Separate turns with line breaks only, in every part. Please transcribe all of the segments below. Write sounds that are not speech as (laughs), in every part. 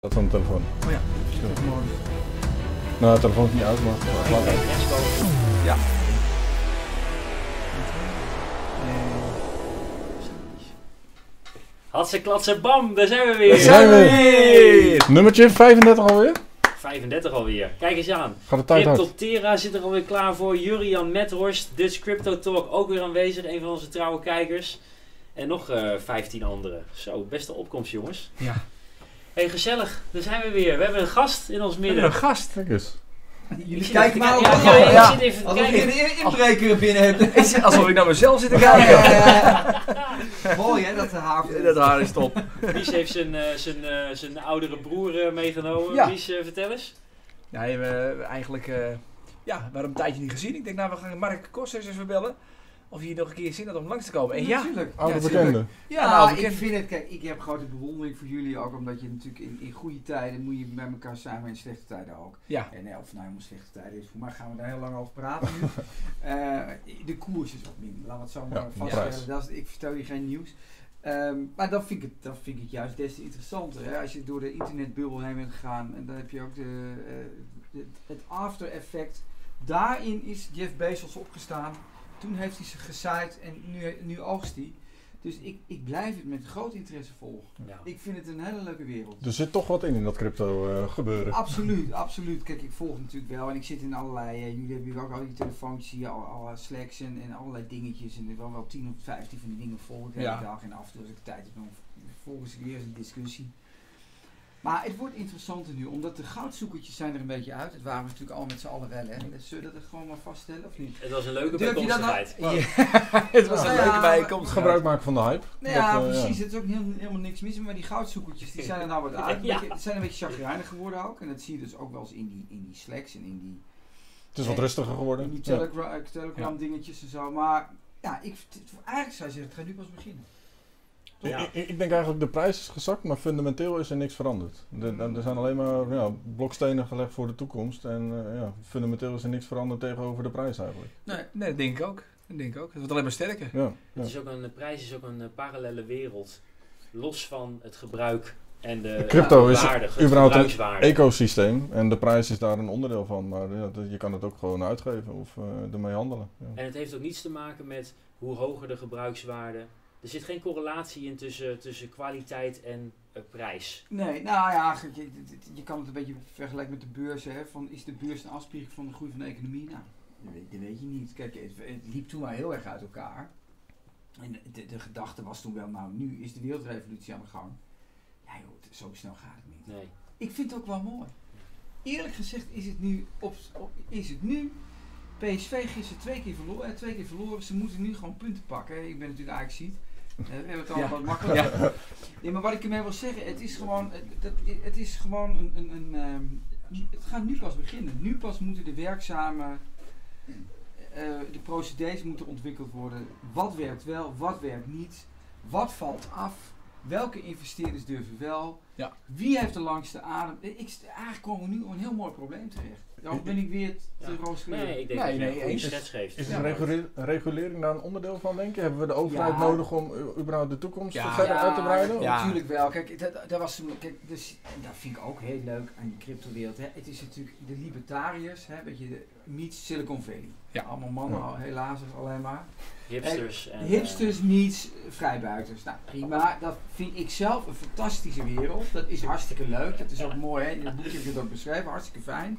Dat van de telefoon.
Oh ja,
Nou, de telefoon is niet uit, maar het laat uit.
Ja.
Hatse klatsen, bam, daar zijn we weer.
zijn we.
Hey!
Nummertje 35 alweer?
35 alweer. Kijk eens aan.
Gaat de tijd hard.
Cryptoptera zit er alweer klaar voor. Jurian Methorst, Dutch Crypto Talk ook weer aanwezig. Een van onze trouwe kijkers. En nog eh 15 anderen. Zo, beste opkomst jongens.
Ja.
hey, gezellig. Daar zijn we weer. We hebben een gast in ons
We hebben een
midden.
gast.
Kijk eens.
Ik
Jullie
zit
kijken
even-
maar ook
ja,
wel.
ja, ik
Ja.
zit even te
Alsof je
kijken.
een inbreker binnen hebt.
Ik zit Alsof ik naar mezelf zit te
Ja,
kijken.
ja, ja. Mooi hè, dat haar.
Dat haar is top.
Ries heeft zijn, eh, zijn, eh, zijn oudere broer eh, meegenomen.
Ja.
Ries, eh, vertel eens.
Nee, we, we eigenlijk... eh, ja, we hadden hem een tijdje niet gezien. Ik denk, nou, we gaan Mark Kosters eens verbellen. Of hij nog een keer zin had om langs te komen. En ja,
natuurlijk.
Oude
Ja,
bekende.
ja nou,
ik
bekend.
vind het, kijk, ik heb grote bewondering voor jullie ook, omdat je natuurlijk in, in goede tijden moet je met elkaar zijn, maar in slechte tijden ook.
Ja.
En eh, of nou helemaal slechte tijden is, voor mij gaan we daar heel lang over praten
(laughs)
nu. Eh, de koers is wat minder, laten we het zo maar
Ja, prijs.
vaststellen. Dat is, ik vertel je geen nieuws. Ehm, maar dan vind, ik het, dan vind ik het juist des te interessanter. Hè? Als je door de internetbubbel heen bent gegaan en dan heb je ook de, eh, de- het after effect. Daarin is Jeff Bezos opgestaan. Toen heeft hij ze gezaaid en nu, nu oogst hij. Dus ik, ik blijf het met groot interesse volgen.
Ja.
Ik vind het een hele leuke wereld.
Er zit toch wat in in dat crypto eh, gebeuren.
Absoluut, absoluut. Kijk, ik volg natuurlijk wel en ik zit in allerlei. eh, jullie hebben hier ook al die telefoontjes, hier al, alle slacks en, en allerlei dingetjes. En ik wil wel 10 of 15 van die dingen volgen de hele
Ja.
dag. En af en toe als ik tijd heb, dan volg ik weer eens een discussie. Maar het wordt interessanter nu, omdat de goudzoekertjes zijn er een beetje uit. Het waren we natuurlijk al met z'n allen wel, hè? Dus Zullen we dat gewoon maar vaststellen of niet?
Het was een leuke
Durf je dat nou-
bijkomstigheid.
Ja.
(laughs) het was
Ja,
een leuke
ja,
bijeenkomst.
Gebruik maken van de hype.
Nou ja,
Dat, eh,
precies. Er is ook heel- helemaal niks mis mee. Maar die goudzoekertjes, die zijn er nou wat uit. Een
Ja.
beetje- Ze zijn een beetje chagrijnig geworden ook. En dat zie je dus ook wel eens in die, in die slacks en in die
Het is wat rustiger
In
geworden.
die
Ja.
telegra- eh, telegram dingetjes en zo. Maar ja, ik, t- eigenlijk zou je zeggen, het gaat nu pas beginnen.
Ja.
Ik, ik- ik denk eigenlijk de prijs is gezakt, maar fundamenteel is er niks veranderd. Er, er zijn alleen maar ja, blokstenen gelegd voor de toekomst. En eh, ja, fundamenteel is er niks veranderd tegenover de prijs eigenlijk.
Nee, nee, dat denk ik ook. Dat denk ik ook. Het wordt alleen maar sterker.
Ja, ja.
Het is ook een, de prijs is ook een eh, parallele wereld. Los van het gebruik en de
Crypto
ja,
is
waarde, het
überhaupt een
gebruikswaarde.
Ecosysteem en de prijs is daar een onderdeel van, maar ja, dat- je kan het ook gewoon uitgeven of eh, ermee handelen. Ja.
En het heeft ook niets te maken met hoe hoger de gebruikswaarde. Er zit geen correlatie in tussen, tussen kwaliteit en eh, prijs.
Nee, nou ja, goed, je, je- je kan het een beetje vergelijken met de beurs. Hè, van, is de beurs een afspiegeling van de groei van de economie? Nou, dat weet, dat weet je niet. Kijk, het, het liep toen maar heel erg uit elkaar. En de, de, de gedachte was toen wel, nou nu is de wereldrevolutie aan de gang. Ja joh, het- zo snel gaat het niet.
Nee.
Ik vind het ook wel mooi. Eerlijk gezegd is het nu. Op, op- is het nu PSV gisteren twee keer verloren. eh, Twee keer verloren. Ze moeten nu gewoon punten pakken. Ik ben natuurlijk eigenlijk ziet. We hebben het allemaal
Ja.
wat makkelijker. Nee, maar wat ik ermee wil zeggen, het is gewoon, het, het- het is gewoon een, een, een ehm, het gaat nu pas beginnen. Nu pas moeten de werkzame, eh, de procedures moeten ontwikkeld worden. Wat werkt wel, wat werkt niet, wat valt af, welke investeerders durven wel,
Ja.
wie heeft de langste adem. Eh, Ik, st- eigenlijk komen we nu op een heel mooi probleem terecht. Dan ben ik weer te
Ja.
rooskleurig.
Nee, ik denk
Nee,
dat je
nee,
een goede
eens.
schets geeft.
Is
Ja.
een regule- regulering daar een onderdeel van, denk je? Hebben we de overheid
Ja.
nodig om u- überhaupt de toekomst
Ja.
verder uit te breiden?
Ja.
Natuurlijk wel. Kijk, dat, dat was toen. Kijk, dus, en dat vind ik ook heel leuk aan die cryptowereld. Hè. Het is natuurlijk de libertariërs, hè, weet je, de, meets Silicon Valley.
Ja.
Allemaal mannen,
Ja.
al- helaas alleen maar.
Hipsters. En, eh,
Hipsters, meets eh, vrijbuiters. Nou, prima. Dat vind ik zelf een fantastische wereld. Dat is hartstikke leuk. Dat is ook mooi, hè. In het boekje heb je het ook beschreven. Hartstikke fijn.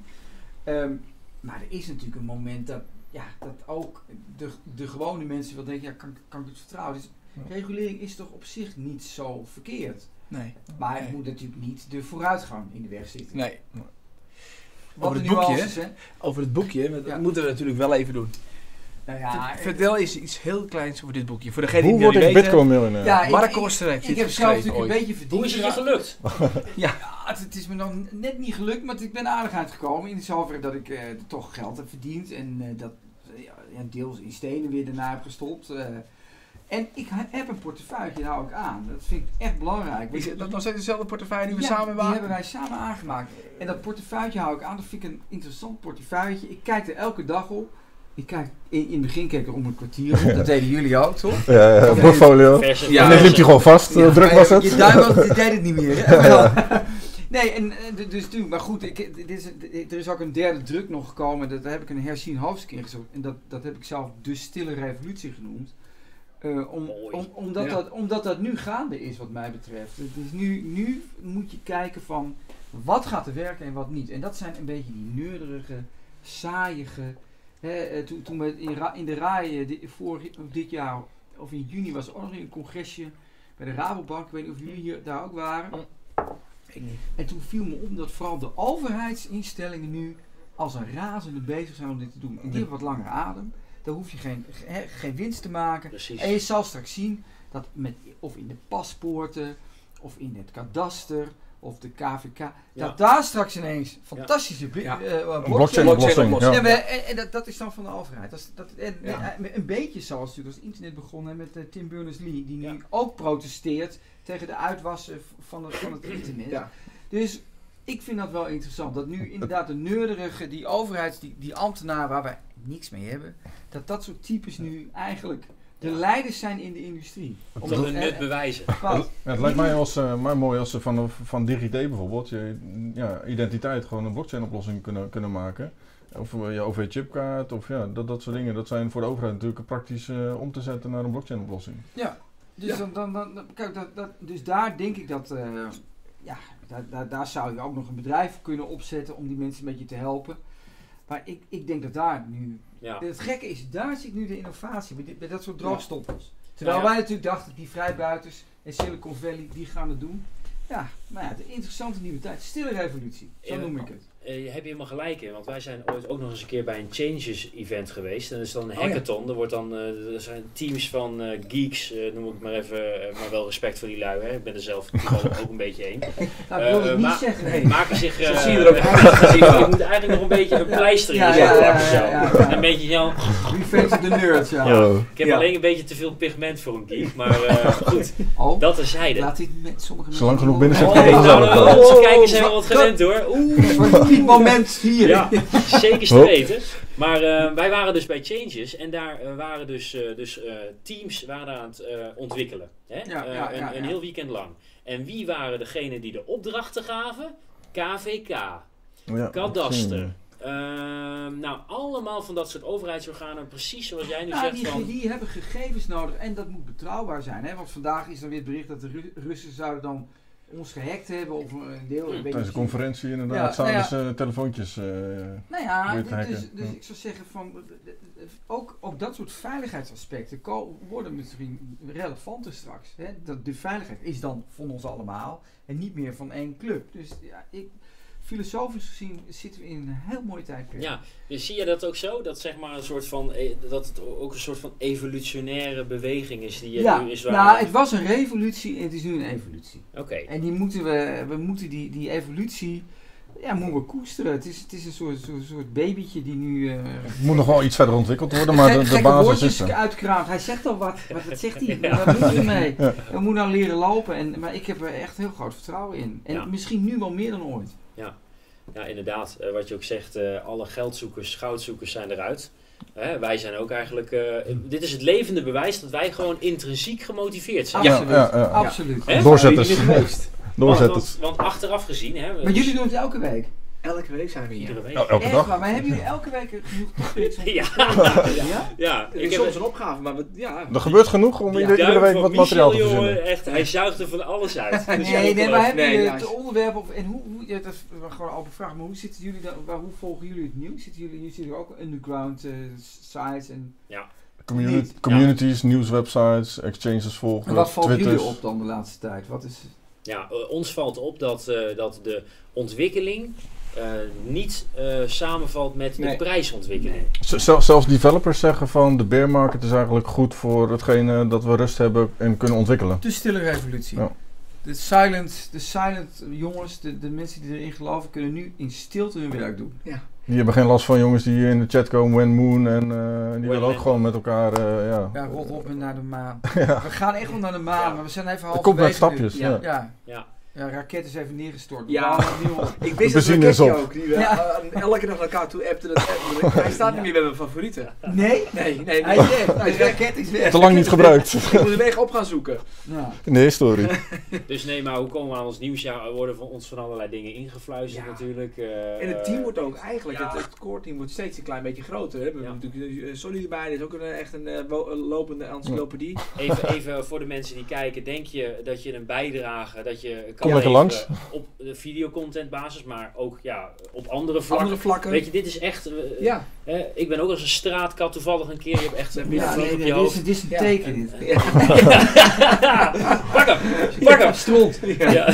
Ehm, maar er is natuurlijk een moment dat, ja, dat ook de, de gewone mensen wel denken, ja, kan, kan ik het vertrouwen? Dus
Ja.
regulering is toch op zich niet zo verkeerd.
Nee.
Maar het
Nee.
moet natuurlijk niet de vooruitgang in de weg zitten.
Nee.
Wat
Over
de
het boekje,
nuances, hè?
Over het boekje, want dat
Ja.
moeten we natuurlijk wel even doen.
Nou ja,
Ver-
ik-
Vertel eens iets heel kleins over dit boekje. Voor degene die
Hoe
het
word ik
niet weten.
bitcoin-miljonair?
Ja, ik-
Mark
ik-
Koster heeft
ik
dit
heb zelf
geschreven
natuurlijk
ooit.
een beetje verdiend.
Hoe is het je
Ja,
gelukt?
ja, Ah, het, het is me nog n- net niet gelukt, maar ik ben aardig uitgekomen. In zoverre dat ik eh, toch geld heb verdiend en eh, dat eh, ja, deels in stenen weer daarna heb gestopt. eh. en ik ha- heb een portefeuille, die hou ik aan. Dat vind ik echt belangrijk.
Is dat nog steeds dezelfde portefeuille die we
Ja,
samen
die
maken?
hebben wij samen aangemaakt. En dat portefeuille hou ik aan. Dat vind ik een interessant portefeuilletje. Ik kijk er elke dag op. Ik kijk, in, in het begin keek ik er om een kwartier
(laughs)
op. Dat deden jullie ook, toch?
Ja, ja, Oh. ja,
Oké.
portfolio.
Verse
Ja.
en dit liep hij gewoon vast, zo
Ja,
eh, druk
maar
was
je-
het. (laughs)
Je duim ook, die deed het niet meer. hè? Maar ja. Nee, en, eh, d- dus natuurlijk, maar goed, ik, dit is, d- er is ook een derde druk nog gekomen. Dat, daar heb ik een herzien hoofdstuk in gezocht. En dat, dat heb ik zelf de stille revolutie genoemd. Eh, om,
Mooi.
om, omdat,
Ja.
dat, omdat dat nu gaande is, wat mij betreft. Het is nu, nu moet je kijken van wat gaat er werken en wat niet. En dat zijn een beetje die neurderige, saaiige. Hè, eh, toen, toen we in, Ra- in de RAI eh, di- vorig, of dit jaar, of in juni, was er ook nog een congresje bij de Rabobank. Ik weet niet of jullie hier, daar ook waren. En toen viel me op dat vooral de overheidsinstellingen nu als een razende bezig zijn om dit te doen. En die hebben wat langer adem. Daar hoef je geen, ge- hè, geen winst te maken.
Precies.
En je zal straks zien dat met, of in de paspoorten, of in het kadaster, of de KVK, dat daar straks ineens fantastische bli-
Ja.
eh, eh,
blockchain
blockchain-
oplossing.
oplossing.
Ja.
ja, maar, en, en dat, dat is dan van de overheid. Dat, is- dat, en,
Ja.
eh, een beetje zoals natuurlijk als het internet begon hè, met eh, Tim Berners-Lee, die nu
Ja.
ook protesteert tegen de uitwassen v- van het, van het internet.
Ja.
Dus ik vind dat wel interessant. Dat nu inderdaad de neurderige, die overheids, die, die ambtenaar waar wij niks mee hebben, dat dat soort types nu eigenlijk de
Ja.
leiders zijn in de industrie.
Om hun
eh,
nut bewijzen.
fout.
Ja, het lijkt mij, als, eh, mij mooi als ze van, van DigiD bijvoorbeeld je ja, identiteit gewoon een blockchain-oplossing kunnen, kunnen maken. Of eh, je OV-chipkaart of ja, dat, dat soort dingen. Dat zijn voor de overheid natuurlijk praktisch eh, om te zetten naar een blockchain-oplossing.
Dus,
Ja.
dan, dan, dan, dan- kijk, dat, dat, dus daar denk ik dat. eh, ja, daar, daar, daar zou je ook nog een bedrijf voor kunnen opzetten om die mensen een beetje te helpen. Maar ik, ik denk dat daar nu.
Ja.
Het gekke is, daar zit nu de innovatie bij, dit- bij dat soort droogstoppels. Terwijl
Ja, ja.
wij natuurlijk dachten, die vrijbuiters en Silicon Valley, die gaan het doen. Ja, nou ja, de interessante nieuwe tijd. Stille revolutie, zo
Ja.
noem ik het.
Eh, je hebt helemaal gelijk in, want wij zijn ooit ook nog eens een keer bij een Changes event geweest. En dat is dan een
Oh ja.
hackathon. Er, wordt dan, eh, er zijn teams van eh, geeks, eh, noem ik maar even, eh, maar wel respect voor die lui. Hè. Ik ben er zelf toevallig ook een beetje een.
Nou, ik wil
Eh,
het niet
maar-
zeggen.
Nee,
nee.
maken zich.
Zo
eh,
zie je er ook
eh, Je moet eigenlijk nog een beetje een pleister in
Ja,
jezelf
ja, ja,
plakken. zo.
ja, ja, ja.
En Een beetje zo.
Wie veegt de nerds, ja.
Ik heb
Ja.
alleen een beetje te veel pigment voor een geek, maar eh, goed,
Oh,
dat terzijde.
laat dit met sommige mensen...
Zolang genoeg binnen
niet
zit,
Oh,
kan
horen.
het
nou,
vanzelf.
nou, onze
Oh,
kijkers zijn wel wat
dat-
gewend hoor. Oeh.
Voor dit moment hier.
Ja, (laughs) zeker te weten. Maar eh, wij waren dus bij Changes en daar eh, waren dus, eh, dus eh, teams waren daar aan het eh, ontwikkelen. Hè?
Ja,
Eh,
ja,
een,
ja,
een
ja.
heel weekend lang. En wie waren degenen die de opdrachten gaven? KVK.
Ja, eh,
Kadaster. Ehm, nou, allemaal van dat soort overheidsorganen, precies zoals jij nu
Ja,
zegt.
die,
Van,
die hebben gegevens nodig en dat moet betrouwbaar zijn. Hè? Want vandaag is er weer het bericht dat de Ru- Russen zouden dan ons gehackt hebben of een
Hmm.
deel. ik weet
Tijdens
niet.
de conferentie
Ja, nou
inderdaad, zouden
ja.
ze telefoontjes... eh,
Nou ja,
Moet je het
d- dus,
hacken,
dus
ja.
ik zou zeggen van d- d- d- ook, ook dat soort veiligheidsaspecten ko- worden misschien relevanter straks. Hè? Dat de veiligheid is dan van ons allemaal en niet meer van één club. Dus ja, ik, filosofisch gezien zitten we in een heel mooi tijdperk.
Ja, dus zie je dat ook zo? Dat, zeg maar een soort van, eh, dat het o- ook een soort van evolutionaire beweging is die je
Ja,
nu is waar.
nou, het was een revolutie en het is nu een evolutie.
Oké,
En die moeten we, we moeten die, die evolutie, ja, moeten we koesteren. Het is, het is een soort, soort, soort babytje die nu... eh
Het moet nog wel iets verder ontwikkeld worden,
(laughs)
maar
gek-
de, de
gekke
basis
woordjes
is eh, er.
uitkraamt. Hij zegt al wat, maar wat zegt
(laughs)
hij? Wat moet je ermee? We moeten nou leren lopen. En, maar ik heb er echt heel groot vertrouwen in. En
Ja.
misschien nu wel meer dan ooit.
ja inderdaad. eh, wat je ook zegt, eh, alle geldzoekers, goudzoekers zijn eruit. Hè, wij zijn ook eigenlijk, eh, dit is het levende bewijs dat wij gewoon intrinsiek gemotiveerd zijn.
Ja,
Absoluut.
ja, ja.
Absoluut.
Hè?
Doorzetters.
Zijn
(laughs)
jullie er geweest?
Want,
Ah. Doorzetters.
want, want achteraf gezien, hè, we-
Maar jullie doen het elke week.
Elke week zijn we hier.
iedere week.
Nou, elke
Echt
dag.
waar, maar hebben jullie elke week genoeg topics? om-
(laughs) Ja,
Ja?
(laughs)
ja,
Er
ik
is
heb
soms een opgave, maar we, ja.
Er gebeurt genoeg om
Ja,
ieder- iedere
duim
week
van
wat materiaal te
Michel,
verzinnen.
jongen, echt, hij zuigt er van
(laughs)
alles
(laughs)
uit. Dus ja,
Nee,
dat
nee,
geloof
maar
ik.
hebben
Nee,
jullie
ja,
het
is-
onderwerp of en hoe, hoe ja, dat is gewoon een open vraag, maar hoe zitten jullie dan, waar, hoe volgen jullie het nieuws? Zitten jullie, jullie zitten ook underground eh, sites en,
Communi-
Niet.
communities, nieuwswebsites, exchanges volgen,
en wat valt
Twitters.
jullie op dan de laatste tijd? Wat is
Ja, eh, ons valt op dat, eh, dat de ontwikkeling eh, niet eh, samenvalt met
Nee.
de prijsontwikkeling.
Z- zel- zelfs developers zeggen van de bear market is eigenlijk goed voor hetgene dat we rust hebben en kunnen ontwikkelen.
de stille revolutie?
Ja.
De silent, de silent jongens, de, de mensen die erin geloven, kunnen nu in stilte hun werk doen.
Die hebben geen last van jongens die hier in de chat komen, Wen Moon en eh, die willen ook
Moon.
gewoon met elkaar, eh, ja.
Ja,
(laughs)
rot op en naar de maan. We gaan echt wel naar de maan,
Ja.
maar we zijn even
Het
half
komt met stapjes,
Ja.
ja.
ja.
Ja.
Ja, raket is even neergestort.
Ja.
We bouwen opnieuw op.
Ik wist
De
dat
benzine is
raketje
op.
ook. Die we
Ja.
aan- elke dag naar elkaar toe appten. Dat
(laughs)
appten. Hij staat niet meer bij mijn favorieten.
Nee?
(laughs) Nee, nee,
Hij
nee.
is weg. Nou, de
(laughs)
raket is weg.
Te lang niet
(laughs)
gebruikt.
Ik moet de weg op gaan zoeken.
Ja.
In de historie.
(laughs)
Dus nee, maar hoe komen we aan ons nieuws? Ja, er worden van ons van allerlei dingen ingefluisterd
Ja.
natuurlijk. eh,
En het team wordt ook eigenlijk,
ja.
het, het core team wordt steeds een klein beetje groter. Hè. We hebben
Ja.
natuurlijk eh, Solly erbij, dit is ook een, eh, echt een eh, wo- een lopende encyclopedie.
Even, even voor de mensen die kijken, denk je dat je een bijdrage, dat je kan
lekker
leveren
langs.
op de videocontent basis, maar ook ja, op andere vlakken.
Andere vlakken.
Weet je, dit is echt, eh, (laughs)
Ja. (laughs)
hè, ik ben ook als een straatkat toevallig een keer, je hebt echt een
Ja,
Ja,
middenvlieg
nee,
op
nee,
je hoofd.
dit is, dit is een
Ja.
teken. Dit.
Pak
(laughs)
hem, pak hem.
Stront.
Ja.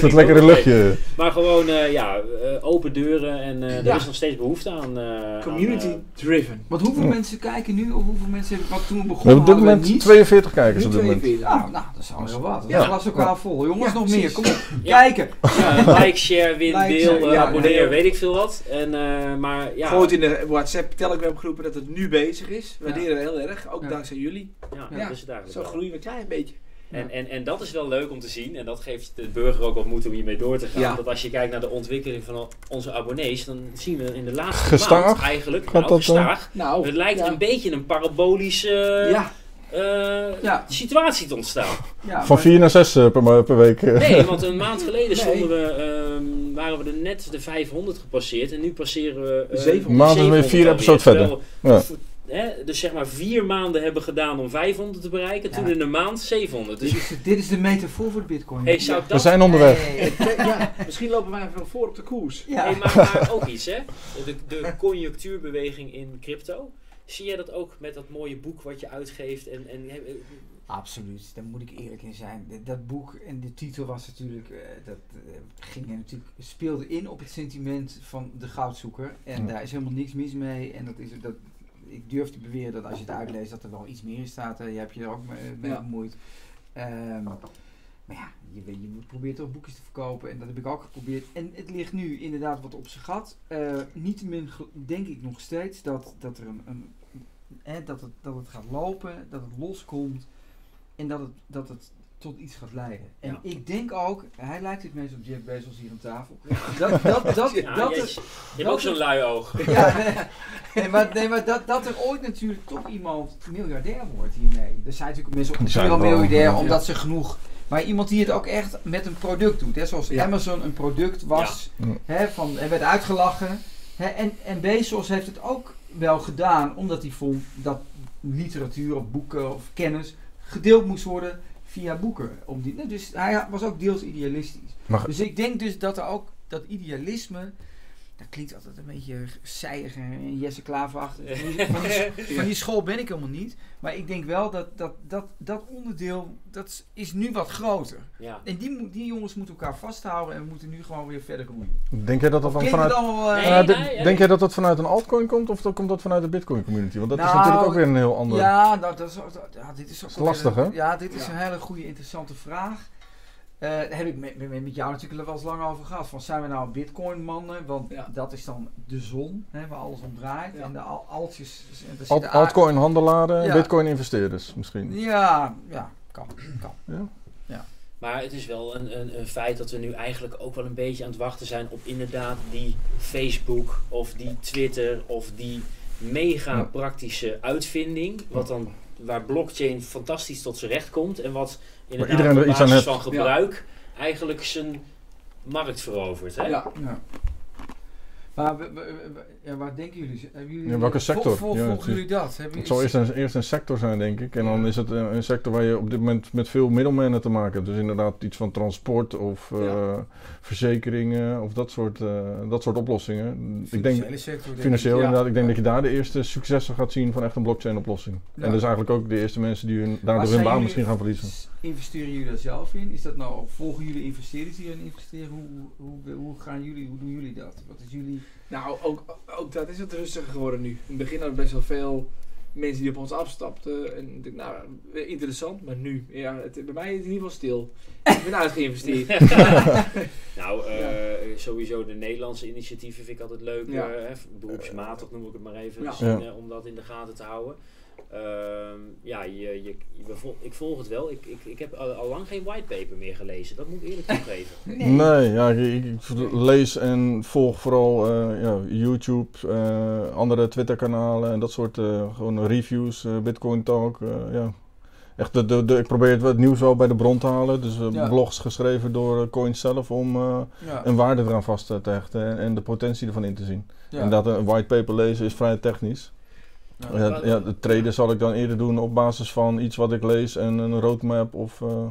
Dat
jullie
lekkere
ook.
luchtje.
Maar gewoon eh, ja, eh, open deuren en eh,
Ja.
er is nog steeds behoefte aan. eh, aan,
Community
eh,
driven.
Want hoeveel
Ja.
mensen kijken nu? Of hoeveel mensen hebben... Want toen we
We hebben
begonnen
op dit
hadden we
moment
niets.
42 kijkers op dit
Nu
moment.
42.
Ja, nou, dat is al heel wat.
Ja.
Ja. was ook wel vol. Jongens,
Ja,
nog meer.
precies.
Kom op.
Ja.
Kijken.
Ja, like, share, win,
Like,
deel,
share,
eh,
ja,
abonneer,
ja.
weet ik veel wat. En, eh, maar ja,
Gooit in de WhatsApp, Telegram groepen dat het nu bezig is. Waarderen we heel erg, ook
Ja.
dankzij jullie.
ja,
Ja.
dat is het
Zo
eigenlijk wel.
groeien we een klein beetje.
En, en, en dat is wel leuk om te zien. En dat geeft de burger ook wat moed om hiermee door te gaan.
Ja.
Dat als je kijkt naar de ontwikkeling van al onze abonnees, dan zien we in de laatste
Gestaag?
maand eigenlijk,
Gaat
nou,
dat, eh?
gestaag,
Nou,
het lijkt
ja.
een beetje een parabolische
Ja.
eh,
Ja.
situatie te ontstaan.
ja
Van
maar-
4 naar 6 per, ma- per week. eh. (laughs)
Nee, want een maand geleden
Nee.
stonden we, ehm, waren we er net de 500 gepasseerd en nu passeren we... eh,
700.
Maand is weer vier
alweer,
episodes
terwijl we
Ja.
v- Hè, dus zeg maar vier maanden hebben gedaan om 500 te bereiken, toen
Ja.
in een maand 700. Dus
Dus dit is de metafoor voor Bitcoin.
hey, zou
We
dat...
zijn onderweg.
Hey.
(laughs) ja, misschien lopen wij even voor op de koers.
Ja.
(laughs) Hey, maar, maar ook iets, hè? De, de conjunctuurbeweging in crypto. Zie jij dat ook met dat mooie boek wat je uitgeeft? En, en, eh,
Absoluut, daar moet ik eerlijk in zijn. Dat, dat boek en de titel was natuurlijk, eh, dat eh, ging er natuurlijk, speelde in op het sentiment van de goudzoeker. En
Ja.
daar is helemaal niks mis mee. En dat is, dat, ik durf te beweren dat als je het uitleest, dat er wel iets meer in staat. Eh, Je hebt je er ook mee, mee
Ja.
bemoeid. Ehm, maar ja, je, weet- je moet proberen toch boekjes te verkopen. En dat heb ik ook geprobeerd. En het ligt nu inderdaad wat op zijn gat. Eh, Niettemin gel- denk ik nog steeds dat, dat er een, een hè, dat, het, dat het gaat lopen, dat het loskomt en dat het, dat het tot iets gaat leiden. En
Ja.
ik denk ook, hij lijkt het meest op Jeff Bezos hier aan
(laughs)
tafel. Dat, dat, dat,
ja,
dat
jeetje.
is,
je hebt
dat
ook zo'n
is-
lui
(laughs)
oog.
ja, nee, nee, maar, nee, maar dat, dat er ooit natuurlijk toch iemand miljardair wordt hiermee. Er zijn natuurlijk mensen op
Die
de
zijn
wel
wel,
miljardair
ja.
omdat ze genoeg. Maar iemand die het ook echt met een product doet. Hè, zoals
Ja.
Amazon een product was.
Ja.
Hè, van, en werd uitgelachen. Hè, en, en Bezos heeft het ook wel gedaan. Omdat hij vond dat literatuur of boeken of kennis gedeeld moest worden via boeken. Om die, nou, dus hij was ook deels idealistisch.
Maar-
dus ik denk dus dat er ook dat idealisme. Dat klinkt altijd een beetje zijig en Jesse Klaverachtig. Van, die- van die- van die school ben ik helemaal niet. Maar ik denk wel dat dat, dat, dat onderdeel dat is nu wat groter.
Ja.
En die, moet- die jongens moeten elkaar vasthouden en we moeten nu gewoon weer verder groeien.
Denk jij dat dat dan
Klinkt het
vanuit...
allemaal... eh,
Nee,
Eh, de-
nee,
denk jij dat dat vanuit een altcoin komt of dat komt dat vanuit de bitcoin community? Want dat is
Nou,
natuurlijk ook weer een heel ander...
Ja, nou, dat is, ook- dat- ja, dit is ook
Is
wel
lastig,
weer
hè?
een, Ja, dit is
Ja.
een hele goede, interessante vraag. Eh, daar heb ik met, met, met jou natuurlijk wel eens lang over gehad. Van zijn we nou Bitcoin-mannen? Want
Ja.
dat is dan de zon, hè, waar alles om draait.
Ja.
En de al, altjes. En daar
Alt-
zitten a-
altcoin handelaren,
Ja.
bitcoin investeerders misschien.
Ja, ja, kan. kan.
Maar het is wel een, een, een feit dat we nu eigenlijk ook wel een beetje aan het wachten zijn op inderdaad die Facebook of die Twitter of die mega
Ja.
praktische uitvinding. Wat dan, waar blockchain fantastisch tot zijn recht komt en wat inderdaad
iedereen
op
er iets aan
basis
heeft.
van gebruik eigenlijk zijn markt verovert. Hè?
Ja.
Ja. Maar we- we- we- ja, waar denken jullie? Hebben jullie
Ja, welke sector?
Vol, vol,
Ja,
volgen
natuurlijk.
jullie dat? Hebben
Het
jullie
zal eerst een, eerst een sector zijn, denk ik. En dan
Ja.
is het een, een sector waar je op dit moment met veel middelmannen te maken hebt. Dus inderdaad iets van transport of eh, verzekeringen of dat soort, eh, dat soort oplossingen. Ik denk,
financiële sector, denk ik.
Financieel
Ja.
inderdaad. Ik denk dat je daar de eerste successen gaat zien van echt een blockchain oplossing.
Ja.
En dat is eigenlijk ook de eerste mensen die hun, daardoor hun
zijn
baan
jullie-
misschien gaan verliezen.
S- Investeren jullie daar zelf in? Is dat nou, volgen jullie investeerders die erin investeren? Hoe, hoe, hoe, hoe gaan jullie, hoe doen jullie dat? Wat is jullie...
Nou, ook, ook dat is het rustiger geworden nu. In het begin hadden we best wel veel mensen die op ons afstapten. En ik dacht, nou, eh, interessant, maar nu, ja, het, bij mij is het in ieder geval stil. Ik ben uitgeïnvesteerd.
nou, eh, sowieso de Nederlandse initiatieven vind ik altijd leuk.
Ja.
eh, hè, beroepsmatig noem ik het maar even.
Ja.
Misschien,
Ja.
eh, om dat in de gaten te houden. Ehm, ja, je, je, je bevol- ik volg het wel. Ik, ik, ik heb al, al lang geen whitepaper meer gelezen. Dat moet ik eerlijk toegeven.
Nee, ja, ik, ik- ik lees en volg vooral eh, ja, YouTube, eh, andere Twitter-kanalen en dat soort eh, gewoon reviews, eh, Bitcoin Talk. eh, ja. Echt, de, de, de- ik probeer het, wel- het nieuws wel bij de bron te halen. Dus eh,
Ja.
blogs geschreven door eh, coins zelf om eh,
Ja.
een waarde eraan vast te hechten en, en de potentie ervan in te zien.
Ja.
Inderdaad, een whitepaper lezen is vrij technisch.
Ja.
Ja, d- ja, de traden zal ik dan eerder doen op basis van iets wat ik lees en een roadmap of eh,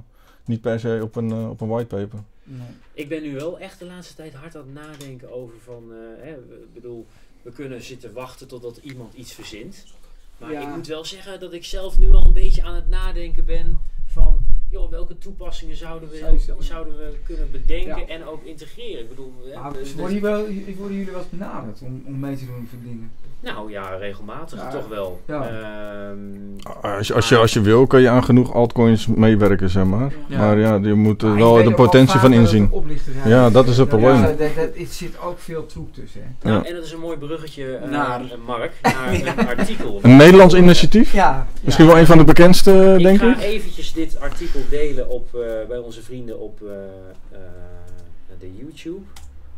niet per se op een, eh, op een whitepaper.
Nee.
Ik ben nu wel echt de laatste tijd hard aan het nadenken over van... eh, hè, we- ik bedoel, we kunnen zitten wachten totdat iemand iets verzint. Maar
Ja.
ik moet wel zeggen dat ik zelf nu al een beetje aan het nadenken ben van... joh, welke toepassingen zouden
Zou je
we,
zelf-
zouden we kunnen bedenken
Ja.
en ook integreren? Ik bedoel, hè, dus
Maar
de- de-
worden, jullie wel, j- worden jullie wel eens benaderd om, om mee te doen voor dingen?
nou ja, regelmatig
Ja.
toch wel.
Ja.
Ehm,
Als je, als, je, als je wil, kan je aan genoeg altcoins meewerken, zeg maar.
Ja.
Maar ja, je moet er
Maar ik
wel
weet
de
ook wel
potentie
vaak
van
dat het
inzien.
oplichter zijn.
Ja, dat is het probleem.
Ja, dat, dat, er zit ook veel troep tussen. Hè.
Nou,
Ja.
en dat is een mooi bruggetje, eh,
Naar.
eh,
(laughs)
Mark, naar een artikel.
Een Nederlands initiatief?
Ja,
Misschien wel een van de bekendste, eh, denk
ik ga
ik.
eventjes dit artikel delen op, eh, bij onze vrienden op eh, eh, de YouTube.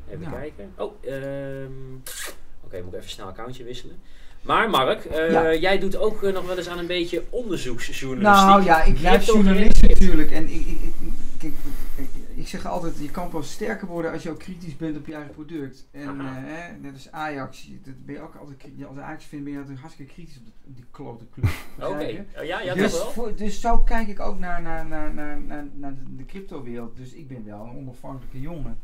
Even
Ja.
kijken. Oh, ehm, oké, moet ik even snel accountje wisselen. Maar Mark, eh,
Ja.
jij doet ook eh, nog wel eens aan een beetje onderzoeksjournalistiek.
Nou ja, ik
Je
blijf
hebt ook
journalist natuurlijk. En ik, ik, ik, kijk, ik, ik zeg altijd, je kan pas sterker worden als je ook kritisch bent op je eigen product. En
Aha.
eh, hè, net als Ajax, je- dat ben je ook altijd, kri- als Ajax vind ben je altijd hartstikke kritisch op, dat- op die klote
(laughs)
club.
Oké,
Begrijp je?
Oh, ja, ja,
dus,
toch wel.
voor- dus zo kijk ik ook naar, naar, naar, naar, naar, naar de- de crypto-wereld. Dus ik ben wel een onafhankelijke jongen.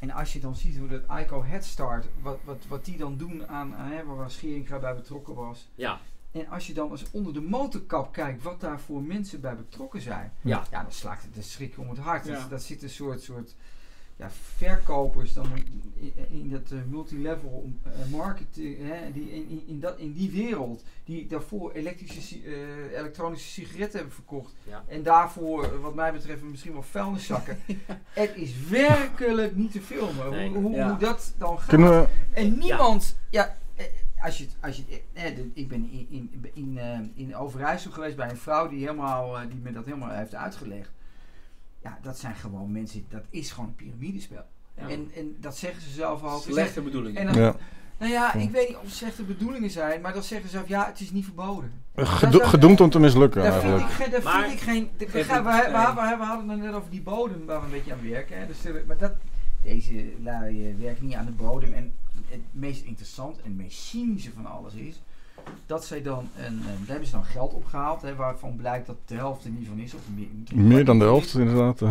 En als je dan ziet hoe dat ICO Headstart, wat, wat, wat die dan doen aan, aan hè, waar Scheringa bij betrokken was.
Ja,
En als je dan eens onder de motorkap kijkt wat daar voor mensen bij betrokken zijn.
Ja.
Ja, dan slaakt het de schrik om het hart.
Ja.
Dat, dat zit een soort, soort ja, verkopers dan in, in dat eh, multilevel eh, marketing, hè, die, in, in, in dat, in die wereld, die daarvoor elektrische, si- eh, elektronische sigaretten hebben verkocht.
Ja.
En daarvoor, eh, wat mij betreft, misschien wel
(laughs)
vuilniszakken. Het is werkelijk niet te filmen
Nee.
hoe, hoe,
Ja.
hoe dat dan gaat.
Kunnen we,
En niemand, ja, eh, als je, het- als je, het- eh, de- ik ben in, in, in, eh, in Overijssel geweest bij een vrouw die, helemaal, eh, die me dat helemaal heeft uitgelegd. Ja, dat zijn gewoon mensen, dat is gewoon een piramidespel.
Ja.
En, en dat zeggen ze zelf al.
(laughs) Slechte bedoelingen.
En dan,
Ja.
Nou ja, ik weet niet of het slechte bedoelingen zijn, maar dan zeggen ze zelf, ja, het is niet verboden.
gedo- gedoemd om te mislukken
daar vind ik,
eigenlijk.
ge- daar
Maar-
vind ik geen... de- we,
Geen
gaan- we,
punt,
we,
nee.
we- we hadden het net over die bodem waar we een beetje aan werken. Hè. Dus, eh, maar dat, deze lui eh, werken niet aan de bodem. En het meest interessant en het meest cynische van alles is... dat zij dan... Een, eh, daar hebben ze dan geld opgehaald... Hè, waarvan blijkt dat de helft er niet van is. Of meer,
Meer dan de helft, inderdaad.
7,5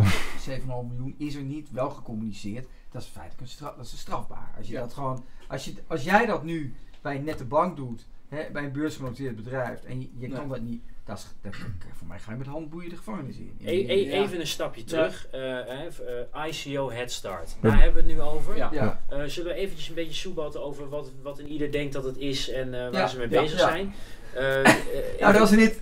miljoen is er niet, wel gecommuniceerd. Dat is feitelijk een straf, dat is strafbaar. Als, je
Ja.
dat gewoon, als, je, als jij dat nu bij een nette bank doet, hè, bij een beursgenoteerd bedrijf, en je, je
Nee.
kan dat niet, dat is, dat, voor mij ga je met handboeien de gevangenis in.
E- e-
Ja.
even een stapje terug. Eh, hè, v- eh, ICO Head Start. Daar
Ja.
hebben we het nu over.
Ja.
ja.
Eh, zullen we eventjes een beetje soebatten over wat, wat een ieder denkt dat het is en eh, waar
Ja,
ze mee
ja,
bezig
ja.
zijn?
(laughs)
Eh, eh,
Nou, dat is dit.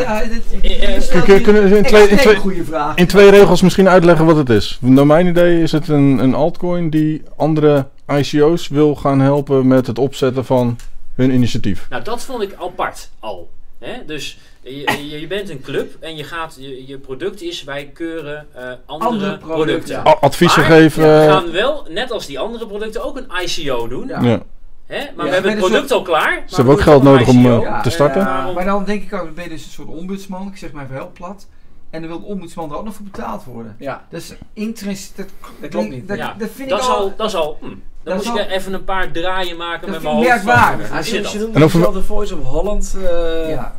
Ja, dit
Eh, eh,
stelt
Kun- Kunnen we in twee, in
extreem
twee,
goede vraag.
in twee regels misschien uitleggen wat het is? Naar mijn idee is het een, een altcoin die andere ICO's wil gaan helpen met het opzetten van hun initiatief.
Nou, dat vond ik apart al. Hè? Dus je, je, je bent een club en je, gaat, je, je product is, wij keuren eh, andere,
Andere producten.
producten.
Ja.
A- adviezen
Maar-
geven.
We
eh,
gaan wel, net als die andere producten, ook een ICO doen.
Ja.
eh, ja.
Hè? Maar we
Ja.
hebben het
Dus
product al klaar. maar
Ze hebben ook
we
geld
doen
nodig
een
om
ICO.
eh,
Ja,
te
eh,
starten.
Ja.
Maar dan denk ik ook, ben je dus een soort ombudsman, ik zeg maar even heel plat. En dan wil de ombudsman er ook nog voor betaald worden.
Ja.
Dus interest, dat,
Dat klopt niet.
Dat,
Ja,
dat vind
Dat
ik
is al, dat is al hm, dan
Dat
moet
is
ik
al-
er even een paar draaien maken
Dat
met
vind
mijn
ik
hoofd.
merkwaardig.
Hoe
Ja,
zit
ze,
dat?
ze noemen
En of we-
zichzelf de Voice of Holland. eh,
ja,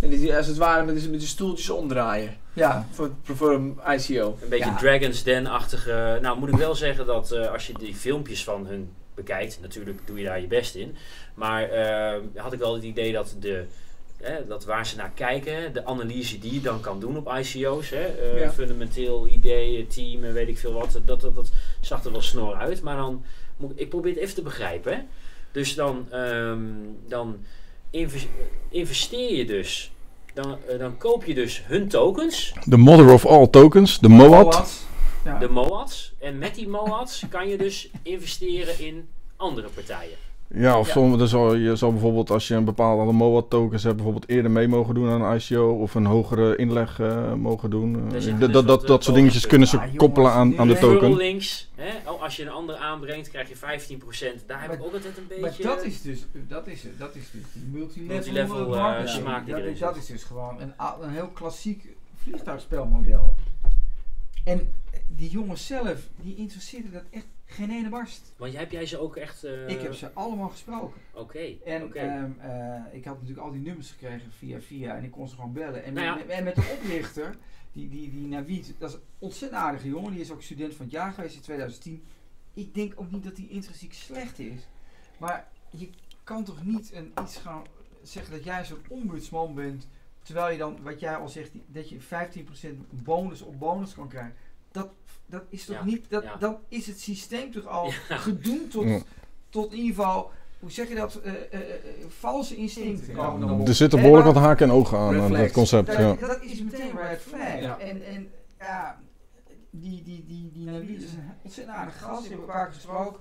En die, die als het ware met, die- met die stoeltjes omdraaien.
ja.
Voor, voor een ICO.
Een beetje
Ja.
Dragons Den-achtige. Nou, moet ik wel zeggen dat eh, als je die filmpjes van hun bekijkt, natuurlijk doe je daar je best in. Maar eh, had ik wel het idee dat, de, hè, dat waar ze naar kijken, de analyse die je dan kan doen op ICO's, hè, eh,
Ja.
fundamenteel ideeën, team en weet ik veel wat, dat, dat, dat zag er wel snor uit. Maar dan, moet, ik- ik probeer het even te begrijpen. Hè. Dus dan, ehm, dan inves- investeer je dus. Dan, eh, dan koop je dus hun tokens.
De mother of all tokens, de MOAT.
Ja.
de MOADs. En met die MOADs kan je dus investeren in andere partijen.
Ja, of
Ja.
sommige- dan zou je zou bijvoorbeeld als je een bepaalde MOAT tokens hebt, bijvoorbeeld eerder mee mogen doen aan een ICO of een hogere inleg eh, mogen doen. Eh,
Daar zitten
dat
dus
dat,
wat,
dat,
eh,
dat soort dingetjes
bonussen.
kunnen ze
Ah, jongens,
koppelen aan,
nu
aan de
even-
token.
links. Hè? Oh, als je een ander aanbrengt, krijg je 15%. Daar heb
Maar-
ik ook altijd een
Maar
beetje...
dat is dus, dat is, dat is dus die multilevel,
Multilevel,
eh,
eh,
marketing.
smaak die
dat,
erin zit.
dat is dus gewoon een, a- een heel klassiek vliegtuigspelmodel. En die jongens zelf, die interesseerden dat echt geen ene barst.
Want jij- heb jij ze ook echt... eh,
Ik heb ze allemaal gesproken.
Oké,
En
oké.
ehm, eh, ik had natuurlijk al die nummers gekregen via via en ik kon ze gewoon bellen. En,
Nou ja.
met, en met de oprichter, die, die, die Navid, dat is een ontzettend aardige jongen. Die is ook student van het jaar geweest in 2010. Ik denk ook niet dat hij intrinsiek slecht is. Maar je kan toch niet een, iets gaan zeggen dat jij zo'n ombudsman bent. Terwijl je dan, wat jij al zegt, die- dat je 15% bonus op bonus kan krijgen. Dat, dat is toch
Ja,
niet, dat,
ja.
dan is het systeem toch al
Ja.
gedoemd tot,
Ja.
tot in ieder geval, hoe zeg je dat, eh, eh, eh, valse instincten komen dan op.
Er zitten
Hey,
behoorlijk
maar-
wat haken en ogen aan,
Red
aan dat
flags.
concept. Ja.
dat, dat is meteen een red flag.
Ja.
En, en ja, die, die, die, die Nabil is een ontzettend aardig gast, die hebben elkaar gesproken.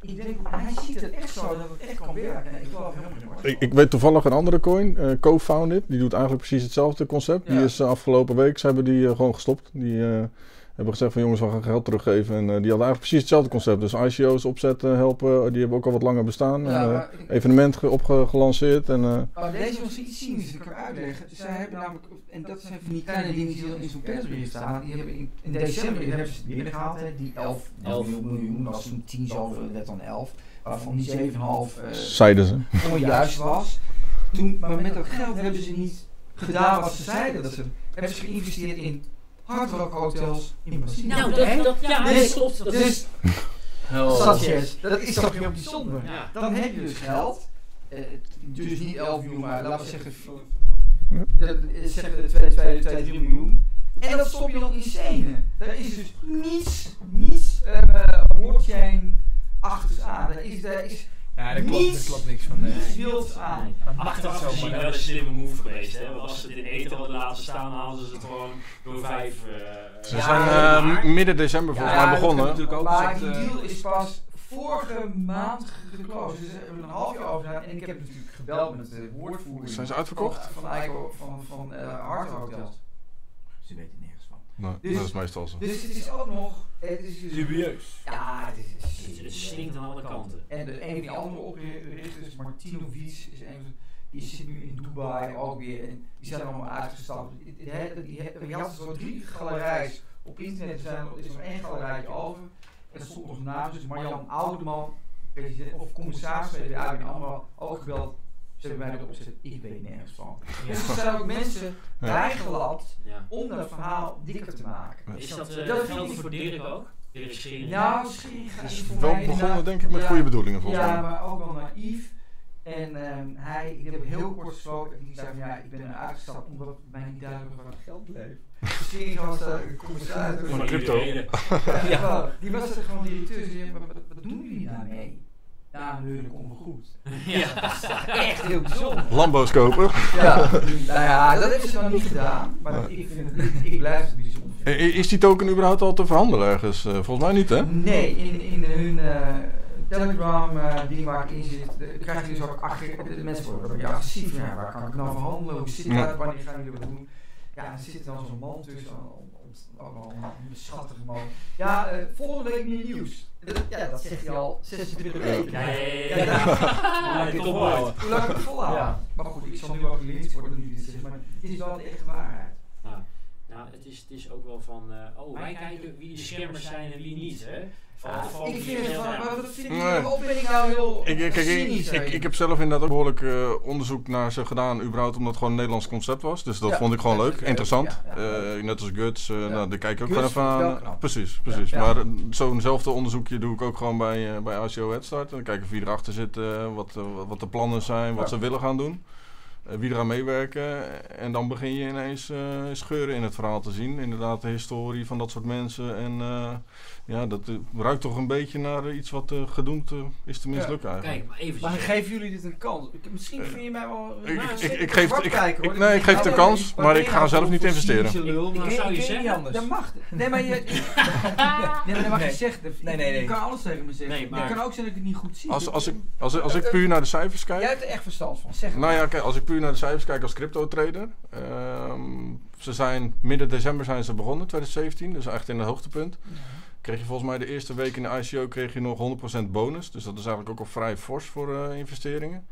Ik denk, hij ziet het echt zo, dat het echt kan werken. En ik geloof helemaal niet.
Ik, ik weet toevallig een andere coin, eh Co-Founded, die doet eigenlijk precies hetzelfde concept. Die
Ja.
is eh, afgelopen week, ze hebben die eh, gewoon gestopt. Die eh, hebben gezegd van jongens, we gaan geld teruggeven. En eh, die hadden eigenlijk precies hetzelfde concept. Dus ICO's opzetten, helpen, die hebben ook al wat langer bestaan.
Ja,
En, eh,
maar ik-
evenement ge- opge- gelanceerd en... eh,
Maar deze was iets cynisch, ik kan hem uitleggen. Zij hebben namelijk, en dat zijn van die kleine dingen die dan in zo'n persbrief staan, die hebben in, in december hebben ze het binnengehaald, hè, die 11
Elf.
miljoen, dat was toen 10 zoveel, werd dan 11, waarvan die 7,5 eh
zeiden ze.
onjuist was. Toen, maar met dat geld hebben ze niet gedaan wat ze zeiden dat ze hebben ze geïnvesteerd in hard rock hotels in Brazilië.
Nou, dat, dat, ja,
Dus-
dat klopt. Dat is...
dus Sanchez, dat is toch heel bijzonder.
Ja.
Dan heb je dus geld. eh, dus niet 11 miljoen, maar laten we zeggen, dat, eh, zeggen 2, 2, 2, 3 miljoen. En dat stop je dan in scenen. Daar is dus niets, niets eh blockchain achter aan. Daar is, daar is
Ja, daar klopt, daar klopt niks van. nee.
niets wilds aan.
Achteraf gezien wel een slimme move geweest. Hè? Want als ze het in eten hadden laten staan, hadden ze het gewoon door vijf...
Ze
Ja,
zijn eh,
maar-
midden december volgens
Ja,
mij
dat
begonnen.
kan natuurlijk ook
Maar
gezegd,
die
eh,
deal is pas vorige maand geclosed. Dus ze hebben er een half jaar over gedaan. En ik heb natuurlijk gebeld met de woordvoerder.
Zijn ze uitverkocht?
Van, van, Ico, van, van eh, Hard Rock Hotels. Ze weten nergens van.
Nee,
Dus-
dat is meestal zo.
Dus het is ook nog... Het is dus-
Dubieus.
Ja, het is...
Het stinkt aan alle kanten.
En de een die andere oprichter is Martinovic, is een, van- die zit nu in Dubai ook weer. En die zijn allemaal uitgestapt. Die- die- die- die- die- Je had zo drie galerijs op internet, er zijn, er is nog één galerijtje over. En er stond nog naast, dus Marjan Oudeman, president of commissaris van de ABN AMRO, ook gebeld. Ze hebben mij erop gezet, ik weet nergens van. Dus er zijn ook mensen bijgelapt
Ja.
om dat verhaal dikker te maken.
Is dat eh,
Dat
geldt
vind ik-
voor Dirk ook? Dirk Schering?
Nou, misschien
Het
gaat hij
is
voor
wel
mij na-
begonnen denk ik met
Ja.
goede bedoelingen volgens
Ja,
mij.
maar ook wel naïef. En ehm, hij, ik heb heel kort gesproken, en die zei van ja, ik ben eruit uitgestapt omdat het mij niet duidelijk was waar het geld bleef. Dus Misschien was eh, er een commissaris.
Van de crypto.
Ja, ja. Die was er gewoon directeur. Ze zei, maar wat, wat doen jullie daarmee? Ja, nou, heurlijk onbegoed.
Ja.
Echt heel bijzonder.
Lambo's kopen.
Ja, nou ja, dat hebben ze dan niet gedaan. Maar ik, vind het, ik blijf het bijzonder.
I- i- Is die token überhaupt al te verhandelen ergens? Eh, volgens mij niet hè?
Nee, in, in hun eh, Telegram eh, ding waar ik in zit, eh, krijg je dus ook agre- de mensen worden een beetje agressief. van, Ja, waar kan ik nou verhandelen? Hoe zit
Ja.
dat? Wanneer gaan jullie wat doen? Ja, er zit dan zo'n man tussen, al- al- ook al een schattige man. Ja, eh, volgende week meer nieuws. Dat- ja, dat zegt hij al 26 weken.
Ja, ja, ja,
Ja,
ja.
ja.
Ja,
Hoe
top
lang-
hoor.
Hoe lang ik het volhouden?
Ja.
Maar goed, ik zal nu ook lid worden nu dit is, maar het is wel de echte waarheid.
Nou, het is, het is ook wel van, eh, oh, wij kijken wie de schermers zijn en wie niet, hè? Van,
Ah,
van
ik
wie
vind het
geld
van,
aan.
maar wat vind ik
Nee.
nou, wat ben ik nou heel
Ik, ik, kijk, ik,
cynisch
ik,
daarin?
ik heb zelf inderdaad ook behoorlijk eh, onderzoek naar ze gedaan, überhaupt omdat het gewoon een Nederlands concept was. Dus dat
Ja,
vond ik gewoon
dat
leuk,
is leuk,
interessant.
ja, ja.
Eh, net als Guts, eh,
Ja.
nou, daar kijk ik ook
Guts
gewoon even
vind ik wel
aan.
knap.
Precies, precies.
Ja.
Maar eh, zo'nzelfde onderzoekje doe ik ook gewoon bij, eh, bij ACO Headstart. En dan kijken wie erachter zit, eh, wat, eh, wat de plannen zijn, wat
Ja.
ze willen gaan doen. eh, wie eraan meewerken. En dan begin je ineens eh, scheuren in het verhaal te zien. Inderdaad, de historie van dat soort mensen. En eh, ja, dat eh, ruikt toch een beetje naar eh, iets wat eh, gedoemd eh, is te mislukken eigenlijk.
Kijk, maar
Maar
eventjes.
geven jullie dit een kans? Ik- Misschien vind je mij wel...
Eh, Ik,
Nou,
ik,
zit
ik, ik
Zit
geef,
zwart
ik,
kijken, hoor.
ik- nee, ik geef het een kans, maar ik ga zelf niet investeren.
Cynische lul,
Ik-
maar
ik-
zou je
Ik weet niet
zeggen?
anders. Dat mag. Nee, (laughs) maar je... Nee, maar dat mag je zeggen.
Nee, nee, nee.
Je kan alles tegen me zeggen.
Nee,
Nee,
maar-
Het kan ook zijn dat ik het niet goed zie.
Als, als, ik, als, als ik puur naar de cijfers kijk.
Jij hebt er echt verstand van. Zeg het
Nou
maar.
ja, kijk, als ik puur naar de cijfers kijk als crypto-trader. ehm, ze zijn midden december zijn ze begonnen, 2017. Dus echt in het hoogtepunt. Kreeg je volgens mij de eerste week in de ICO kreeg je nog 100% bonus. Dus dat is eigenlijk ook al vrij fors voor eh, investeringen.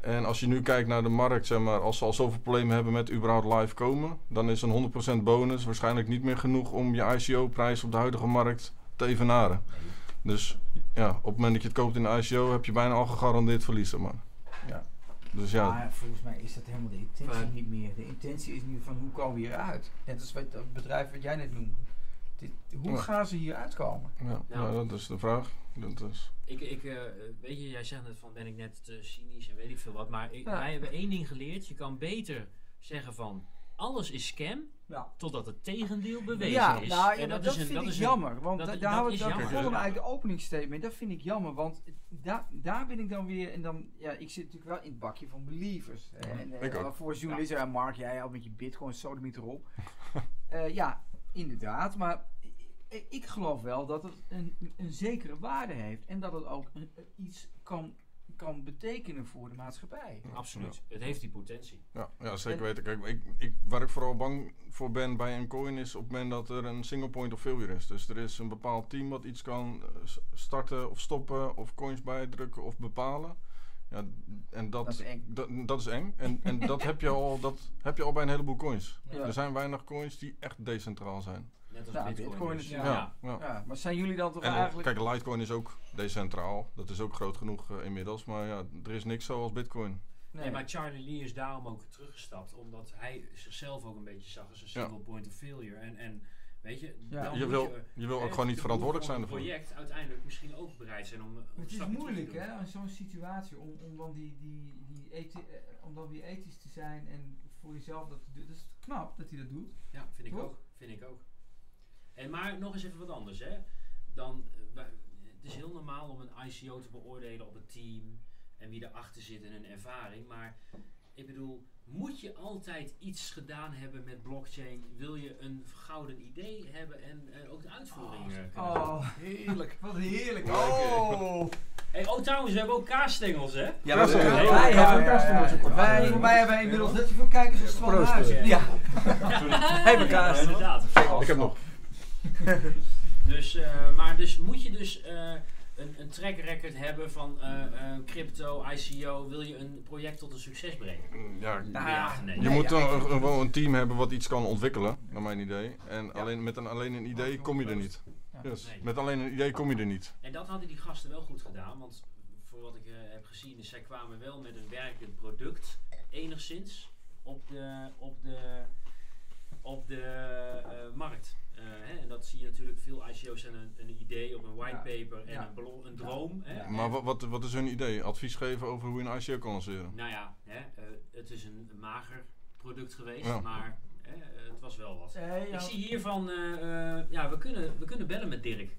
En als je nu kijkt naar de markt, zeg maar, als ze al zoveel problemen hebben met überhaupt live komen, dan is een 100% bonus waarschijnlijk niet meer genoeg om je ICO-prijs op de huidige markt te evenaren. Dus ja, op het moment dat je het koopt in de ICO heb je bijna al gegarandeerd verlies, zeg maar.
Ja.
Dus ja,
Maar volgens mij is dat helemaal de intentie
Maar-
niet meer. De intentie is nu van hoe komen we hieruit? Net als met dat bedrijf wat jij net noemde. Dit, hoe
Ja.
gaan ze hieruit komen?
Ja,
Nou.
nou, dat is de vraag. Dat is,
Ik, ik, eh, weet je, jij zegt net van ben ik net te cynisch en weet ik veel wat. Maar ik,
Ja.
wij hebben één ding geleerd. Je kan beter zeggen van alles is scam
Ja.
totdat het tegendeel bewezen
ja,
is.
Nou,
En
ja, maar dat,
is een-
vind ik
is een-
jammer. Want
dat-
da-
dat
daar hou
is
ik daar
jammer.
begonnen we eigenlijk de openingsstatement. Dat vind ik jammer. Want da- daar ben ik dan weer. En dan, ja, ik zit natuurlijk wel in het bakje van believers. hè,
Ja,
en, eh,
ik ook.
Voor journalisten, en Mark, jij al met je bitcoin, sodemiet erop. (laughs) Eh, ja, inderdaad. Maar ik, ik geloof wel dat het een, een zekere waarde heeft. En dat het ook een- iets kan, kan betekenen voor de maatschappij.
Absoluut. Het heeft die potentie.
ja, ja, zeker weten. Kijk, ik, ik, waar ik vooral bang voor ben bij een coin is op het moment dat er een single point of failure is. Dus er is een bepaald team wat iets kan eh, s- starten of stoppen of coins bijdrukken of bepalen. Ja, en dat,
Dat is eng.
Dat, dat is eng. En,
(laughs)
en dat, heb je al, dat heb je al bij een heleboel coins.
Ja.
Er zijn weinig coins die echt decentraal zijn.
Net als
Nou,
bitcoin.
Bitcoin
dus.
is-
Ja.
ja.
ja.
Ja, maar zijn jullie dan toch
En eh,
eigenlijk.
kijk, Litecoin is ook decentraal. Dat is ook groot genoeg eh, inmiddels. Maar ja, er is niks zoals Bitcoin.
Nee. maar Charlie Lee is daarom ook teruggestapt. Omdat hij zichzelf ook een beetje zag als een
Ja.
single point of failure. En, en weet je,
Ja.
dan
Je
moet
wil,
je,
je wil ook
eh,
gewoon niet
de
verantwoordelijk
boel
zijn
van
ervoor.
het project uiteindelijk misschien ook bereid zijn om... eh, om
Het is
stappen terug te
moeilijk
doen.
hè, in zo'n situatie om, om dan die, die, die ethi- eh, om dan weer ethisch te zijn en voor jezelf dat te doen. Dat is knap dat hij dat doet.
Ja, vind ik
Toch?
ook. Vind ik ook. En maar nog eens even wat anders, hè. Dan, eh, wij- het is heel normaal om een ICO te beoordelen op het team en wie erachter zit en hun ervaring. Maar ik bedoel, moet je altijd iets gedaan hebben met blockchain? Wil je een gouden idee hebben en eh, ook de uitvoering? eh, kunnen doen?
Oh, heerlijk. (laughs) Wat heerlijk.
Lekker.
Oh.
Hey, oh, trouwens, we hebben ook kaasstengels, hè?
Ja,
maar
wij
we-
hebben,
wij
hebben-
wij,
Ja.
wij hebben inmiddels net zoveel kijkers als Twan
Proost,
Huis.
hè.
Ja. Hey,
Ja,
elkaar.
inderdaad.
Ik heb nog.
Dus, eh, maar dus moet je dus eh, een, een track record hebben van eh, eh, crypto, ICO, wil je een project tot een succes brengen?
mm, Ja,
Ja, nee.
je
Nee,
moet
ja,
dan
ik-
een- wel een team hebben wat iets kan ontwikkelen, naar mijn idee. En alleen, met een, alleen een idee kom je er niet.
Ja.
Yes.
Nee.
Met alleen een idee kom je er niet.
En dat hadden die gasten wel goed gedaan, want voor wat ik eh, heb gezien is zij kwamen wel met een werkend product, enigszins, op de, op de, op de eh, markt. Eh, hè, en dat zie je natuurlijk, veel ICO's zijn een, een idee op een whitepaper en
Ja.
een, belo- een droom. Hè,
Ja.
Maar wat, wat, wat is hun idee? Advies geven over hoe je een ICO kan lanceren.
Nou ja, hè, eh, het is een mager product geweest,
Ja.
maar hè, eh, het was wel wat.
Hey,
Ik
ja.
zie hiervan, eh, eh, ja, we kunnen, we kunnen bellen met Dirk.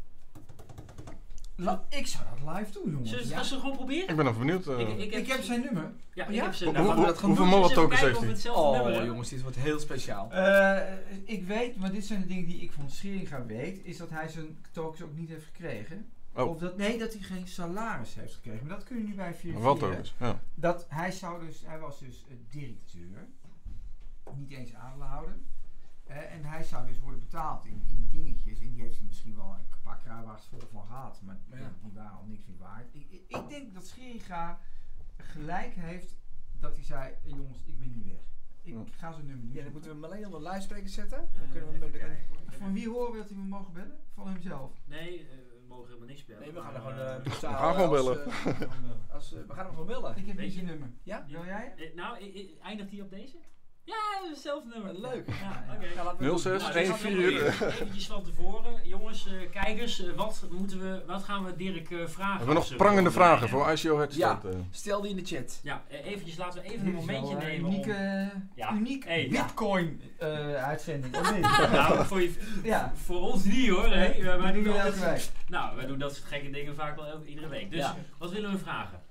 La- ik zou dat live doen, jongens.
Zullen we
Ja.
het gewoon proberen?
Ik ben even benieuwd. eh,
Ik- ik-
Ik heb zijn nummer.
Ja,
Ja?
ik heb ze.
Hoe-
nou,
hoe-
laten we dat gaan
hoeveel
doen.
mol
Eens even
tokens heeft
kijken of we
hij?
hetzelfde nummer
Oh
hebben.
jongens, dit wordt heel speciaal.
Eh, ik weet, maar dit zijn de dingen die ik van Scheringa weet, is dat hij zijn tokens ook niet heeft gekregen.
Oh.
Of dat, nee, dat hij geen salaris heeft gekregen. Maar dat kun je nu bij
maar
vier.
Wat ook is.
Ah,
Ja.
Dat hij zou dus, hij was dus eh, directeur, niet eens aandeelhouder. Eh, en hij zou dus worden betaald in, in dingetjes. En die heeft hij misschien wel een paar kruiwagens vol van gehad. Maar
Ja.
die- die waren al niks meer waard. Ik, ik, ik denk dat Scheringa gelijk heeft dat hij zei, eh, jongens, ik ben niet weg. Ik
Ja.
ga zijn nummer nu
Ja, dan
zoeken.
moeten we hem alleen onder luidspreker zetten.
Eh,
Dan kunnen we hem
even
dan-
kijken.
Van wie horen we dat we hem mogen bellen? Van hemzelf.
(laughs) Nee, eh, we mogen helemaal niks bellen.
Nee, we gaan
maar,
hem gewoon.
eh,
eh, betalen
gaan gewoon
als,
bellen.
eh, als, eh, we gaan hem gewoon bellen.
Ik heb
Weet
niet
je-
je nummer.
Ja?
Wil jij?
eh, nou, eh, eh, eindigt die op deze? Ja, hetzelfde nummer. Leuk. Ja,
Ja.
oké.
Ja, laten we het
06
doen.
Nou,
Ja,
dus
dit gaat
dat wil
14.
ik
wel goed.
even- Eventjes van tevoren. Jongens, eh, kijkers, eh, wat, moeten we, wat gaan we Dirk eh, vragen?
We hebben nog
Als we
prangende
volgende
vragen
lijn
voor ICO Headstart. eh.
Stel die in de chat.
hebben. Ja, eh, eventjes laten we even
Dit
een
is
momentje
wel eh, een
nemen. om-
Unieke,
Ja.
unieke
Hey.
Bitcoin-uitzending, of
(laughs)
niet?
Nou, voor, je-
Ja.
voor ons niet hoor. hè.
Nee,
wij,
dat
doen
doen we
altijd-
elke week.
nou, wij doen dat soort gekke dingen vaak wel elke, iedere week. Dus
Ja.
wat willen we vragen?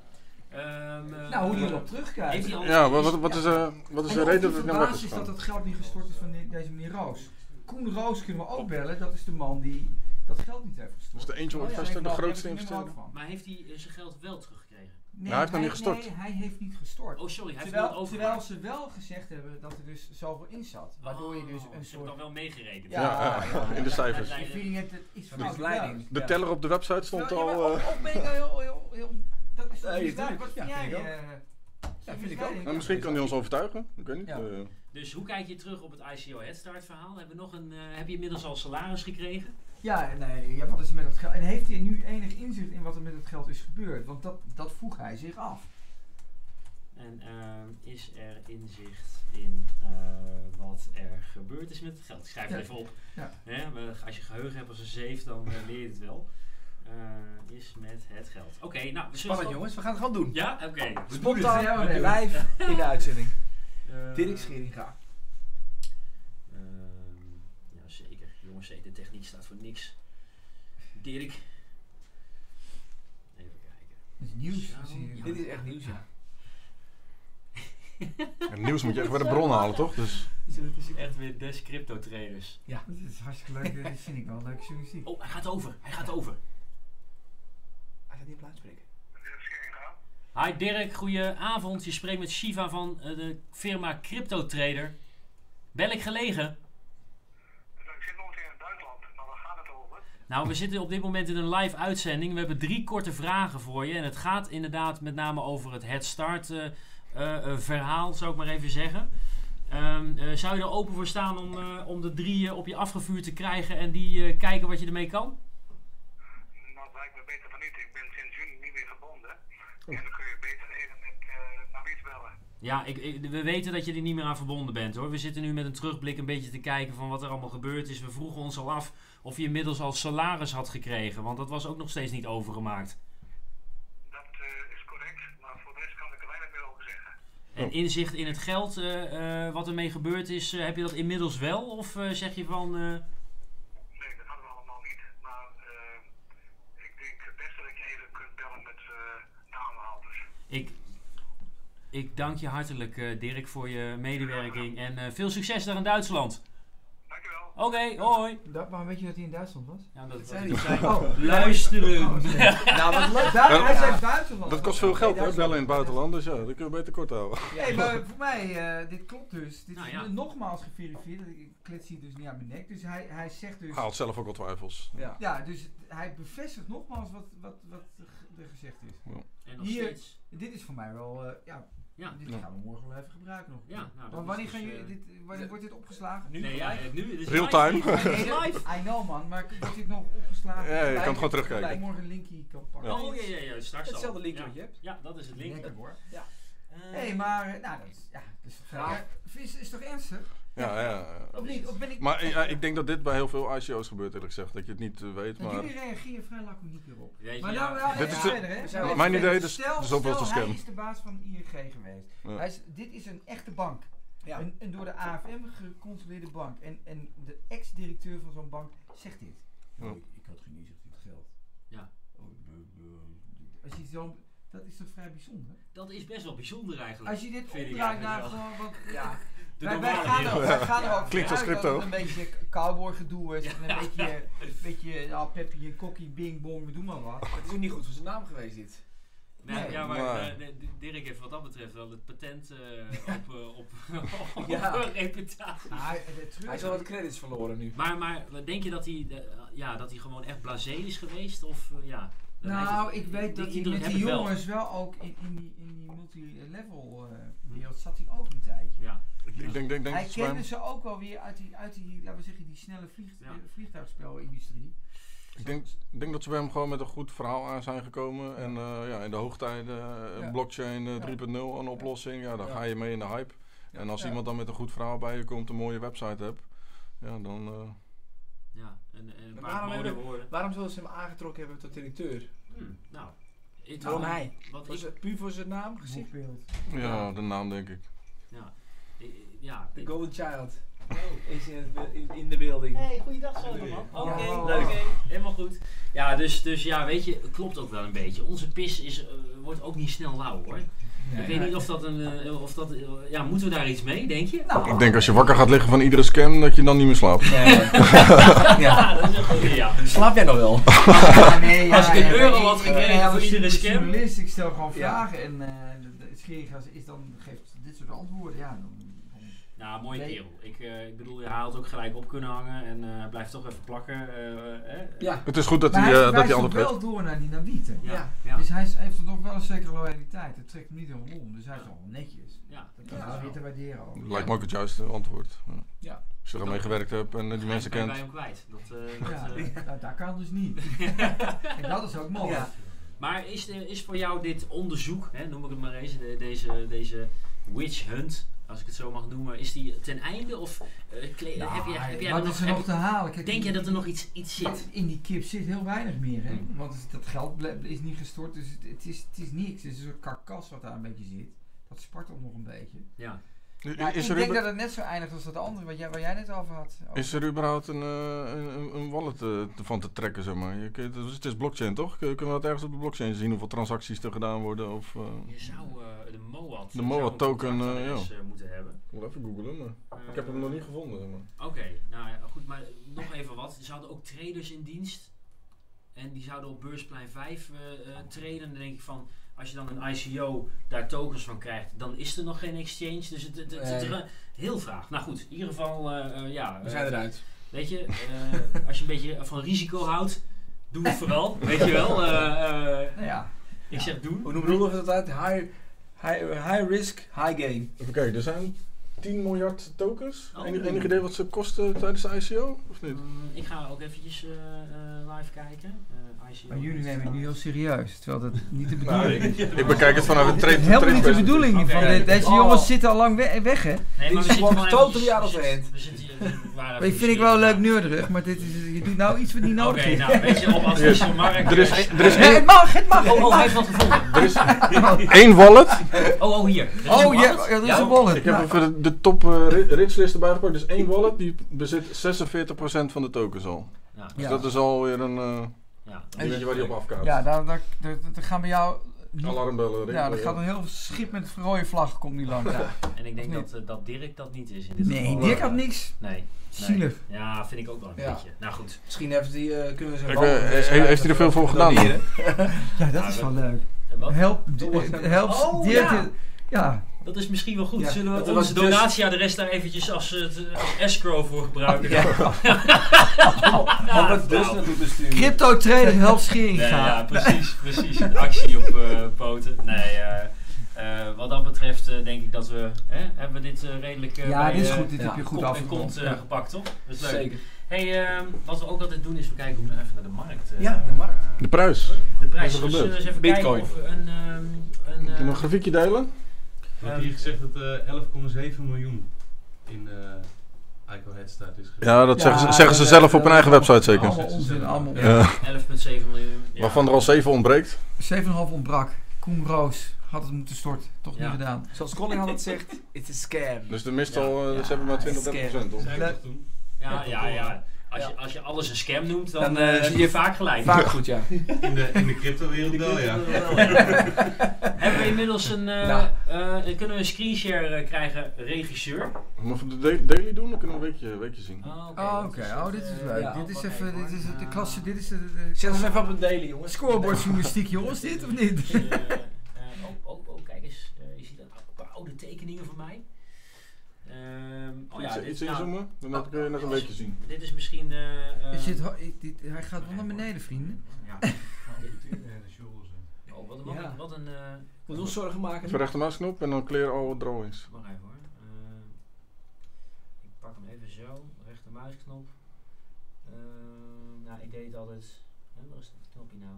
Ehm, eh,
Nou, hoe je
eh,
erop
heeft
terugkijkt.
hij al-
Ja, wat, wat, wat is, eh, wat is
En
de
ook
reden
die
dat ik naar weg
verbaasd
is
is dat
gegaan?
dat geld niet gestort is van die- deze meneer Roos. Koen Roos kunnen we
Oh.
ook bellen, dat is de man die dat geld niet heeft
Dat is
gestort.
de angel
Oh ja,
investor, de
daar heb ik
grootste
het nummer
investeerder.
ook van.
Maar heeft hij eh, zijn geld wel teruggekregen?
Nee,
hij heeft nog niet gestort.
Nee, hij heeft niet gestort.
Oh, sorry, hij heeft het
terwijl,
wel
terwijl
overgemaakt.
ze wel gezegd hebben dat er dus zoveel in zat. Waardoor je
Oh,
dus een
Ze hebben
soort...
dan wel meegerekend.
Ja,
Ja,
eh,
ja,
in de
ja.
cijfers.
Ja,
Dus Je feeling hebt het iets
Dat is
fout
leiding.
gedaan.
De teller op de website stond
Ja, maar
al... eh,
of- of ben ik nou heel, heel, heel... Dat is toch
Nee,
misleidend?
tuurlijk.
Wat vind
Ja,
jij?
vind ik ook.
eh,
Ja, vind ik
misleidend?
ook.
nou, misschien kan hij ons overtuigen. Ik weet niet.
Ja.
eh.
Dus hoe kijk je terug op het ICO Headstart verhaal? Hebben we nog een, eh, heb je inmiddels al salaris gekregen?
Ja, nee, ja, wat is er met dat geld? En heeft hij nu enig inzicht in wat er met het geld is gebeurd? Want dat, dat vroeg hij zich af.
En ehm, is er inzicht in eh, wat er gebeurd is met het geld? Ik schrijf het
Ja.
even op.
Ja.
Hè, maar als je geheugen hebt als een zeef, dan eh, leer je het wel. Eh, is met het geld. Oké, nou, we zullen.
Spannend jongens, we gaan het gewoon doen.
Ja, oké. We doen
Spontaan,
Ja, we doen het.
live in de uitzending.
het. Eh,
Dirk Scheringa.
Ehm, ja, zeker. Jongens, de techniek staat voor niks. Dirk. Even kijken.
Dat is nieuws.
Zo,
Dat is hier-
ja.
Dit is echt nieuws, ja.
En nieuws moet je echt weer de bron halen, toch? Dus
Echt weer des crypto traders.
Dat is hartstikke leuk, dat (laughs) vind ik wel leuke journalistiek.
Oh, hij gaat over. Hij gaat over.
Hij gaat niet op laat spreken.
Hi Dirk, goedenavond. Je spreekt met Shiva van eh, de firma Crypto Trader. Bel ik gelegen?
Dus Ik zit nog in het buitenland, maar waar gaat het over?
Nou, we zitten op dit moment in een live uitzending. We hebben drie korte vragen voor je. En het gaat inderdaad met name over het Head Start eh, eh, eh, verhaal, zou ik maar even zeggen. Ehm, eh, zou je er open voor staan om, eh, om de drie eh, op je afgevuurd te krijgen en die eh, kijken wat je ermee kan?
Nou, het lijkt me beter van niet. Ik ben sinds juni niet meer gebonden.
Oh.
En dan kun je beter even met eh Nawiet bellen.
Ja, ik, ik- we weten dat je er niet meer aan verbonden bent hoor. We zitten nu met een terugblik een beetje te kijken van wat er allemaal gebeurd is. We vroegen ons al af of je inmiddels al salaris had gekregen, want dat was ook nog steeds niet overgemaakt.
Dat eh, is correct, maar voor de rest kan ik er weinig meer over zeggen.
En inzicht in het geld, eh, eh, wat ermee gebeurd is, eh, heb je dat inmiddels wel? Of eh, zeg je van, eh,
Nee, dat hadden we allemaal niet. Maar eh, ik denk het beste dat je even kunt bellen met eh de aanhouders.
ik, ik dank je hartelijk eh, Dirk voor je medewerking en eh, veel succes daar in Duitsland.
Dankjewel.
Oké, hoi.
Dat, maar weet je dat hij in Duitsland was?
Ja, dat,
Zijn die
Oh,
Luisteren.
(laughs) Nou, wat leuk.
daar, hij
Ja.
zei buitenland.
dat kost veel geld, hè?
Duitsland.
Bellen in het buitenland. Dus ja, dat kun je beter kort houden. (laughs)
Hey, maar voor mij, eh, dit klopt dus. Dit
Nou
is
ja.
nogmaals geverifieerd. Ik klets hier dus niet aan mijn nek. Dus hij, hij zegt dus...
Haalt zelf ook wel twijfels.
Ja.
Ja, dus het- hij bevestigt nogmaals wat, wat, wat er ge- er gezegd is.
En nog
Hier.
steeds.
Dit is voor mij wel... eh, ja,
Ja.
dit
Ja.
gaan we morgen wel even gebruiken nog.
Ja, nou, dat
maar
is
wanneer,
dus,
gaan
eh,
jullie dit, wanneer wordt dit opgeslagen?
Nee, ja, eh, nu (laughs) het is
Real
live.
time.
Het is live.
I know man, maar wordt dit nog opgeslagen?
Ja, je kan het gewoon
Dat ik
terugkijken.
morgen een linkje kan pakken.
Ja.
Oh ja, ja, ja, straks al.
Hetzelfde linkje
ja.
wat je hebt.
Ja, dat is het link.
Lekker hoor.
Eh,
Hé, hey, maar eh, nou, dat is, ja, dat is,
Ja.
is, is toch ernstig?
Ja, ja.
Of niet? Of ben ik...
Maar eh, ja, ik denk dat dit bij heel veel ICO's gebeurt, eerlijk gezegd. Dat je het niet eh, weet,
Nou,
maar...
jullie reageren vrij laconiek hierop.
weet je,
Maar
ja,
nou, nou,
Dit
even
is de-
verder, hè.
We zijn wel-
Mijn idee, dus-
stel,
dus ook wel
stel,
te scam.
hij is de baas van ING geweest.
Ja.
Hij is, dit is een echte bank.
Ja.
Een, een door de AFM gecontroleerde bank. En, en de ex-directeur van zo'n bank zegt dit.
Ja.
Ik, ik had geen inzicht in het geld.
Ja.
Oh, eh, eh, Als je zo... Dat is toch vrij bijzonder?
Dat is best wel bijzonder eigenlijk.
Als je dit
Vind ik
opdraait naar
eigenlijk
gewoon... Wat,
Ja.
De
wij, wij
normale
gaan
wereld.
er, wij gaan er ook
Klinkt als
vanuit
crypto.
dat het een beetje cowboy gedoe is. En een beetje, een beetje nou, peppy en kokkie, bing bong, we doen maar wat.
Het is ook niet goed voor zijn naam geweest dit.
Nee,
Nee.
ja, maar
Maar-
eh, nee, D- Dirk heeft wat dat betreft wel het patent
(laughs)
eh, op, eh, op, op (laughs)
Ja.
reputatie.
Maar hij- het
Hij is
treurige-
wel wat credits verloren nu.
Maar, maar wat denk je dat hij, eh, ja, dat hij gewoon echt blasé is geweest? Of eh, ja? dan
Nou,
heeft het-
ik weet dat hij
indruk
met
heb
die
ik wel.
jongens wel ook in, in die, in die multilevel eh, wereld zat hij ook een tijdje.
Ja.
Ik denk, denk, denk, dat
Hij
het bij hem-
kende ze ook wel weer uit die, uit die laten we zeggen, die snelle vlieg,
Ja.
eh, vliegtuigspelindustrie.
Ik denk, ik denk dat ze bij hem gewoon met een goed verhaal aan zijn gekomen. En eh, ja, in de hoogtijden, eh,
Ja.
blockchain eh,
Ja.
3.0 een oplossing. Ja, dan
Ja.
ga je mee in de hype. Ik En als
Ja.
iemand dan met een goed verhaal bij je komt, een mooie website hebt, ja, dan... eh,
Ja, en, en een
Maar
paar
waarom
mooie
hebben-
woorden.
Waarom zullen ze hem aangetrokken hebben tot directeur?
Hm, nou, ik-
Waarom hij?
Wat
Was
ik,
het puur voor zijn naam gezien?
Boekbeeld.
ja, de naam denk ik.
ja, ik- ja,
The
ik-
Golden Child Oh. is in, het- in, in de building.
Hey, goeiedag Salomon. Oké,
Ja.
leuk. hè? Helemaal goed. Ja, dus, dus ja, weet je, het klopt ook wel een beetje. Onze pis is, eh, wordt ook niet snel lauw hoor. ik weet niet of dat een. eh, of dat, eh, ja, moeten we daar iets mee, denk je?
Ik denk als je wakker gaat liggen van iedere scan, dat je dan niet meer slaapt.
Ja, (laughs)
(laughs)
dat is een goede ja.
Slaap jij nog wel?
nee,
Als ik een
nee,
euro
ik-
had
ik-
gekregen
ja,
voor
als
iedere
journalist-
scam.
journalist, ik stel gewoon
Ja.
vragen en eh de- de scherigas is dan, geeft dit soort antwoorden. Ja, dan,
Nou, mooie
Nee.
kerel. Ik, eh, ik bedoel, hij had ook gelijk op kunnen hangen en eh, hij blijft toch even plakken. eh, eh.
Ja.
Het is goed dat
maar
hij,
hij
eh, dat hij
wijst ook
antwoord heeft.
wel door naar dynamiet. hè.
Ja,
Ja.
ja,
Dus hij is- heeft toch wel een zekere loyaliteit. Het trekt hem niet helemaal om, dus hij is wel netjes.
ja.
Dat
Ja.
is wel weer te waarderen ook.
Lijkt me ook het juiste antwoord. Ja.
Ja.
Als je ermee gewerkt hebt en eh, die mensen
ben
kent.
bij hem kwijt. Dat, eh, dat,
Ja,
eh,
nou, dat kan dus (laughs) niet. en dat is ook mooi.
Ja.
Maar is, de- is voor jou dit onderzoek, hè, noem ik het maar eens, de- deze, deze witch hunt, als ik het zo mag noemen, is die ten einde? Of eh, kle-
Ja,
heb, je, heb jij
wat
er nog,
is er
heb-
nog te halen? Kijk,
denk
in-
jij dat er nog iets, iets zit?
In die kip zit heel weinig meer, hè?
Hmm.
Mm. Want het- dat geld ble- is niet gestort, dus het, het is, het is niks. Het is een soort karkas wat daar een beetje zit. Dat spartelt nog een beetje.
Ja.
Ja,
Is
Nou, ik
er
denk
überhaupt-
dat het net zo eindigt als dat andere wat jij, waar jij net over had. Over-
Is er überhaupt een, eh, een, een- een wallet eh, te- van te trekken, zeg maar? Je, kunt- het is- het is blockchain, toch? Kun- Kunnen we dat ergens op de blockchain zien? Hoeveel transacties er gedaan worden? Of, eh,
Je zou eh, de MOAD
De MOAD token, eh, ja.
ja. moeten hebben.
Ik wil even googlen, maar
Eh,
niet gevonden. zeg maar.
Oké, nou ja, goed, maar nog even wat. Er zouden ook traders in dienst. En die zouden op beursplein 5 eh eh, traden. Dan denk ik van, als je dan een ICO daar tokens van krijgt, dan is er nog geen exchange. Dus het, het, het- het-
Nee.
heel vraag. Nou goed, in ieder geval, eh, eh, ja.
We
eh,
zijn eruit.
Weet je, eh, als je een beetje van risico houdt, doe het
(laughs)
vooral. weet je wel. eh, eh,
Nou ja,
ik zeg doen.
Hoe noemen we dat uit? High, high, high risk, high gain.
Even kijken, er zijn 10 miljard tokens.
Oh.
Enig, enig idee wat ze kosten tijdens de ICO? Of niet?
Mm, ik ga ook eventjes eh, eh, live kijken. Eh, ICO.
maar jullie nemen het nu heel serieus, terwijl dat niet de
Nou,
(laughs)
(laughs) bedoeling is.
ik, ik bekijk het vanuit een
Het
trade
is helemaal niet de
trade-
bedoeling
Oké.
van de- deze
Oh.
jongens zitten al lang we- weg, hè?
Nee,
Die
maar we
is
zitten
gewoon
gewoon
totaal jaar
we
over
zitten-
heen.
we zitten hier- we waren
Dat
even
vind ik wel leuk
nieuwsgierig.
neurderig, maar dit is, je doet nou iets wat niet
Oké,
nodig is.
nou, weet je, op
(laughs)
advies van Mark.
Er is,
eh,
er is
Nee,
één,
(laughs) het mag, het mag, het
Oh, oh,
mag.
hij heeft wat
(laughs)
gevonden.
er is één wallet.
Oh, oh, hier. Dat is
Oh,
een
ja,
wallet.
ja, dat is
Ja?
een wallet.
Ik heb
Nou,
even de, de top eh, ri- richtlist erbij gepakt. Dus één wallet die bezit 46% van de tokens al.
Ja,
Dus
Ja.
dat is alweer een... eh,
Nou, ja.
Weet je waar die op afkaapt?
Ja, daar, daar, daar, daar gaan bij jou...
Alarmbellen. eh,
Ja,
rinkelen,
er gaat een heel schip met rode vlag komt niet langs.
En ik denk
Of
dat, eh, dat Dirk dat niet is in dit
Nee,
geval.
Dirk had niks.
Nee, nee.
Zielig.
Ja, vind ik ook wel een
Ja.
beetje. Nou goed.
Misschien heeft hij, eh, kunnen we zijn
Ik,
wallet
eh,
even
he-
schrijven
heeft hij er
dat
veel
we
voor
dat
gedaan?
doneren.
Ja, dat
Ja,
is
dat-
wel leuk.
En wat?
Help,
Oh,
eh, help
oh,
Dirk.
ja.
eh, Ja,
Dat is misschien wel goed.
Ja,
Zullen
dat
we
was
onze
dus-
donatieadres daar eventjes als, het, als escrow voor gebruiken?
Ja.
Ja,
Om het dus
wauw.
naartoe te sturen.
crypto trader helpt schering
Nee, ja,
gaan.
precies, precies. Een actie op eh, poten. Nee, eh, eh, wat dat betreft eh, denk ik dat we, hè, hebben we dit eh, redelijk eh,
Ja,
bij,
dit is
eh,
goed. Dit
ja,
heb je goed
kop en
afgerond.
kont eh,
Ja.
gepakt, toch? Dat is leuk.
Zeker.
Hey, ehm, wat we ook altijd doen is we kijken hoe we even naar de markt. eh,
Ja, de markt.
De prijs.
De prijs.
Wat
Dus
is er
zullen
gebeurd?
we eens even
Bitcoin.
kijken of we een, ehm, een,
Kunnen we
eh,
een grafiekje delen?
Er
Ehm,
wordt hier gezegd dat eh 11,7 miljoen in eh ICO Head Start is gezet.
Ja, dat
Ja,
zeggen ze, zeggen ze
dat,
zelf
eh,
op hun eigen
dat-
website zeker.
Allemaal onzin, allemaal
Ja.
Ja.
11,7 miljoen.
(laughs)
Ja.
Waarvan er al 7 ontbreekt.
7,5 ontbrak. Koen Roos had het moeten storten. Toch
Ja.
niet gedaan.
Zoals Colin had het zegt, it's a scam.
Dus de meestal, eh, ze hebben maar 20 30 procent op.
Zijn we toch toen?
Ja, ja, ja. Als je, als je alles een scam noemt, dan,
Dan,
eh,
eh,
zie je vaak gelijk.
Vaak goed, ja.
In de, in de crypto-wereld wel, ja.
(laughs) Hebben we inmiddels een. eh,
Nou.
eh, kunnen we een screenshare eh, krijgen, regisseur?
Moeten we de da- daily doen, dan kunnen we een weekje, weekje zien.
Oh, oké.
Oh,
dat
oké.
is
Oh,
het,
dit is
eh,
leuk.
ja,
Dit is
oké,
even, dit is het- de
eh,
klasse,
(laughs)
dit is de- de...
Zet ons even op een daily, jongens.
Scoreboard journalistiek, jongens, dit of niet?
dus, eh, eh, oh, oh, oh, kijk eens. eh, je ziet dat een paar oude tekeningen van mij. Ehm, oh ja,
Iets-
dit,
iets
nou,
inzoomen, dan kun je net een weekje zien.
dit is misschien. eh, eh,
(laughs) Is dit ho- ik- dit- Hij gaat wel naar beneden, vrienden. (laughs)
ja. Oh, wat, wat,
Ja.
een- wat een. eh,
Ik moet ons zorgen maken.
Even rechtermuisknop en dan clear all drawings.
wacht even hoor. Eh, ik pak hem even zo, rechtermuisknop. Eh, nou, ik deed het altijd. Hè, waar is dat knopje nou?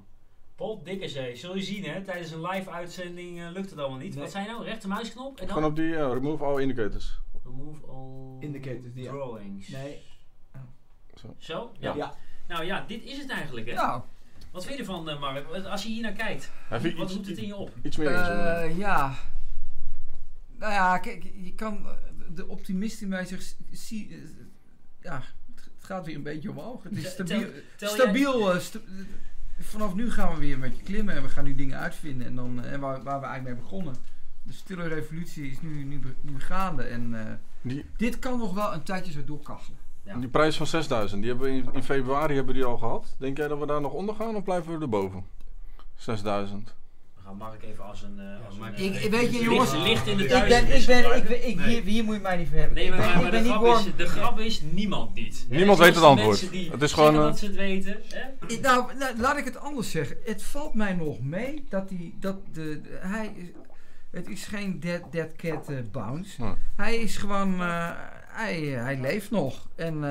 Paul Dikkerzee, zul je zien hè, tijdens een live uitzending eh, lukt het allemaal niet.
Nee.
Wat zijn nou? Rechtermuisknop en dan?
Gewoon op die ja, remove all indicators.
Remove all
Indicators, die-
drawings.
Nee.
Zo? Ja.
Ja.
Ja.
Nou ja, dit is het eigenlijk hè.
Nou,
Wat vind je ervan eh, Mark? Wat- Als je hier naar kijkt,
Heb je
wat
iets,
roept het in je op?
iets meer inzoomen?
eh, ja. Nou ja, kijk, je kan eh, de optimist in mij zich zien. eh, Ja, het het gaat weer een beetje omhoog. Het is
Tel-
stabiel.
Tel jij-
stabiel. eh, sta- eh, vanaf nu gaan we weer een beetje klimmen en we gaan nu dingen uitvinden en dan, eh, en waar, waar we eigenlijk mee begonnen. De stille revolutie is nu, nu, nu gaande en eh,
Die,
dit kan nog wel een tijdje zo doorkachelen.
Ja.
die prijs van 6000, die hebben we in, in februari hebben we die al gehad. Denk jij dat we daar nog onder gaan of blijven we erboven? 6000.
We gaan Mark even als een... eh, als een
maar
eh,
ik-
Ik, weet je
Licht-
jongens,
licht, licht in de
ik
duizend.
ben, ik ben, ik, ben- ik,
Nee.
hier, hier moet je mij niet voor hebben.
Nee, maar,
ik ben,
maar de,
ik ben
grap
niet warm.
is, de grap is, niemand niet. Hè,
Niemand
zelfs
weet het
de
antwoord.
mensen die
Het is
zeggen
gewoon, eh,
dat ze het weten. Hè?
Ik- Nou, nou, laat ik het anders zeggen. Het valt mij nog mee dat, die, dat de, de- hij... is- Het is geen dead, dead cat eh, bounce.
Nee.
Hij is gewoon... eh, hij, hij leeft nog. En eh,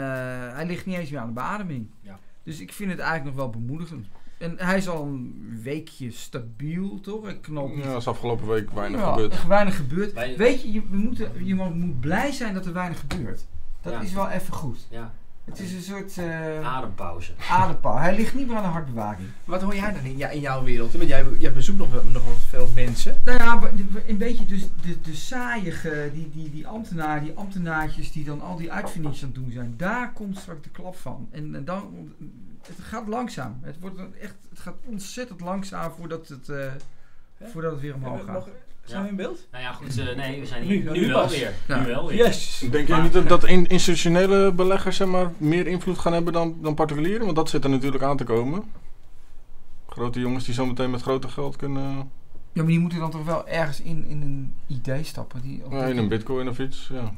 hij ligt niet eens meer aan de beademing.
Ja.
Dus ik vind het eigenlijk nog wel bemoedigend. En hij is al een weekje stabiel, toch? Hij knalt niet.
Ja, dat is afgelopen week weinig
Ja,
gebeurd.
echt weinig gebeurd.
Weinig.
Weet je, je, we moeten, je moet blij zijn dat er weinig gebeurt. Dat
Ja.
is wel even goed.
Ja, Ah.
Het is een soort... eh,
adempauze.
Adempaal. Hij ligt niet meer aan de hartbewaking.
Wat hoor jij dan in, ja, in jouw wereld? Want jij, jij bezoekt nog, wel- nog wel veel mensen.
Nou ja, we- de- we- een beetje dus de, de saaiige, die, die, die ambtenaar, die ambtenaartjes die dan al die uitvindingen aan het doen zijn. Daar komt straks de klap van. En, en dan, het gaat langzaam. Het, wordt een echt, het gaat ontzettend langzaam voordat het, eh,
Hè?
voordat het weer omhoog
Hebben we
gaat.
nog- Zijn we in beeld?
Nou ja, goed, eh, nee, we zijn
Nu,
hier. Nu,
nu
wel
pas.
weer.
Ja.
Nu wel weer.
Yes!
Denk je niet dat, dat in- institutionele beleggers zeg maar, meer invloed gaan hebben dan, dan particulieren? Want dat zit er natuurlijk aan te komen. Grote jongens die zometeen met grote geld kunnen...
Ja, maar die moeten dan toch wel ergens in, in een idee stappen. Die,
Ja, eh, in een bitcoin of iets. Ja.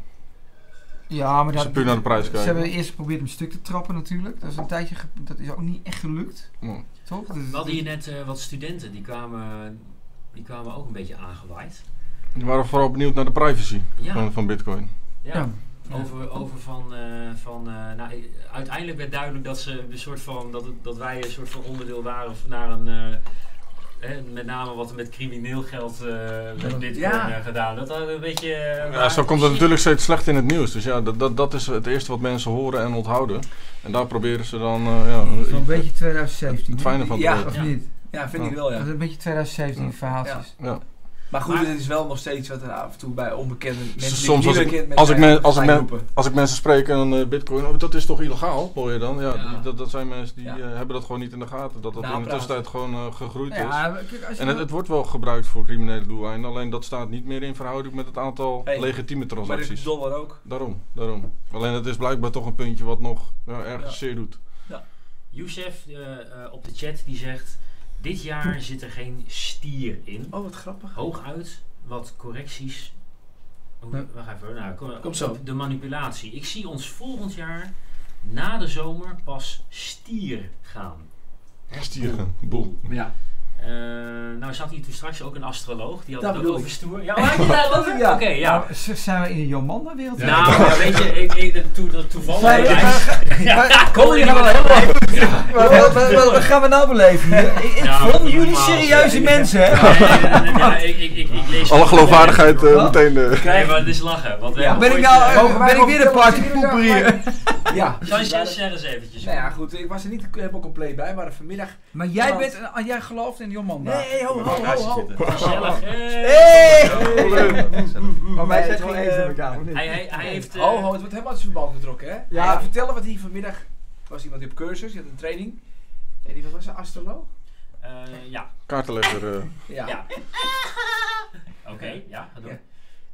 Ja, maar
Als je puur naar de prijs
ze
kijkt.
hebben eerst geprobeerd om stuk te trappen natuurlijk. Dat is een tijdje, ge- dat is ook niet echt gelukt.
Ja.
Toch? Dat is-
We hadden hier net eh, wat studenten, die kwamen, die kwamen ook een beetje aangewaaid.
Die waren vooral benieuwd naar de privacy
Ja,
van, van bitcoin.
ja.
Ja.
Over, over van, eh, van eh, nou, eh, uiteindelijk werd duidelijk dat, ze een soort van, dat, het- dat wij een soort van onderdeel waren van- naar een, eh, hè, met name wat er met crimineel geld eh met bitcoin
Ja.
eh, gedaan. Dat had een beetje... eh,
Ja, zo
waar-
komt het natuurlijk steeds slecht in het nieuws. Dus ja, dat, dat, dat is het eerste wat mensen horen en onthouden. En daar proberen ze dan eh, ja,
Zo'n
het,
beetje 2017.
het fijne van te
Ja.
weten.
Of
Ja.
niet?
Ja, vind
Ja.
ik wel,
Dat
ja.
is een beetje 2017 verhaaltjes.
Ja.
Maar goed,
Maar-
het is wel nog steeds wat er af en toe bij onbekende mensen die
soms
niet
als ik-
bekend met
als ik
zijn,
me- als ik
gaan
me-
roepen.
Als ik mensen spreek en eh, bitcoin, oh, dat is toch illegaal, hoor je dan? Ja,
Ja.
Dat, dat zijn mensen die
Ja. Nou,
eh, hebben dat gewoon niet in de gaten. Dat dat in de
Napraten.
tussentijd gewoon eh, gegroeid
Nou
is.
ja, kijk, als je
En het,
nou-
het wordt wel gebruikt voor criminele doeleinden, alleen dat staat niet meer in verhouding met het aantal
Hey,
legitieme
Maar dat is
transacties.
de dollar ook.
Daarom, daarom. Alleen het is blijkbaar toch een puntje wat nog ja, ergens
Ja.
zeer doet.
Youssef eh, eh, op de chat die zegt: Dit jaar zit er geen stier in.
Oh, wat grappig.
Hooguit wat correcties. Hoe-
Ja.
Wacht even, nou, kom,
Komt zo.
De manipulatie. Ik zie ons volgend jaar na de zomer pas stier gaan.
Stieren, boel.
Ja.
Eh, nou zat hier toen straks ook een astroloog, die had
Dat
het ook
bedoel
over
ik.
stoer. Ja, had je
(laughs)
daar over?
Ja.
Oké, ja.
Nou, z- zijn we in de Jomanda wereld?
Nou, ja, weet je, ik, ik, dat toe, dat toevallig.
Wij-
ja,
wij-
kom je nou
wij-
wel
(laughs) Wat, wat- wat- wat- wat gaan we nou beleven hier? Ik, ik
Ja,
vond
normaal,
jullie serieuze
ja.
mensen, hè?
Nee, nee, nee, nee, nee, ja, ik, ik, ik, ik lees
Alle geloofwaardigheid eh,
Wat?
meteen. eh.
Nee, maar het is lachen. Want we hebben
ben ik
ooit,
nou
eh,
eh, ben ik weer een partypoeper
(laughs)
hier?
Ja.
Sanchez, zeg eens eventjes.
Nou ja, goed, ik was er niet helemaal compleet bij, maar vanmiddag...
Maar jij, bent, een- ah, jij gelooft in de Jomanda.
Nee, ho, ho, ho,
Naast je
ho.
zitten.
Gezellig.
Hey!
Maar
wij zijn
gewoon
gewoon eens met elkaar, of niet?
Hij, hij, hij heeft... eh,
Oh, ho, het wordt helemaal uit zijn verband getrokken, hè?
Ja.
Ja. Vertellen wat hier vanmiddag... was iemand die op cursus, die had een training. En die was- was een astroloog.
eh, ja,
Kaartenlegger. eh.
Ja.
ja. Oké, ja, ga door.
Ja.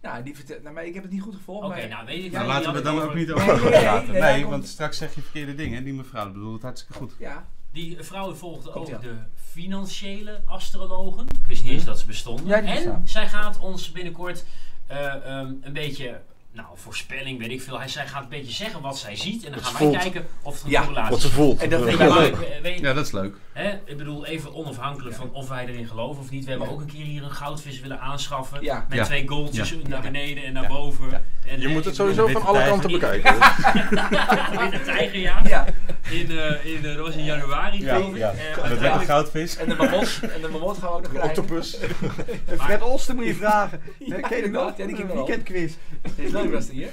Nou, die vertelt... Nou, maar ik heb het niet goed gevolgd,
Oké,
maar...
nou weet
Ja,
ik niet,
die
Maar laten we
had
het
ik
dan ook
over-
niet
Nee,
over
nee, nee,
gaan praten.
nee, daar
Nee,
komt-
want straks zeg je verkeerde dingen. En die mevrouw bedoelt het hartstikke goed.
Ja.
Die vrouwen volgden
Komt-ie
ook
aan.
de financiële astrologen. Ik wist niet eens dat ze bestonden.
Ja, die
en
bestaan.
zij gaat ons binnenkort eh, ehm, een beetje... Nou, voorspelling, weet ik veel. Hij, zij gaat een beetje zeggen wat zij ziet. En dan
Wat
gaan
ze
wij
voelt.
kijken of er een
Ja,
correlatie
Wat ze voelt.
En dat
Eh,
vind
Ja,
ik
maar,
leuk.
eh, weet-
Ja, dat is leuk.
hè, ik bedoel, even onafhankelijk van of wij erin geloven of niet. We hebben
Ja.
ook een keer hier een goudvis willen aanschaffen.
Ja.
Met
Ja.
twee goaltjes
Ja.
naar
Ja.
beneden en naar
Ja.
boven. En,
Je
eh,
moet het
ik bedoel,
sowieso van alle kanten bekijken.
Witte tijger, ja.
Ja.
In, eh, in, eh, dat was in januari,
Ja,
geloof ik.
ja.
Eh,
Met de
uiteindelijk-
goudvis.
En de mamot, en de mamot gaan we ook nog
Een
krijgen.
Dus octopus.
Maar-
Fred Olsten moet je (laughs) vragen.
Ja,
ken je hem wel?
inderdaad, ja, die
die
ken ik wel.
weekendquiz.
Is leuk was die, hè?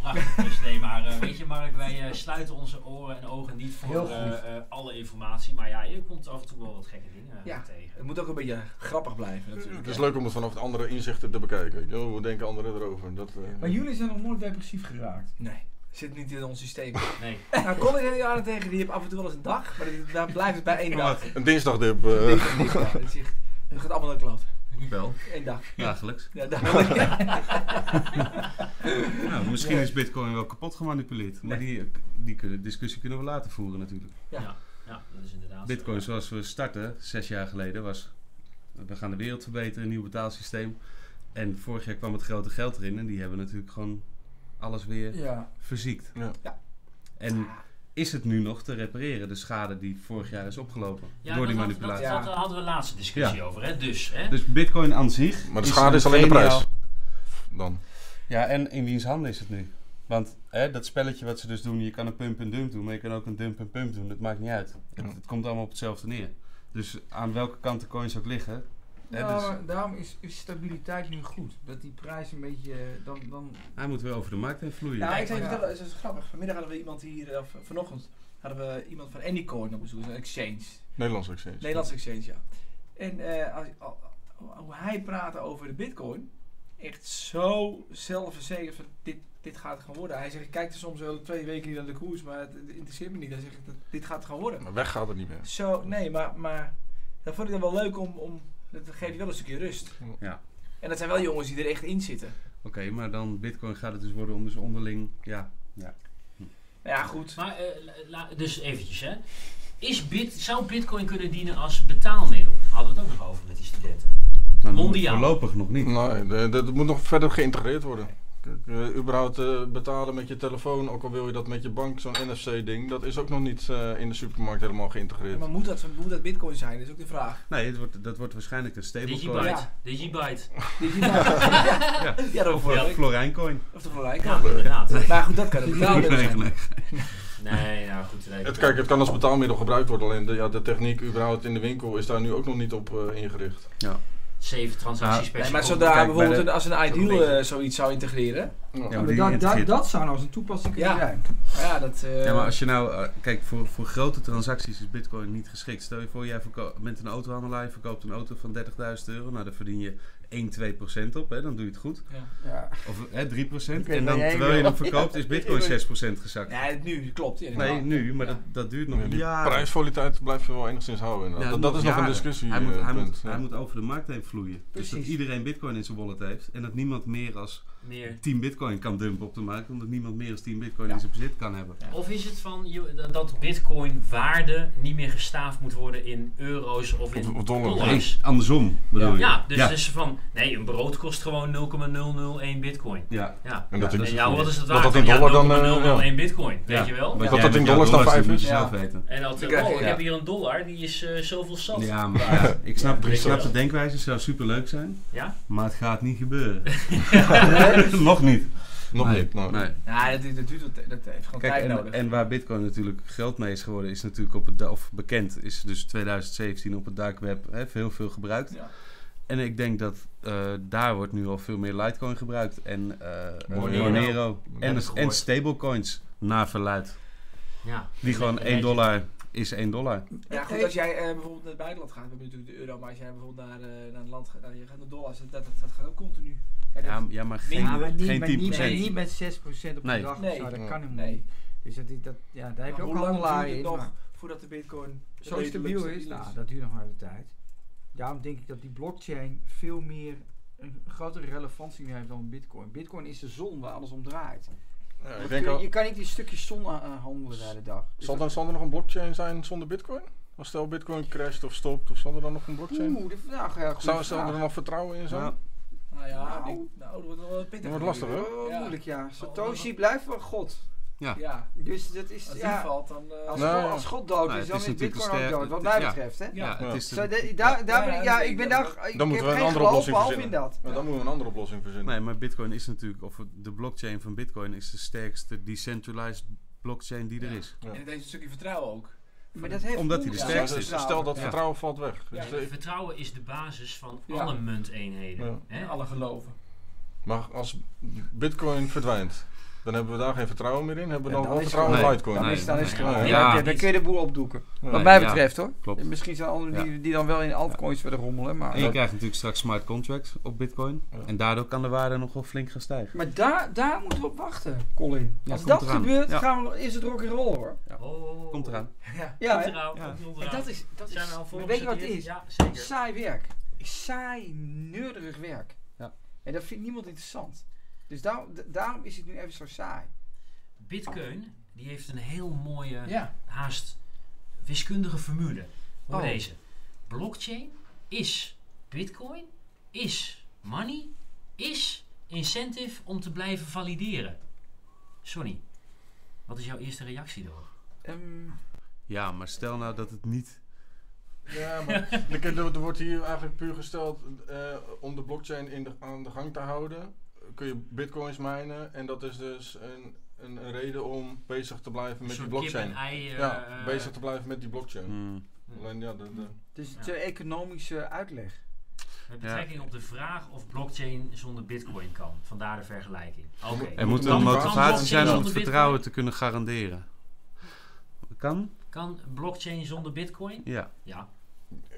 Prachtig, dus nee, maar eh, weet je Mark, wij eh, sluiten onze oren en ogen niet
Heel
voor
goed.
eh, eh, alle informatie. Maar ja, je komt af en toe wel wat gekke dingen eh,
Ja. Het
tegen.
moet ook een beetje grappig blijven natuurlijk.
Het is leuk om het vanaf de andere inzichten te bekijken. weet je wel. Hoe denken anderen erover? Dat, eh,
Maar jullie zijn nog nooit depressief geraakt.
Nee, zit niet in ons systeem.
Nee.
nou, Colin en Jaren tegen, die hebben af en toe wel eens een dag, maar dit- daar blijft het bij één dag.
Een dinsdagdip. eh.
Dit is niet waar, dit is echt- Het gaat allemaal naar de kloot.
Wel,
Eén dag.
dagelijks.
Ja, dag.
Nou, misschien is Bitcoin wel kapot gemanipuleerd. Maar die, die kunnen, discussie kunnen we later voeren natuurlijk.
Ja.
Ja. ja, dat is inderdaad. zo.
Bitcoin zoals we starten, zes jaar geleden, was... We gaan de wereld verbeteren, een nieuw betaalsysteem. En vorig jaar kwam het grote geld erin. En die hebben natuurlijk gewoon alles weer
Ja.
verziekt.
Ja.
Ja.
En is het nu nog te repareren, de schade die vorig jaar is opgelopen
Ja,
door die
dat-
manipulatie?
Dat, dat, dat hadden we laatste discussie over, hè? Dus, hè?
Dus bitcoin aan zich...
Maar de schade is alleen de
geniaal-
prijs. Dan.
Ja, en in wiens handen is het nu? Want hè, dat spelletje wat ze dus doen, je kan een pump en dump doen, maar je kan ook een dump en pump doen. Dat maakt niet uit. Het, het komt allemaal op hetzelfde neer. Dus aan welke kant de coins ook liggen. Hè,
Nou,
dus-
maar daarom is, is stabiliteit nu goed. Dat die prijs een beetje... eh, Dan, dan,
Hij moet weer over de markt heen vloeien.
Nou, ik zou je
Ja.
vertellen, het is grappig. Vanmiddag hadden we iemand hier, of vanochtend, hadden we iemand van Anycoin op bezoek. Dat is Een exchange.
Nederlandse exchange.
Nederlandse exchange, ja. En eh, als, al- al- hoe hij praatte over de bitcoin, echt zo zelfverzekerd van dit, dit gaat het gewoon worden. Hij zegt, ik kijk er soms wel twee weken niet naar de koers, maar het, het interesseert me niet. Hij zegt, dit gaat het gewoon worden.
Maar weg gaat het niet meer.
Zo, nee, maar, maar dat vond ik dan wel leuk om, om, dat geeft je wel een stukje rust.
Ja.
En dat zijn wel jongens die er echt in zitten.
Oké, maar dan bitcoin gaat het dus worden om dus onderling. Ja.
Nou Ja, goed.
Maar, eh, la- la- dus eventjes, hè? Is bit, zou Bitcoin kunnen dienen als betaalmiddel? Hadden we het ook nog over met die studenten.
Maar
Mondiaal.
Nou, Voorlopig nog niet.
Nee, de- de- dat moet nog verder geïntegreerd worden. Kijk, eh, überhaupt eh, betalen met je telefoon, ook al wil je dat met je bank, zo'n NFC-ding, dat is ook nog niet eh, in de supermarkt helemaal geïntegreerd.
Maar moet dat, moet dat bitcoin zijn? Dat is ook de vraag.
Nee, het wordt, dat wordt waarschijnlijk een
Digibyte.
stablecoin.
Ja.
Digibyte.
Die zien wij. ja, ja, dat
Of
hoor
een
ik.
Florijncoin.
Of de Van
Ja, inderdaad.
Maar goed, Nou, dat kan het betalen zijn.
(laughs) Nee,
Nee, nou goed. nee.
Het, kijk, het kan als betaalmiddel gebruikt worden, alleen de, ja, de techniek überhaupt in de winkel is daar nu ook nog niet op eh, ingericht.
Zeven transacties
Nou,
per
Nee, maar
seconde.
zodra
Kijk, bij
bijvoorbeeld
de-
een- als een
Zo'n
ideal
beetje.
eh, zoiets zou integreren.
Ja,
Ja.
maar
maar
die
dat- dat,
integreert-
dat zou nou eens een toepassing kunnen
Ja.
zijn.
Maar Ja, dat. eh,
Ja, maar als je nou, eh, kijk, voor, voor grote transacties is Bitcoin niet geschikt. Stel je voor, jij verko- bent een autohandelaar, je verkoopt een auto van 30.000 euro. Nou, daar verdien je 1, 2 op, hè, dan doe je het goed.
Ja.
Of hè, 3
Ik weet waar
En dan,
jij
terwijl je
wil.
hem verkoopt,
(laughs)
is Bitcoin 6 gezakt.
Nee, nu klopt. Ja,
Nee,
inderdaad.
nu, maar
Ja.
dat, dat duurt nog
die
jaren.
prijsvolatiliteit blijft wel enigszins houden.
Ja,
inderdaad. dat, dat is nog
jaren.
een discussie.
Hij moet,
eh,
hij,
punt,
moet,
ja.
hij moet over de markt heen vloeien. Dus dat
Precies.
iedereen Bitcoin in zijn wallet heeft. En dat niemand meer als
Meer.
10 Bitcoin kan dumpen op de markt. Omdat niemand meer als 10 Bitcoin
Ja.
in zijn bezit kan hebben.
Of is het van je- dat- dat bitcoin waarde niet meer gestaafd moet worden in euro's of in
Of- of dollar.
dollars?
Andersom, bedoel
Ja.
je?
Ja, dus
ja.
het is van nee, een brood kost gewoon 0,001 bitcoin.
Ja.
Ja.
En dat
Ja,
ik-
dat
En ja, wat is het
Dat
waard?
dat in
Ja,
dollar dan, eh,
0,001 bitcoin, weet
Ja.
je wel?
Wat
dat
jij
dat
met
in
jouw
dollars dan
doet,
vijf
moet je
is?
zelf
Ja.
weten.
En dat,
Dan
eh,
krijg je-
oh, ik
ja.
heb hier een dollar, die is eh, zoveel zat.
Ja, maar
(laughs)
ja, ik snap, ik
weet je
snap
wel.
de denkwijze, het zou superleuk zijn,
Ja?
maar het gaat niet
(laughs)
gebeuren. Nog niet.
Nog
Nee,
niet. nou.
nee.
Ja, dat, dat, duurt, wat- dat heeft gewoon
Kijk,
tijd
en,
nodig.
en waar Bitcoin natuurlijk geld mee is geworden, is natuurlijk op het, da- of bekend, is dus 2017 op het dark web hè, heel veel gebruikt.
Ja.
En ik denk dat eh, daar wordt nu al veel meer Litecoin gebruikt en eh
Monero.
Monero,
Heb
en, dus-
ik gehoord.
en stablecoins naar verluid.
Ja.
Die gewoon 1 dollar is 1 dollar.
ja, goed, als jij eh, bijvoorbeeld naar het buitenland gaat, we hebben natuurlijk de euro, maar als jij bijvoorbeeld naar, eh, naar een land gaat, nou, je gaat naar dollars, dat, dat, dat gaat ook continu. Kijk,
Ja,
dat-
ja maar
Nee,
geen,
Ja, maar niet,
geen
maar
10%.
niet, maar niet met 6% op de
Nee.
dag.
Nee.
Nee. dat
Ja.
kan hem
nee.
niet. Dus dat, dat, ja, daar heb
Maar
je ook
hoe lang
handelaar
duurt
in.
het nog
maar
voordat de bitcoin
Zo
redelijk
stabiel is, nou, dat duurt nog een harde tijd. Daarom denk ik dat die blockchain veel meer een grotere relevantie meer heeft dan bitcoin. Bitcoin is de zon waar alles om draait.
Ja, ik
Want
denk
je,
al,
je kan niet die stukjes zon a- aan handelen de hele dag. Dus
zal,
dat-
er, zal er nog een blockchain zijn zonder bitcoin? Als stel bitcoin crasht of stopt, of zal er dan nog een blockchain?
Oeh, de vraag. Ja, goede
Zou,
vraag.
zou er nog vertrouwen in zijn?
Ja.
Nou ja,
Nou.
ik- nou, dat wordt wel wat pittig.
Dat wordt lastig,
natuurlijk.
hoor.
Oh,
Ja.
moeilijk, ja. Satoshi blijft wel God.
Ja.
Ja,
Dus dat is,
oh. als die
ja,
valt, dan... eh,
als,
Nou,
God,
ja.
als God dood
Nou,
is,
het
dan
is
is
natuurlijk
Bitcoin ook
sterk.
dood, wat
Het-
mij
ja.
betreft, hè.
ja.
Ja, het is
Zo,
de-
de- daar, daar ben ik, ja, ik ben daar, ik
Dan moeten
heb
we een
geen
andere
geloof
oplossing
behalve in
verzinnen.
dat.
Maar dan moeten we een andere oplossing verzinnen.
Nee, maar Bitcoin is natuurlijk, of de blockchain van Bitcoin is de sterkste decentralized blockchain die er
Ja.
is.
Ja.
En het heeft een stukje vertrouwen ook.
Maar dat heeft
Omdat hij de
Ja,
Ja,
sterkste
dus
is.
stel dat
Ja.
vertrouwen valt weg.
Ja,
Dus
Het
ik-
Vertrouwen is de basis van
Ja.
alle munteenheden.
Ja.
Hè?
En alle geloven.
maar als Bitcoin verdwijnt, dan hebben we daar geen vertrouwen meer in. Hebben we dan
Ja, dan
wel
is het
vertrouwen in
gewoon-
Litecoin?
Dan is, dan is het
Nee.
gewoon.
Ja.
Ja, dan kun je de boel opdoeken.
Ja.
Wat mij
ja.
betreft hoor.
Klopt.
Misschien zijn er anderen
Ja.
die, die dan wel in altcoins willen rommelen. Maar,
En je krijgt natuurlijk straks smart contracts op bitcoin.
Ja.
En daardoor kan de waarde nog wel flink gaan stijgen.
maar daar, daar moeten we op wachten, Colin.
Ja,
Als
komt
dat
eraan.
gebeurt,
Ja.
gaan we, is het rock and roll hoor.
Oh.
Komt eraan.
Ja.
Ja,
komt
hè?
eraan.
Ja.
komt
Maar
eraan.
dat is, dat
Zijn we
is
al voor
maar weet je wat het
gesorteerd?
is?
Ja, zeker.
Saai werk. Saai, neurderig werk.
Ja.
En dat vindt niemand interessant. Dus daar, d- daarom is het nu even zo saai.
Bitcoin die heeft een heel mooie,
Ja.
haast wiskundige formule. Hoor
Oh.
deze. Blockchain is Bitcoin, is money, is incentive om te blijven valideren. Sonny, wat is jouw eerste reactie daarop?
Ehm,
Ja, maar stel nou dat het niet...
Ja, maar (laughs) er, kun- er wordt hier eigenlijk puur gesteld eh, om de blockchain in de, aan de gang te houden. Kun je bitcoins minen en dat is dus een, een, een reden om bezig te blijven met die
Een soort kip en
blockchain.
ei. eh,
Ja,
eh,
bezig te blijven met die blockchain.
Hmm.
Alleen ja, de, de-
dus
Ja.
de economische uitleg.
Met betrekking op de vraag of blockchain zonder Bitcoin kan. Vandaar de vergelijking. Oké.
Er
Moet
moet
dan
een
die
motivatie
blockchain
zijn om
zonder
het
Bitcoin?
vertrouwen te kunnen garanderen. Kan?
Kan blockchain zonder Bitcoin?
Ja.
Ja.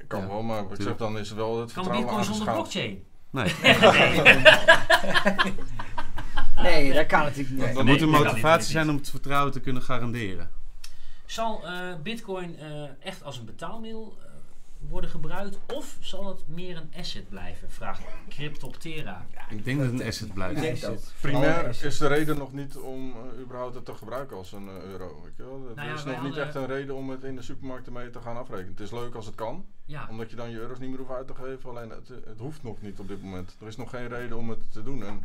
kan
Ja,
wel, maar wat ik zeg
tuurlijk.
dan is wel het
Kan
vertrouwen
Bitcoin zonder
aangeschaafd.
blockchain?
Nee.
Nee, dat kan natuurlijk niet.
Er
Nee,
moet een
dat kan niet, dat
motivatie
niet.
zijn om het vertrouwen te kunnen garanderen.
Zal eh, Bitcoin eh, echt als een betaalmiddel eh, worden gebruikt? Of zal het meer een asset blijven? Vraagt Cryptoptera.
Ik denk dat het een asset
Ik
blijft.
denk dat.
Primair is de reden nog niet om eh, überhaupt het te gebruiken als een eh, euro. Weet je wel? Er
Nou ja,
is
wij
nog niet
hadden-
echt een reden om het in de supermarkt ermee te gaan afrekenen. Het is leuk als het kan,
Ja,
Omdat je dan je euro's niet meer hoeft uit te geven. Alleen het, het hoeft nog niet op dit moment. Er is nog geen reden om het te doen. En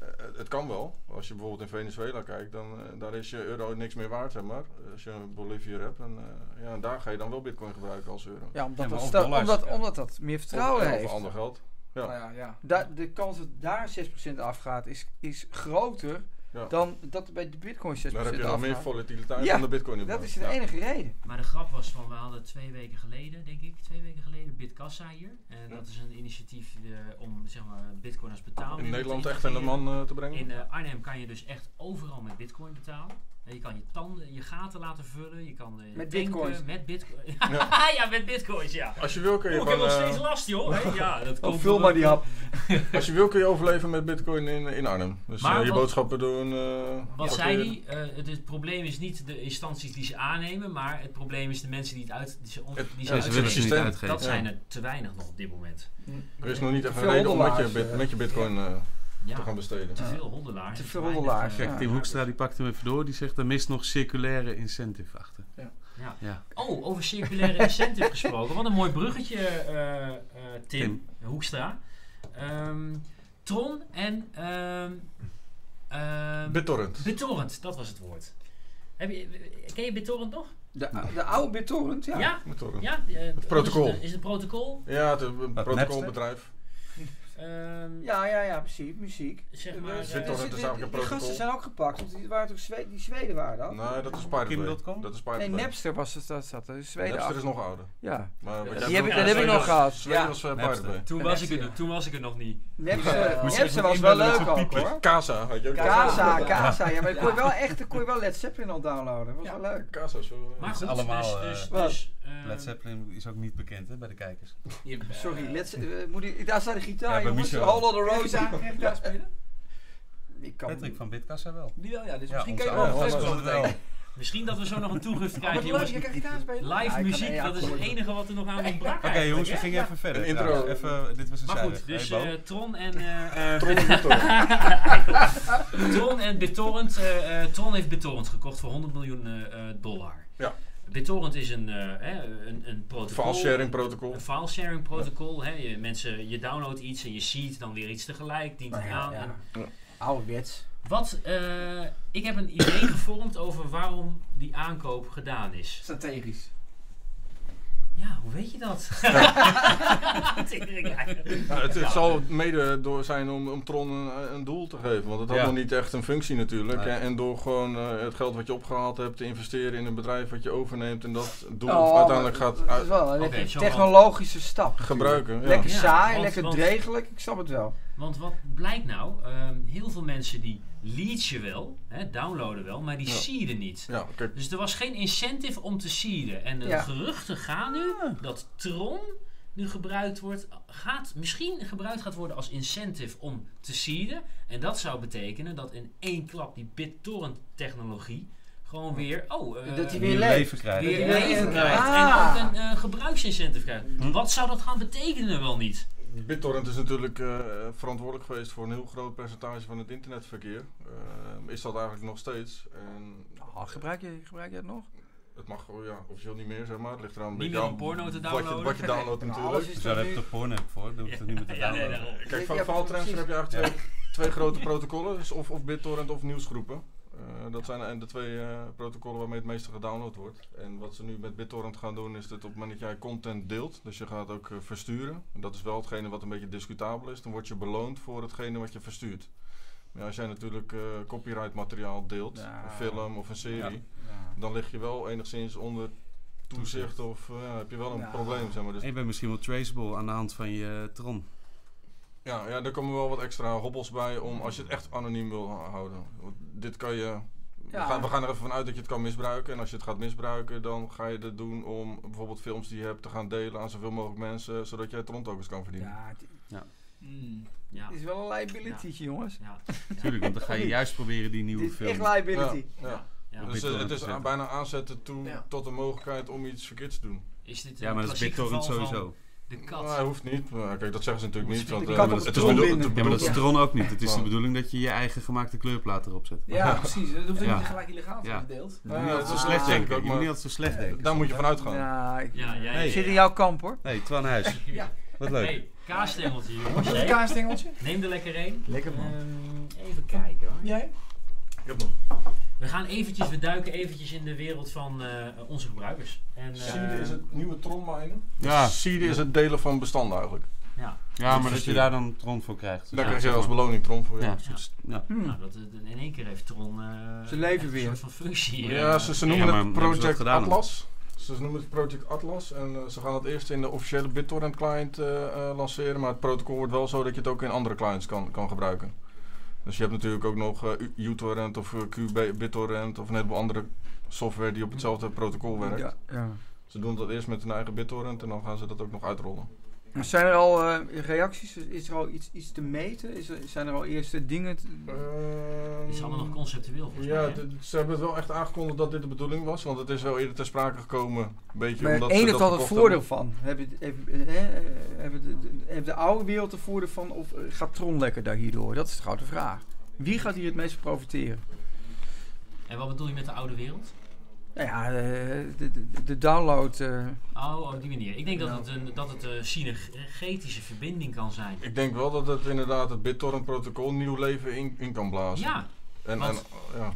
eh, het kan wel. Als je bijvoorbeeld in Venezuela kijkt, dan eh, daar is je euro niks meer waard, zeg maar. Als je een Bolivia hebt, en, eh, ja, en daar ga je dan wel bitcoin gebruiken als euro.
Ja, omdat,
Ja, maar
dat,
of
stel-
dollars,
omdat,
ja.
omdat dat meer vertrouwen
of, of
heeft.
ander geld. Ja.
Nou ja, ja.
Da- de kans dat daar 6% afgaat is, is groter
Ja.
dan dat er bij de bitcoin
Dus
6%
Daar heb je dan
afgaat.
meer volatiliteit
Ja,
dan de bitcoin in
dat
bank.
is de
Ja.
enige reden.
maar de grap was van, we hadden twee weken geleden, denk ik, twee weken geleden, Bitkassa hier. En
Ja.
dat is een initiatief eh, om, zeg maar, Bitcoin als
In
betaalmiddel te
Nederland echt aan de
integreren.
man eh, te brengen.
In eh, Arnhem kan je dus echt overal met bitcoin betalen. En je kan je tanden, je gaten laten vullen, je kan eh,
Met
tanken
bitcoins.
met bitcoin.
Ja.
(laughs) Ja. met bitcoins, ja.
Als je wil kun
Oh,
je
ik heb
gewoon,
nog
eh,
steeds last, joh. hè.
(laughs)
Ja, dat komt
Oh, vul
door-
maar die hap.
als je wil kun je overleven met bitcoin in, in Arnhem. Dus
Maar
eh, je
wat-
boodschappen doen. eh,
Wat zei
parkeren.
die? Eh, het, het probleem is niet de instanties die ze aannemen, maar het probleem is de mensen die het uit, die ze, on-
Het-
die ze
ja,
Ze willen ze
uitgeven.
niet
systeem.
uitgeven.
Dat
Ja.
zijn er te weinig nog op dit moment.
Er is nog niet echt een
veel
reden om met je,
onderlaag,
bit-
eh,
met je bitcoin eh,
Ja,
te gaan besteden.
te veel hondelaars.
Te
en
veel
weinig,
hondelaars,
eh,
Kijk, Tim Hoekstra die pakt hem even door. Die zegt, er mist nog circulaire incentive achter.
Ja.
Ja.
Oh, over circulaire incentive (laughs) gesproken. Wat een mooi bruggetje, eh, eh, Tim,
Tim.
Hoekstra. Ehm, Tron en... ehm ehm,
BitTorrent.
BitTorrent, dat was het woord. Heb je, ken je BitTorrent nog?
De, de oude BitTorrent, Nou. ja.
Ja?
BitTorrent.
ja? eh, is
protocol.
Is het, een protocol?
Ja, het is een
Wat,
protocolbedrijf.
Ehm,
Ja, ja, ja, precies. Muziek.
Zeg
Eh,
maar,
dus-
eh,
dus-
BitTorrent is
die-
eigenlijk een
Die
protocol.
gasten zijn ook gepakt, want die waren toch Zweden, die Zweden waren
Oh.
dat?
Nee, dat is Pirate Bay.
Kim.com?
Dat is
Nee,
Pirate Bay.
Napster was het, dat zat er. Zweden
Napster is
achter.
nog ouder.
Ja.
Maar wat
Die
jij
heb
bedoelt,
ik- dat heb ik
Zweden
nog
is-
gehad.
Zweden
Ja.
was eh,
Napster.
Pirate Bay.
toen,
en
was
dat
ik er,
zie
nog-
je.
toen was ik er nog niet.
Napster,
Moest je
Napster
even
was wel
inbellen met
leuk
zo'n
ook
piepje.
hoor.
Casa had je ook.
Casa,
Ja.
Casa. Ja, maar dan kon je wel echt, dan kon je wel Led Zeppelin al downloaden. Dat was wel leuk.
Casa is wel, eh,
Maar
is
goed,
allemaal,
dus... dus,
eh,
dus ehm,
Led Zeppelin is ook niet bekend hè, bij de kijkers.
Sorry, Led Ze- eh, moet ik, daar staat de gitaar,
Ja, bij
jongens.
Michel.
All on the
Roos
road.
aan, daar spelen?
Ik kan
Patrick van Bitkassa wel.
Die wel, ja. Dus
Ja,
misschien
onze
kan je wel
oude
een
Hans
fles
wel.
zo meteen.
Misschien dat we zo nog een
(laughs)
toegift
Oh,
krijgen,
wat leuk,
jongens.
je kan gitaar spelen.
Live
Ja, ik kan
muziek,
één
dat is het
akkoord.
enige wat er nog aan ontbrak
Oké jongens, we
eigenlijk,
gingen even verder.
Een intro.
trouwens. Even, eh, dit was een
hè? Maar goed,
zijweg.
dus
Hey, Bo.
eh, Tron en... eh, eh,
Tron en
(laughs)
BitTorrent.
Tron en BitTorrent. eh, eh, Tron heeft BitTorrent gekocht voor 100 miljoen eh, eh, dollar.
Ja.
BitTorrent is een, eh, hè, een, een protocol.
File sharing protocol.
Een file sharing protocol. Hè, je, mensen, je downloadt iets en je ziet dan weer iets tegelijk. Dient het aan. En
Ouderwets.
Wat, eh, ik heb een idee
Oh,
gevormd over waarom die aankoop gedaan is.
Strategisch.
Ja, hoe weet je dat? Tering, ja.
Nou, het, het zal mede door zijn om, om Tron een, een doel te geven. Want het had
Ja.
nog niet echt een functie natuurlijk.
Nee.
En, en door gewoon eh, het geld wat je opgehaald hebt te investeren in een bedrijf wat je overneemt. En dat doel
Oh,
uiteindelijk
maar
gaat
Het is
uit-
wel een
Oké,
lekker
zo wel.
technologische stap.
gebruiken. Ja.
Lekker
Ja,
saai,
want-
lekker
want-
degelijk. Ik snap het wel.
Want wat blijkt nou? Ehm, heel veel mensen die lead je wel, hè, downloaden wel, maar die
Ja.
seeden niet.
Ja, kijk,
Dus er was geen incentive om te seeden. En de
Ja. Ah.
geruchten gaan nu dat Tron nu gebruikt wordt, gaat, misschien gebruikt gaat worden als incentive om te seeden. En dat zou betekenen dat in één klap die BitTorrent technologie gewoon weer, oh, eh,
Dat die
Nieuw
weer leeft.
leven krijgen.
weer
Ja.
leven krijgt
Ah.
en ook een eh, gebruiksincentive krijgt.
Hm.
Wat zou dat gaan betekenen wel niet?
BitTorrent is natuurlijk eh, verantwoordelijk geweest voor een heel groot percentage van het internetverkeer. Eh, is dat eigenlijk nog steeds? En
Oh, gebruik, je, gebruik je dat nog?
het mag oh ja, officieel niet meer, zeg maar. Het ligt eraan een
Niet
beetje
meer
aan
om porno te
Wat je,
downloaden.
wat je downloadt
Nou,
natuurlijk.
alles is
Dus daar
toch
heb je
nu-
toch Pornhub voor, dan hoeft het niet meer te
Ja, nee,
downloaden.
daarom.
Eh, Kijk, van
Ja,
faaltransfer heb
precies.
je eigenlijk twee, twee grote protocollen. Dus of, of BitTorrent of nieuwsgroepen. Eh, dat zijn eh, de twee eh, protocollen waarmee het meeste gedownload wordt. En wat ze nu met BitTorrent gaan doen is dat op het moment dat jij content deelt, dus je gaat ook eh, versturen. En dat is wel hetgene wat een beetje discutabel is. Dan word je beloond voor hetgene wat je verstuurt. Maar als jij natuurlijk eh, copyright materiaal deelt,
Ja.
een film of een serie,
Ja.
dan lig je wel enigszins onder toezicht of eh, ja, heb je wel een
Ja.
probleem. Zeg maar. Dus
En je bent misschien wel traceable aan de hand van je Tron.
Ja, ja, daar komen wel wat extra hobbels bij om als je het echt anoniem wil ho- houden. Want dit kan je.
Ja.
We, gaan, we gaan er even vanuit dat je het kan misbruiken. En als je het gaat misbruiken, dan ga je dat doen om bijvoorbeeld films die je hebt te gaan delen aan zoveel mogelijk mensen, zodat jij het rond ook eens kan verdienen.
Ja, het
Ja,
het is wel een liability, jongens.
ja,
Tuurlijk, want dan ga je juist proberen die nieuwe
Dit is
film.
echt liability.
Ja, ja.
ja.
Op
Dus eh,
BitTorrent
het is
te
a-
zetten.
bijna aanzetten toe,
Ja.
tot de mogelijkheid om iets verkeerds te doen.
Is dit
Ja, maar dat is
klassiek
BitTorrent
geval van
sowieso.
De
Nou,
kat.
hij hoeft niet. Maar kijk, dat zeggen ze natuurlijk niet. Want,
de
eh,
kat
maar
op
het
de
is
troon
bedoeld-
binden.
het
Ja, maar dat is
bedoeld-
Tron ook niet. Het is
Ja.
de bedoelling dat je je eigen gemaakte kleurplaat erop zet.
Ja, precies. Het hoeft ook
Ja.
niet tegelijk illegaal te
Ja.
worden gedeeld.
Je moet
Ja,
niet
dat
altijd zo
is
slecht
natuurlijk
denken.
ook,
Je moet
maar
niet altijd zo slecht denken.
Daar moet je vanuit gaan.
Ja, ik,
Ja, jij.
Nee.
ik zit in jouw kamp hoor.
Nee, Twan Huis.
Ja.
Wat leuk.
Hey, kaasstengeltje
Wat
jongens.
is een
Hey,
kaasstengeltje?
Neem er lekker een.
Lekker man.
Ehm, even kijken hoor.
Jij?
Ik heb nog.
We gaan eventjes, we duiken eventjes in de wereld van eh, onze gebruikers. En, eh,
Seeden is het nieuwe tronmijnen.
Ja,
Seeden is het delen van bestanden eigenlijk.
ja.
ja maar dat je daar dan Tron voor krijgt.
Daar
Ja,
krijg je
zeg
als
maar.
beloning tron voor.
Ja,
Ja.
een soort- ja.
Hmm.
Nou, dat, eh, in één keer heeft Tron eh,
Ze leven
echt
weer.
een soort van functie. eh.
Ja, ze, ze noemen
Ja, maar
het
hebben ze dat
Project
gedaan dan?
Atlas. Ze noemen het Project Atlas en eh, ze gaan het eerst in de officiële BitTorrent client eh, eh, lanceren. Maar het protocol wordt wel zo dat je het ook in andere clients kan, kan gebruiken. Dus je hebt natuurlijk ook nog eh, U- uTorrent of eh, QB BitTorrent of een heleboel andere software die op hetzelfde protocol werkt.
Ja, ja.
Ze doen dat eerst met hun eigen BitTorrent en dan gaan ze dat ook nog uitrollen.
Maar Zijn er al eh, reacties? Is er al iets, iets te meten? Is er, zijn er al eerste dingen?
Eh,
te-
Het is allemaal nog conceptueel volgens
Ja,
mij. hè?
d- ze hebben het wel echt aangekondigd dat dit de bedoeling was, want het is wel eerder ter sprake gekomen. Een beetje
Maar
omdat
één
ze
heeft
dat
altijd
verkocht
voordeel van. Hebben heb, eh, de, de- heeft de oude wereld er voordeel van? Of eh, gaat Tron lekker daar hierdoor? Dat is de grote vraag. Wie gaat hier het meest profiteren?
En wat bedoel je met de oude wereld?
Nou ja, eh, de, de, de download. eh,
Oh, op die manier. Ik denk dat
Ja.
het een, dat het een synergetische verbinding kan zijn.
Ik denk wel dat het inderdaad het BitTorrent-protocol nieuw leven in, in kan blazen.
Ja,
en, en,
want-
ja.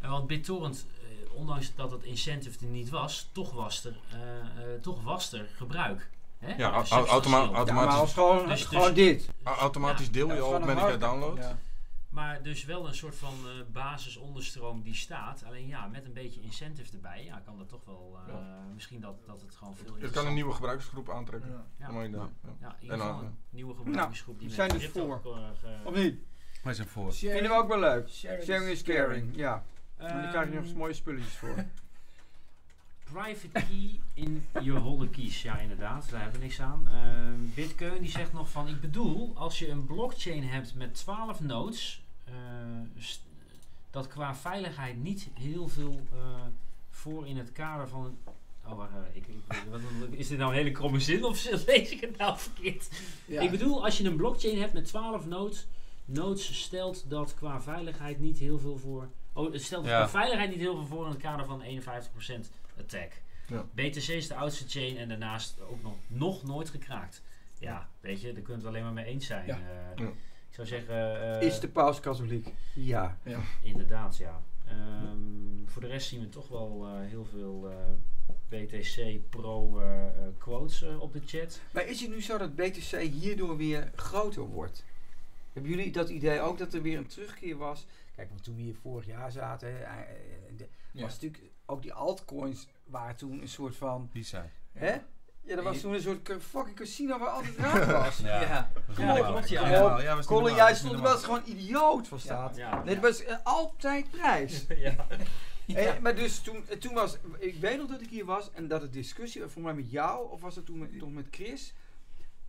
En Want BitTorrent, eh, ondanks dat het incentive er niet was, toch was er, eh, eh, toch was er gebruik. Hè?
Ja, au- au-
Substantieel.
automa-
ja,
automatisch-
maar als gewoon,
Dus- dus-
gewoon dit.
A- automatisch deel je
Ja,
al
van
op
een
moment dat jij
hardware.
downloadt.
Ja.
Maar dus wel een soort van eh, basisonderstroom die staat. Alleen ja, met een beetje incentive erbij, ja, kan dat toch wel. eh, Misschien dat, dat het gewoon
Het
veel
kan een
interessanter-
nieuwe gebruikersgroep aantrekken.
Ja.
Maar inderdaad, ja.
Ja, in ieder
en,
geval
eh,
een nieuwe gebruikersgroep die
we
met
zijn dus
crypto
voor.
ge- ge-
Of niet?
Wij zijn voor.
Vinden we ook wel leuk.
Sharing,
Sharing is caring. Ja.
Ehm,
En daar krijg je nog eens mooie spulletjes voor.
Private key in je holde keys. Ja, inderdaad, daar hebben we niks aan. Ehm Bitkeun die zegt nog van: Ik bedoel, als je een blockchain hebt met 12 nodes, eh, st- dat qua veiligheid niet heel veel eh, voor in het kader van. een- Oh, waar, eh, ik, ik- wat- wat- is dit nou een hele kromme zin of (laughs) lees ik het nou verkeerd? Ik bedoel, als je een blockchain hebt met 12 nodes, nodes stelt dat qua veiligheid niet heel veel voor. Oh, het stelt
Ja.
qua veiligheid niet heel veel voor in het kader van 51% attack.
Ja.
BTC is de oudste chain en daarnaast ook nog, nog nooit gekraakt. Ja, weet je, daar kunnen we het alleen maar mee eens zijn.
Ja.
eh.
Ja.
Ik zou zeggen, eh,
(laughs) Is de paus katholiek? Ja.
inderdaad, ja. Ehm, Voor de rest zien we toch wel eh, heel veel eh,
BTC Pro eh, eh, quotes eh, op de chat.
Maar is het nu zo dat BTC hierdoor weer groter wordt? Hebben jullie dat idee ook dat er weer een terugkeer was? Kijk, want toen we hier vorig jaar zaten, eh, eh, de-
Ja.
was natuurlijk ook die altcoins waren toen een soort van.
Die zei.
Hè? Ja, dat was toen een soort ca- fucking casino waar (laughs) altijd raak was.
Ja.
Ja, dat klopt, ja. Colin, jij stond wel eens gewoon idioot van staat.
Ja,
(laughs)
Nee, dat was eh, altijd prijs.
ja.
Eh, maar dus toen, eh, toen was, ik weet nog dat ik hier was en dat het discussie, eh, voor mij met jou, of was dat toen met, toch met Chris?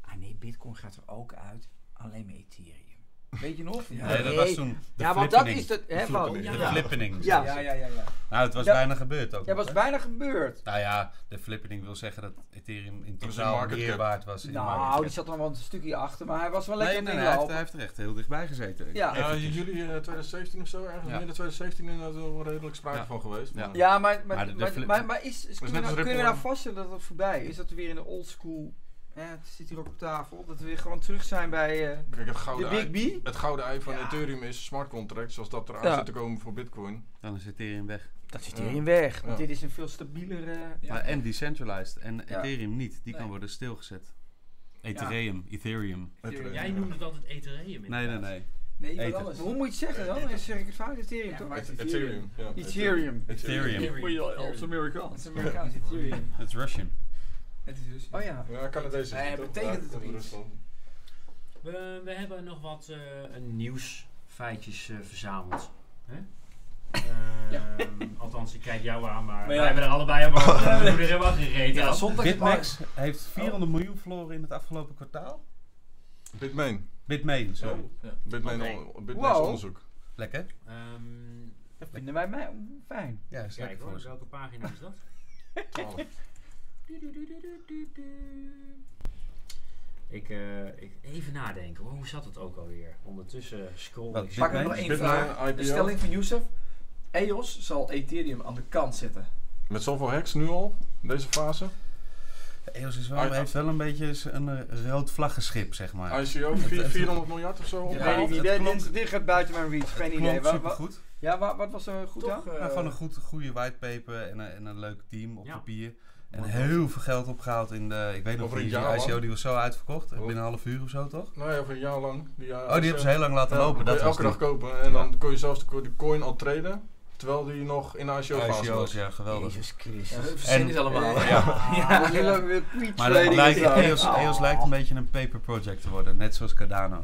Ah nee, Bitcoin gaat er ook uit, alleen met Ethereum. Weet je
(laughs)
nog? Ja,
Nee, dat was toen de
Ja, want dat
flippening.
is dat, hè,
De
van,
flippening.
De
ja.
flippening.
Ja.
Ja, ja, ja, ja.
Nou, het was
Ja.
bijna gebeurd ook.
Ja,
nog,
was
hè?
bijna gebeurd.
Nou ja, de flippening wil zeggen dat Ethereum in
was
totaal
een market
meer
cap.
waard was. in de market
Nou, die
cap.
zat dan wel een stukje achter, maar hij was wel
Nee,
lekker
nee,
aan
nee,
het
hij, heeft,
inlopen.
hij heeft er echt heel dichtbij gezeten.
Ja.
Ja, in juli eh, 2017 of zo, ergens
Ja.
midden 2017 inderdaad wel redelijk sprake
Ja.
van geweest.
Ja.
maar-
Ja, maar, maar,
eh, Maar de-
maar,
de
maar,
flip-
maar is, is- kunnen,
net
we,
als
nou- kunnen we
Ripple.
nou vaststellen dat dat voorbij is? Dat we weer in de old school, eh, het zit hier ook op tafel, dat we weer gewoon terug zijn bij eh,
Kijk, het
de
gouden,
Big
ei,
B?
het gouden ei van
Ja.
Ethereum is smart contracts, als dat eraan
Ja.
zit te komen voor Bitcoin.
Dan is Ethereum weg.
Dat zit
Ja.
hierin weg, want
Ja.
dit is een veel stabielere...
Ja.
Maar en decentralized. En
Ja.
Ethereum niet. Die kan
Nee.
worden stilgezet. Ethereum. Ethereum.
Ethereum.
Ja.
Jij noemde dat het E Ethereum.
Nee, nee,
inderdaad.
nee.
Nee, je
Eten.
wil alles.
Maar hoe moet je het zeggen dan? Dan zeg ik het fout, Ethereum
Ja,
toch?
maar-
Ethereum. Ethereum. ja.
Ethereum.
Ethereum.
Ethereum. Ethereum.
Het
Amerikaans.
is Amerikaans Ethereum.
Het is Russian.
Het is dus.
Oh ja.
Ja, Canadees is
Nee,
toch?
betekent
Ja,
het
komt
ook
uit
iets?
Rusland.
We, we hebben nog wat eh, nieuwsfeitjes eh, verzameld. Hè? Ehm, Althans, ik kijk jou aan, maar,
Maar ja.
wij hebben er allebei aan maar we hebben er helemaal gereden.
Ja,
aan.
zondag is
Bitmax heeft
Oh.
400 miljoen verloren in het afgelopen kwartaal.
Bitmain.
Bitmain, zo.
Ja. Bitmain,
Oké.
on- Bitmain's
Wow.
onderzoek.
Lekker.
Ehm,
Dat vinden wij mij fijn.
Ja, is
kijk
lekker
hoor,
voor ze.
welke pagina is dat?
12.
(laughs) Ik, eh, ik even nadenken, hoor. hoe zat het ook alweer? Ondertussen scroll
Wat,
ik.
Bitmain?
Pak er nog
Bitmain,
één vraag.
Bitmain,
De
IPO.
stelling van Youssef. EOS zal Ethereum aan de kant zetten.
Met zoveel hacks nu al, deze fase.
EOS is wel, heeft wel een beetje z- een eh, rood vlaggenschip, zeg maar.
ICO,
Het-
vier-
het-
400 miljard of zo.
Ja.
opgehaald.
weet ik niet.
het
Dit-
klonk-
dit, dit gaat buiten mijn reach. Geen idee. Wa- wa-
Supergoed.
ja, wa- wat was er goed aan?
Toch? eh,
Maar gewoon een goed, goede whitepaper en, een- en een leuk team op
Ja.
papier. En heel veel geld opgehaald in de... Ik weet nog
Over een
niet,
jaar,
die ICO
man.
die was zo uitverkocht.
Oh.
Binnen een half uur of zo, toch?
Nou ja, voor een jaar lang. Die, eh,
Oh, die hebben ze heel lang laten lopen. Dat was
elke dag
toen.
kopen. En dan kon je zelfs de co- de coin al traden, terwijl die nog in de ICO-fase
ICO's,
was.
ja, geweldig.
Jezus
Ja,
Christus.
verzin
En-
is allemaal.
(laughs)
Eh, (laughs)
Ja.
Heel lang weer tweet
Maar E dat
trading
lijkt,
is dat.
EOS,
Oh.
EOS lijkt een beetje een paper project te worden. Net zoals Cardano.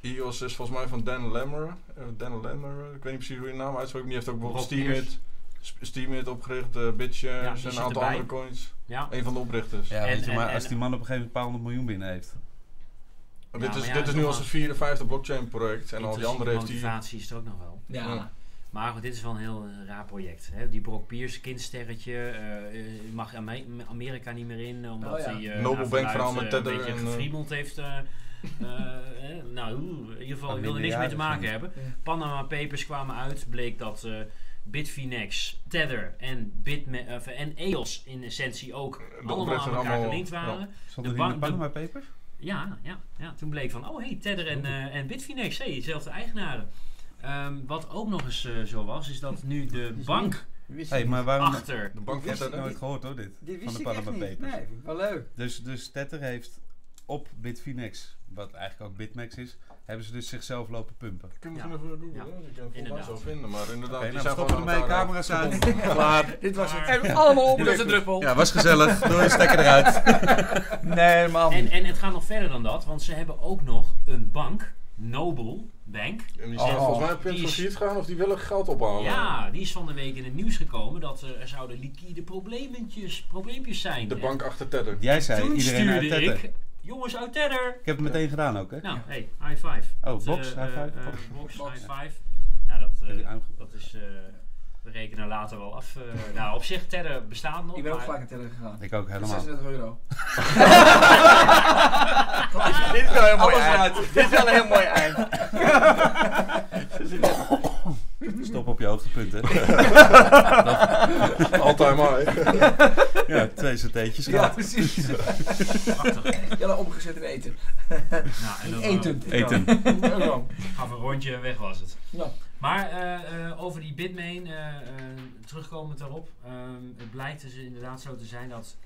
EOS E is volgens mij van Dan Lammer. eh, Dan Lammer, ik weet niet precies hoe je naam uitspreekt. maar Die heeft ook bijvoorbeeld
Rob Pierce.
Steemit, Sp- Steemit opgericht, eh Bitshare
Ja, die
en een
zit
aantal
erbij.
andere coins.
Ja.
Een van de oprichters.
Ja,
En-
weet je,
en-
maar
en-
als die man op een gegeven moment een paar honderd miljoen binnen heeft.
En
Ja,
dit
maar
is,
ja,
dit is nu
nog
al zijn
maar-
vierde, vijfde blockchain project. En al die
Intrinsieke
andere heeft hij...
motivatie is er ook nog wel.
Ja.
Maar goed, dit is wel een heel eh, raar project. Hè? Die Brock Pierce, kindsterretje, eh, eh, mag Ame- Amerika niet meer in, omdat
Oh ja.
hij eh,
Nobel
nou,
Bank
vanuit,
verhaal met
eh,
Tedder
een beetje
en, eh,
gefriemeld heeft. eh, eh, eh, nou, oeh, in ieder geval,
Wat
ik wil er niks mee te
minderjarig
maken
zijn.
hebben.
Ja.
Panama Papers kwamen uit, bleek dat eh, Bitfinex, Tether en, Bitme- of, en EOS in essentie ook
De
allemaal
oprichters
aan elkaar
allemaal-
gelinkt waren.
Stond
De
er in de
bank- de-
Panama Papers?
Ja, ja, ja, toen bleek van, oh hey, Tether en, eh, en Bitfinex, hey, dezelfde eigenaren. Ehm, wat ook nog eens eh, zo was, is dat nu de bank
Wist
Hé,
ik
maar waarom... Ik
achter...
De bank van
Wist
heb
ik
dat
Tedder.
nooit gehoord hoor, dit.
niet. Dit wist
Van
ik
de
echt
Panama
niet.
Papers.
Nee, vind ik wel leuk.
Dus, dus Tether heeft op Bitfinex, wat eigenlijk ook Bitmax is, hebben ze dus zichzelf lopen pumpen.
Kunnen we
Ja.
even googlen,
Ja.
hè? Ik kan het volgens
Inderdaad.
mij zo vinden. Maar inderdaad,
Oké,
die
nou, we
zijn
stoppen
gewoon aan
ermee,
elkaar
camera's uit.
Klaar.
Dit was het.
Maar-
En
dus
allemaal
Dit was de
opmerkingen.
druppel.
Ja, was (laughs) gezellig. Doei, stekker eruit.
Nee, man.
En, en het gaat nog verder dan dat, want ze hebben ook nog een bank, Noble Bank.
En die zijn
Oh.
volgens mij op punt
Die
van
is-
failliet gaan of die willen geld ophalen.
Ja, die is van de week in het nieuws gekomen dat eh, er zouden liquide probleempjes, probleempjes zijn.
De
En
bank achter Tedder.
Jij zei
Toen
iedereen uit
stuurde
Tether. Ik.
ik, jongens uit Tether.
heb het meteen gedaan ook, hè?
Nou, hey, high five.
Oh,
Dat,
box,
eh,
high five,
eh,
box.
box,
Box.
high five. Ja, dat, eh,
Heb je aange-
dat is... eh, we rekenen later wel af. Eh, nou, op zich, Tether bestaat nog.
Ik ben ook
maar-
gelijk naar Teller gegaan.
Ik ook helemaal.
36 euro.
(laughs)
Dit is wel een heel mooi
Alles
eind. Dit is wel een heel mooi eind.
(laughs) Stop op je hoogtepunt, hè?
All time high.
(laughs)
ja, 2,50 deze teetjes
Ja,
gaat.
precies. Jelle omgezet in eten.
Nou, en dan,
Eten.
Eten.
Ook dan.
Gaf een rondje en weg was het.
Ja.
Maar eh, eh, over die Bitmain, eh, eh, terugkomend daarop. ehm, het blijkt dus inderdaad zo te zijn dat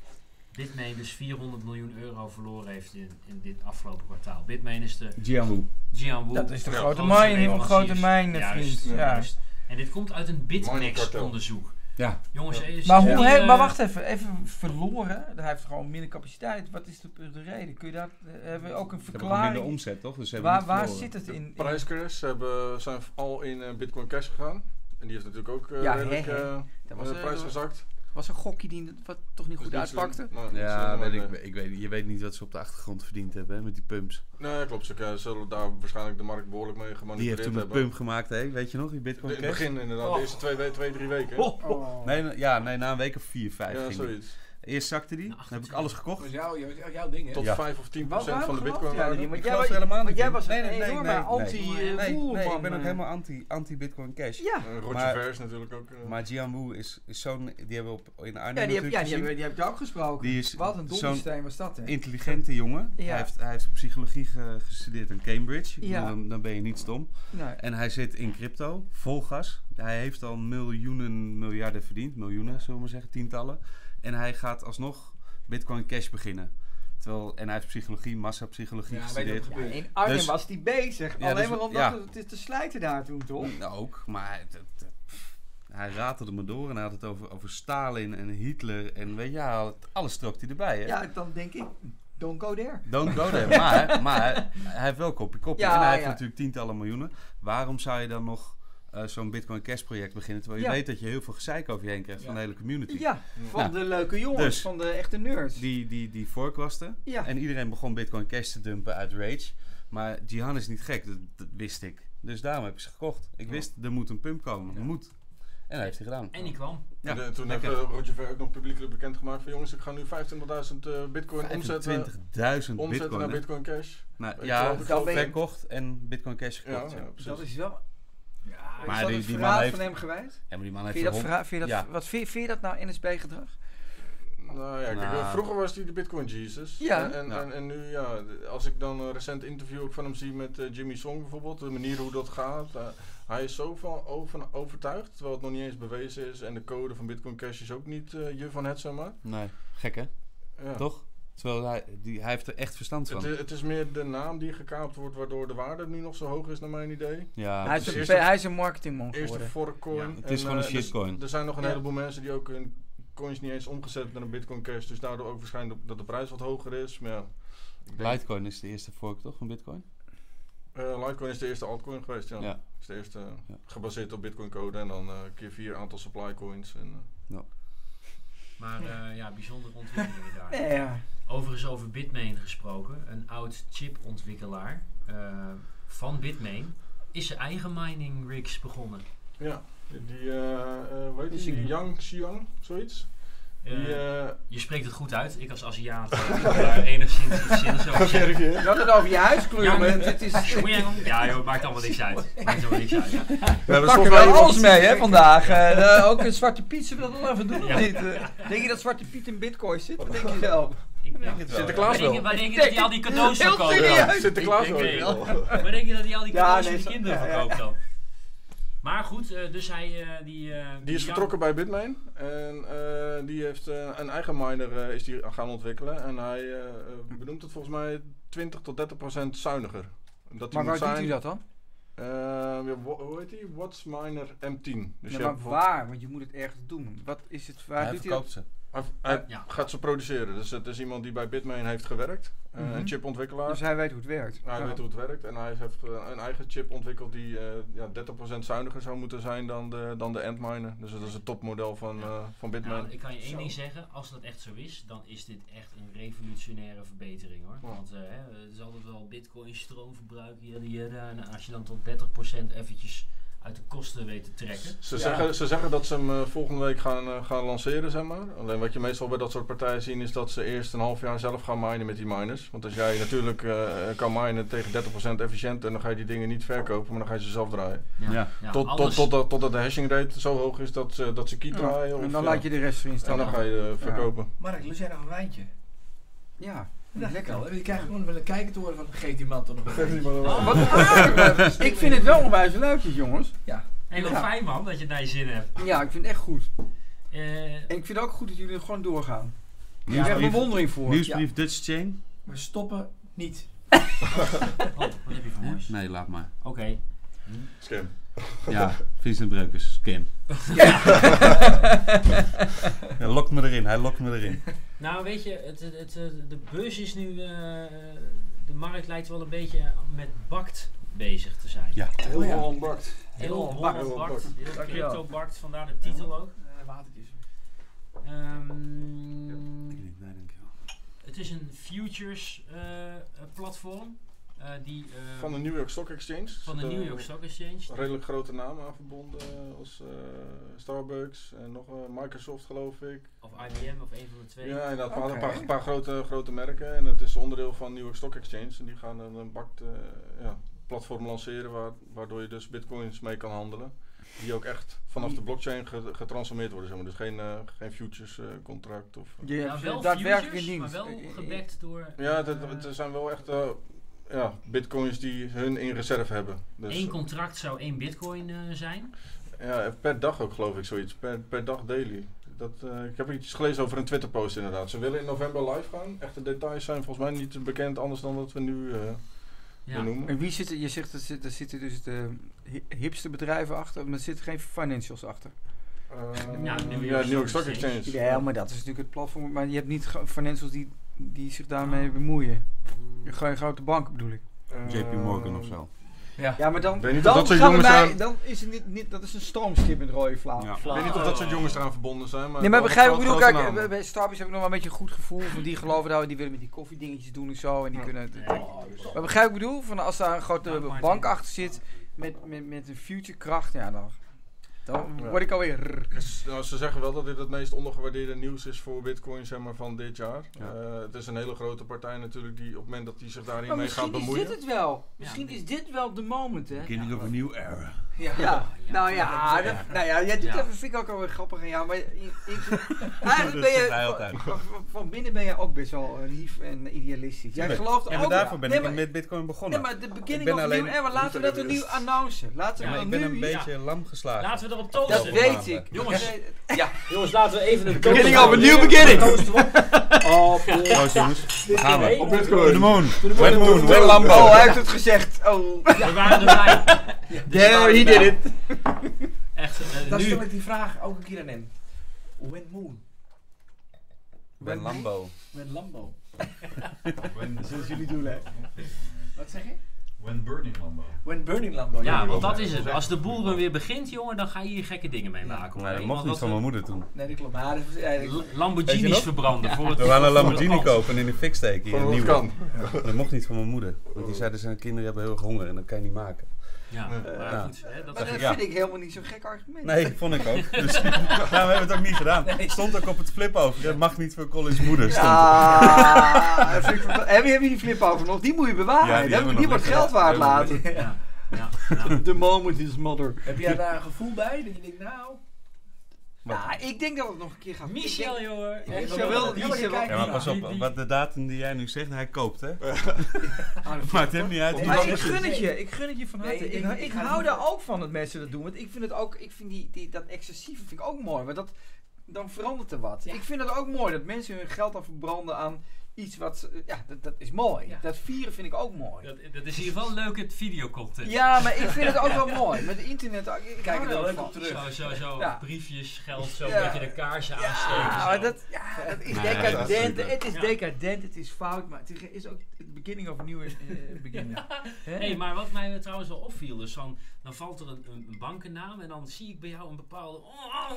Bitmain dus 400 miljoen euro verloren heeft in, in dit afgelopen kwartaal. Bitmain is de
Jianwu.
Jianwu.
Dat is de
Ja.
grote
grootste
mining van grote
leverancier.
mijnen,
Juist,
vriend. Ja.
juist. En dit komt uit een
Miningkartel.
Bitmax-onderzoek.
Ja.
Jongens, eh, is
Maar, hoe,
die,
he-
eh,
maar wacht even, even verloren. Hij heeft gewoon minder capaciteit. Wat is de, de reden? Kun je daar, eh, hebben we ook een
Ze hebben gewoon minder
verklaring?
omzet, toch? Dus ze hebben
Waar,
niet
waar
verloren.
zit het in? in-
Prijscrash hebben, zijn al in eh, Bitcoin Cash gegaan. En die heeft natuurlijk ook eh
Ja, hè,
redelijk
hè.
eh,
Dat was,
de
eh,
prijs gezakt.
was een gokje die wat toch niet goed
Dus niet
uitpakte.
slim. Nou, niet
Ja,
slim, maar,
weet ik,
eh,
ik weet, je weet niet wat ze op de achtergrond verdiend hebben hè, met die pumps.
Nee, klopt. Ze eh, zullen daar waarschijnlijk de markt behoorlijk mee
Die
gemanipuleerd
heeft toen een
hebben.
pump gemaakt, hè? weet je nog? Die
De-
Bitcoin
in het
Cash.
begin inderdaad.
Oh.
De eerste twee, we- twee, drie weken.
Oh, oh.
Oh.
Nee, na- ja, nee, na een week of vier, vijf
ja,
ging die.
zoiets.
Eerst zakte die,
Nou,
dan heb ik
28.
alles
Dat
gekocht.
was jouw, jouw, jouw ding, hè?
Tot
Ja.
5 of 10
Waarom
procent van de
geloof
bitcoin
jij er
waarde.
niet? Want
Ik
jij
geloof
was-
er helemaal
want
niet
jij
in.
was
Nee,
een
nee, nee,
enorme
nee,
anti
nee.
eh,
Nee,
boel,
nee, ik
man,
ben ook
eh.
helemaal anti- anti-Bitcoin Cash.
Ja,
Eh, Roger
Maar-
Ver is natuurlijk ook... eh,
Maar Jianwu is, is zo'n... Die hebben we op, in Arnhem
ja, die heb,
natuurlijk
ja, die,
gezien.
heb, die heb je ook gesproken.
Die is
Wat een
zo'n-
domsysteem was dat, hè?
intelligente jongen.
Ja.
Hij, heeft, hij heeft psychologie ge- gestudeerd aan Cambridge.
Ja.
Ik bedoel, Dan, dan ben je niet stom.
Nee.
En hij zit in crypto, vol gas. Hij heeft al miljoenen, miljarden verdiend. Miljoenen, zullen we maar zeggen, tientallen. En hij gaat alsnog Bitcoin Cash beginnen. Terwijl, en hij heeft psychologie, massapsychologie
Ja, weet je wat
gestudeerd.
er gebeurt?
In Arnhem
Dus-
was die bezig.
Ja,
Alleen
dus-
maar omdat
ja.
het is te slijten daar toen, toch?
Nou, Ook, maar hij- dat- dat- pff. hij ratelde me door en hij had het over, over Stalin en Hitler. En weet je, hij had- alles trok hij erbij. Hè?
Ja, dan denk ik, don't go there.
Don't go there. (laughs) maar, maar hij heeft wel kopje kopje.
Ja,
en hij heeft
ja.
natuurlijk tientallen miljoenen. Waarom zou je dan nog eh, zo'n Bitcoin Cash project beginnen? Terwijl je
Ja.
weet dat je heel veel gezeik over je heen krijgt van de hele community.
Ja, van
Nou,
de leuke jongens,
dus-
van de echte nerds.
Die, die, die voorkwasten.
Ja.
En iedereen begon Bitcoin Cash te dumpen uit rage. Maar Jihan is niet gek, dat, dat wist ik. Dus daarom heb ik ze gekocht. Ik
Ja.
wist, er moet een pump komen. Moet. En dat heeft hij gedaan.
En die kwam.
Ja,
en, eh, toen heeft
lekker.
eh, Roger Ver ook nog publiekelijk bekendgemaakt van... jongens, ik ga nu 25.000 eh, bitcoin omzetten,
25.000
omzetten naar
bitcoin.
bitcoin
hè?
cash.
Nou,
Ik
ja,
geloof ik
Dan ben je-
verkocht en bitcoin cash
Ja,
gekocht. Ja,
ja, precies.
Dat is wel... Ja,
Maar
is dat
die-
een
die man
verraad
heeft-
van hem geweest?
Ja, maar die man heeft
Vind je dat,
er
verra- vind je dat,
Ja.
wat, vind, vind je dat nou NSB-gedrag?
Nou ja, kijk,
Nou.
eh, vroeger was hij de Bitcoin Jesus.
Ja.
En, en,
Ja.
en, en nu, ja, d- als ik dan een recent interview ook van hem zie met eh, Jimmy Song bijvoorbeeld, de manier hoe dat gaat. eh, hij is zo van over, overtuigd, terwijl het nog niet eens bewezen is. En de code van Bitcoin Cash is ook niet eh, je van het, zeg maar.
Nee, gek hè?
Ja.
Toch? Terwijl hij, die, hij heeft er echt verstand
Het,
van.
i- het is meer de naam die gekaapt wordt, waardoor de waarde nu nog zo hoog is, naar mijn idee.
Ja,
Hij is,
dus
een,
eerst de-
hij is een marketingman
Eerst de
geworden.
forkcoin.
Ja, het is
en,
gewoon een
eh, dus
shitcoin.
Er zijn nog een
Ja.
heleboel mensen die ook hun coins niet eens omgezet hebben naar een Bitcoin Cash. Dus daardoor ook waarschijnlijk dat de prijs wat hoger is. Maar ja, ik denk-
Litecoin is de eerste fork toch van Bitcoin?
Eh, Litecoin is de eerste altcoin geweest, ja.
Ja.
Is de eerste, eh,
Ja.
gebaseerd op bitcoin code en dan eh, keer vier aantal supply coins. En, eh,
Maar eh, ja, bijzondere ontwikkelingen daar.
Ja, ja.
Overigens over Bitmain gesproken. Een oud chipontwikkelaar eh, van Bitmain is zijn eigen mining rigs begonnen.
ja, die, eh eh hoe heet
Is
die?
die-
Yang Xiang, zoiets.
Eh,
die, eh, (laughs)
je spreekt het goed uit. Ik als Aziat heb daar enigszins iets zinnigs over zeggen.
geverifieerd.
Dat het over je
Ja,
huidskleur,
maar-
man. Dit is...
Ja joh, maakt allemaal niks uit. Maakt allemaal niks uit.
We hebben
Pak er
zoveel-
wel alles mee, hè, vandaag. Eh, eh, ook een Zwarte Piet, zullen we dat wel even doen?
Ja.
Of niet? Eh, denk je dat Zwarte Piet in bitcoin zit? Wat denk je zelf?
Ik denk, waar
Sinterklaas
denk,
wel.
je- waar denk je dat hij al die cadeaus
Heel
verkoopt?
serieus.
Ja,
dan?
Sinterklaas
Ik
wel.
denk
joh.
Waar denk je dat hij al die
Ja,
cadeaus
nee,
voor de
zo-
kinderen
ja, ja,
verkoopt dan? Maar goed, eh, dus hij... eh, die, eh,
Die is
Jan-
vertrokken bij Bitmain en eh, die heeft eh, een eigen miner eh, is die gaan ontwikkelen en hij eh, eh, benoemt het volgens mij 20 tot 30 procent zuiniger. Dat die
Maar waar
moet
doet
zijn,
hij dat dan?
Ehm, ja, wo- hoe heet die? What's Miner M10. Dus
Ja,
je
maar
hebt
waar? Want je moet het ergens doen. Wat is het? Waar
hij
doet hij dat?
verkoopt ze.
Hij, hij
Ja.
gaat ze produceren. Dus het is iemand die bij Bitmain heeft gewerkt. eh,
Mhm.
Een chipontwikkelaar. Nou,
Dus hij weet hoe het werkt.
hij
Ja.
weet hoe het werkt. En hij heeft eh, een eigen chip ontwikkeld die eh, ja, 30% zuiniger zou moeten zijn dan de, dan de Antminer. Dus dat is het topmodel van, eh, van Bitmain.
Nou, ik kan je één
Zo.
ding zeggen, als dat echt zo is, dan is dit echt een revolutionaire verbetering hoor.
Ja.
Want eh, hè, eh, Nou, het is altijd wel bitcoin, stroomverbruik, jada jada. En als je dan tot 30% eventjes uit de kosten weet te trekken.
Ze, zeggen, ze zeggen dat ze hem eh, volgende week gaan, eh, gaan lanceren, zeg maar. Alleen wat je meestal bij dat soort partijen ziet, is dat ze eerst een half jaar zelf gaan minen met die miners. Want als jij natuurlijk eh, kan minen tegen 30% efficiënt en dan ga je die dingen niet verkopen, maar dan ga je ze zelf draaien.
Ja.
Ja,
tot, tot,
Nou, alles-
totdat, totdat de hashing rate zo hoog is dat ze, dat ze key draaien. of,
En dan
ja.
laat je de rest erin
en
staan.
dan ga je eh, verkopen.
Mark, lust jij nog een wijntje?
Ja,
Ja,
lekker.
wel. Je krijgt gewoon wel een kijker te horen van, geef die man toch nog een Oh,
Wat een aardig. Ik vind het wel onwijs leukjes, jongens.
Hey, wat
Ja.
fijn man, dat je het naar je zin hebt.
Ja, ik vind het echt goed.
Eh,
En ik vind het ook goed dat jullie er gewoon doorgaan. Ik heb
Nieuwsbrief,
bewondering voor.
nieuwsbrief Dutch Chain?
We stoppen niet.
oh, wat heb je voor moois?
Nee, laat maar.
Oké.
Scam.
Ja, Vincent Breukers, scam. Ja, lokt me erin, hij lokt me erin.
Nou, weet je, het, het, het, eh, de beurs is nu. eh, de markt lijkt wel een beetje met bakt bezig te zijn.
Ja.
Nou
Heel
ja.
veel ontbakt.
Heel
Heel
Holland
bakt.
bakt. Heel
Dankjewel.
crypto bakt, vandaar de titel ook.
Eh, watertjes.
Ehm, het is een futures eh, eh, platform. eh, die, eh,
Van de New York Stock Exchange.
van de
Zit, eh,
New York Stock Exchange.
Redelijk grote namen aan verbonden, eh, als eh, Starbucks en nog eh, Microsoft geloof ik.
Of IBM of een van de twee. Nou,
Ja, inderdaad. maar Een
Oké.
paar, een paar grote, grote merken. En het is onderdeel van New York Stock Exchange. En die gaan een, een bakt, eh, ja, platform lanceren waar, waardoor je dus bitcoins mee kan handelen. Die ook echt vanaf de blockchain ge- getransformeerd worden. Zeg maar. Dus geen, eh, geen futures eh, contract. Of, eh.
Je hebt eh,
Nou, wel
daadwerkelijk Eh,
futures,
niet.
maar wel gebackt door
Ja,
eh,
het, het- het zijn wel echt eh, ja, bitcoins die hun in reserve hebben. Dus,
één contract zou één bitcoin eh, zijn.
ja, per dag ook geloof ik zoiets. Per, per dag daily. Dat, eh, ik heb iets gelezen over een Twitter-post inderdaad. Ze willen in november live gaan. Echte details zijn volgens mij niet bekend anders dan dat we nu eh
Ja.
benoemen.
En wie zit er? Je zegt er zitten, er zitten dus de hi- hipste bedrijven achter, maar er zitten geen financials achter.
Eh,
Ja, New York
ja, New York
Stock
Stock Exchange.
Ja, maar dat is natuurlijk het platform. Maar je hebt niet ge- financials die, die zich daarmee bemoeien. Geen grote banken bedoel ik.
Eh,
JP Morgan of zo.
Ja, maar dan,
Ik weet niet of
dan,
dat soort
gaan we
jongens
mij-
zijn.
dan is het niet, niet, dat is een stoomschip in het rode vlaam.
Ja.
Ik weet niet of dat soort jongens eraan verbonden zijn. Maar
Nee, maar
wel
begrijp ik
grote,
bedoel,
grote
kijk, eh,
namen.
bij- bij Starbucks heb ik nog wel een beetje een goed gevoel. Van die geloven dat we- die willen met die koffiedingetjes doen en zo. En die
Ja.
kunnen.
Ja.
Maar begrijp ik bedoel, van als daar een grote
Nou, Martin.
bank achter zit met, met, met een future kracht, ja dan, dan
Ja.
word ik alweer. rrr.
Dus, nou, ze zeggen wel dat dit het meest ondergewaardeerde nieuws is voor Bitcoin zeg maar, van dit jaar.
Ja.
Eh, het is een hele grote partij natuurlijk die op het moment dat die zich daarin
Maar
mee
misschien
gaat
is dit
bemoeien.
het wel.
Misschien
Misschien
is
is dit wel de moment, hè?
Beginning of a new era.
Ja,
ja,
nou
ja,
ja,
ja.
dat- nou ja, jij doet
Ja.
even, vind ik ook alweer grappig aan jou, maar ik, ik,
(laughs) Dat
eigenlijk ben
zegt hij
je,
altijd.
van, van- van binnen ben je ook best wel eh, lief en idealistisch. Jij
Tuurlijk.
gelooft
En
ook,
daarvoor ben
Nee,
ik
maar-
met Bitcoin
Nee,
begonnen.
maar de
Ik
beginning
ben
of
alleen-
new era, laten we dat er nu announcen. Laten we
Maar
dat
ik ben een
nu-
beetje lam geslagen.
Laten we erop
Dat
toosten.
Ja.
weet ik.
Jongens.
Dat weet-
Jongens, laten we even een
Beginning
toast
of a
doen.
new beginning.
Toast op.
Proost, jongens. Daar gaan we.
Hey,
To the moon. When moon, when
Oh, hij
Lambo.
heeft het gezegd. Oh. (laughs)
We waren erbij.
There, he did it.
Echt, eh,
Dan stel
nu.
ik die vraag ook een keer aan hem. When Moon,
When Lambo.
when Lambo.
Zoals jullie doen, hè?
Wat zeg je?
When Burning Lambo.
When Burning Lambo.
Ja, want dat is het. Als de boel weer begint, jongen, dan ga je hier gekke dingen mee maken. hoor.
Nee, dat
Want
mocht niet
wat
van mijn moeder toen.
Nee, dat klopt. Maar eh, dat is- ja, dat-
we-
Weet je
Lamborghinis
nog?
verbranden voor het
We gaan een
voor het
Lamborghini
pand.
kopen en in de fik steken. hier, een
Van
nieuwe.
kan.
Dat mocht niet van mijn moeder. Want die zei, er zijn kinderen die hebben heel erg honger en dat kan je niet maken.
Ja, maar
Ja.
goed. Hè, dat
Maar dat
Ja.
vind ik helemaal niet zo'n gek argument.
Nee, vond ik ook. Dus (laughs) ja, we hebben het ook niet gedaan. Stond ook op het flip over. Dat mag niet voor Collins moeder. Stond
(laughs)
er.
Ah, dat vind ik verba- heb, je, heb je die flip over nog? Die moet je bewaren.
Ja, die
die
hebben we
die
nog
wordt
liggen.
geld waard
Die hebben we
later.
ja, ja, ja.
The moment is mother.
heb jij daar een gevoel bij? Dat je denkt, nou...
Nou, ik denk dat het nog een keer gaat.
Michel, jongen.
Ik
eh,
denk-
Echt,
Michel wil
jongen.
het
Michel
Michel
kijkt
wil-
Ja, maar pas op.
Die- die-
Wat de datum die jij nu zegt, hij koopt hè. Maakt hem niet uit.
Nee,
Iemand
Maar ik
is het.
gun het je, ik gun het je van
Nee,
harte.
ik
ik,
denk-
ik
ik ga
hou
het
daar
niet-
ook van dat mensen dat doen. Want ik vind het ook, ik vind die, die, dat excessieve vind ik ook mooi. Want dat, dan verandert er wat.
Ja.
Ik vind het ook mooi dat mensen hun geld aan verbranden aan iets wat, ze- ja, dat, dat is mooi.
Ja.
Dat vieren vind ik ook mooi.
Dat, dat is hier wel leuk het videocontent.
Ja, maar ik vind het ook
(laughs)
wel mooi. Met internet, ook- ik kijk er wel leuk op terug.
Zo, zo, zo.
Ja.
Briefjes, geld, zo
Ja.
een beetje de kaarsen
Ja,
aansteken.
maar
zo.
dat, ja, dat is
Nee, dat is
decadent.
natuurlijk
Het is
Ja.
decadent, het is fout, maar het is ook het beginning of a new eh, beginning. Hè?
Hey, maar wat mij trouwens wel opviel is van, dan valt er een, een, een bankennaam en dan zie ik bij jou een bepaalde... Oh,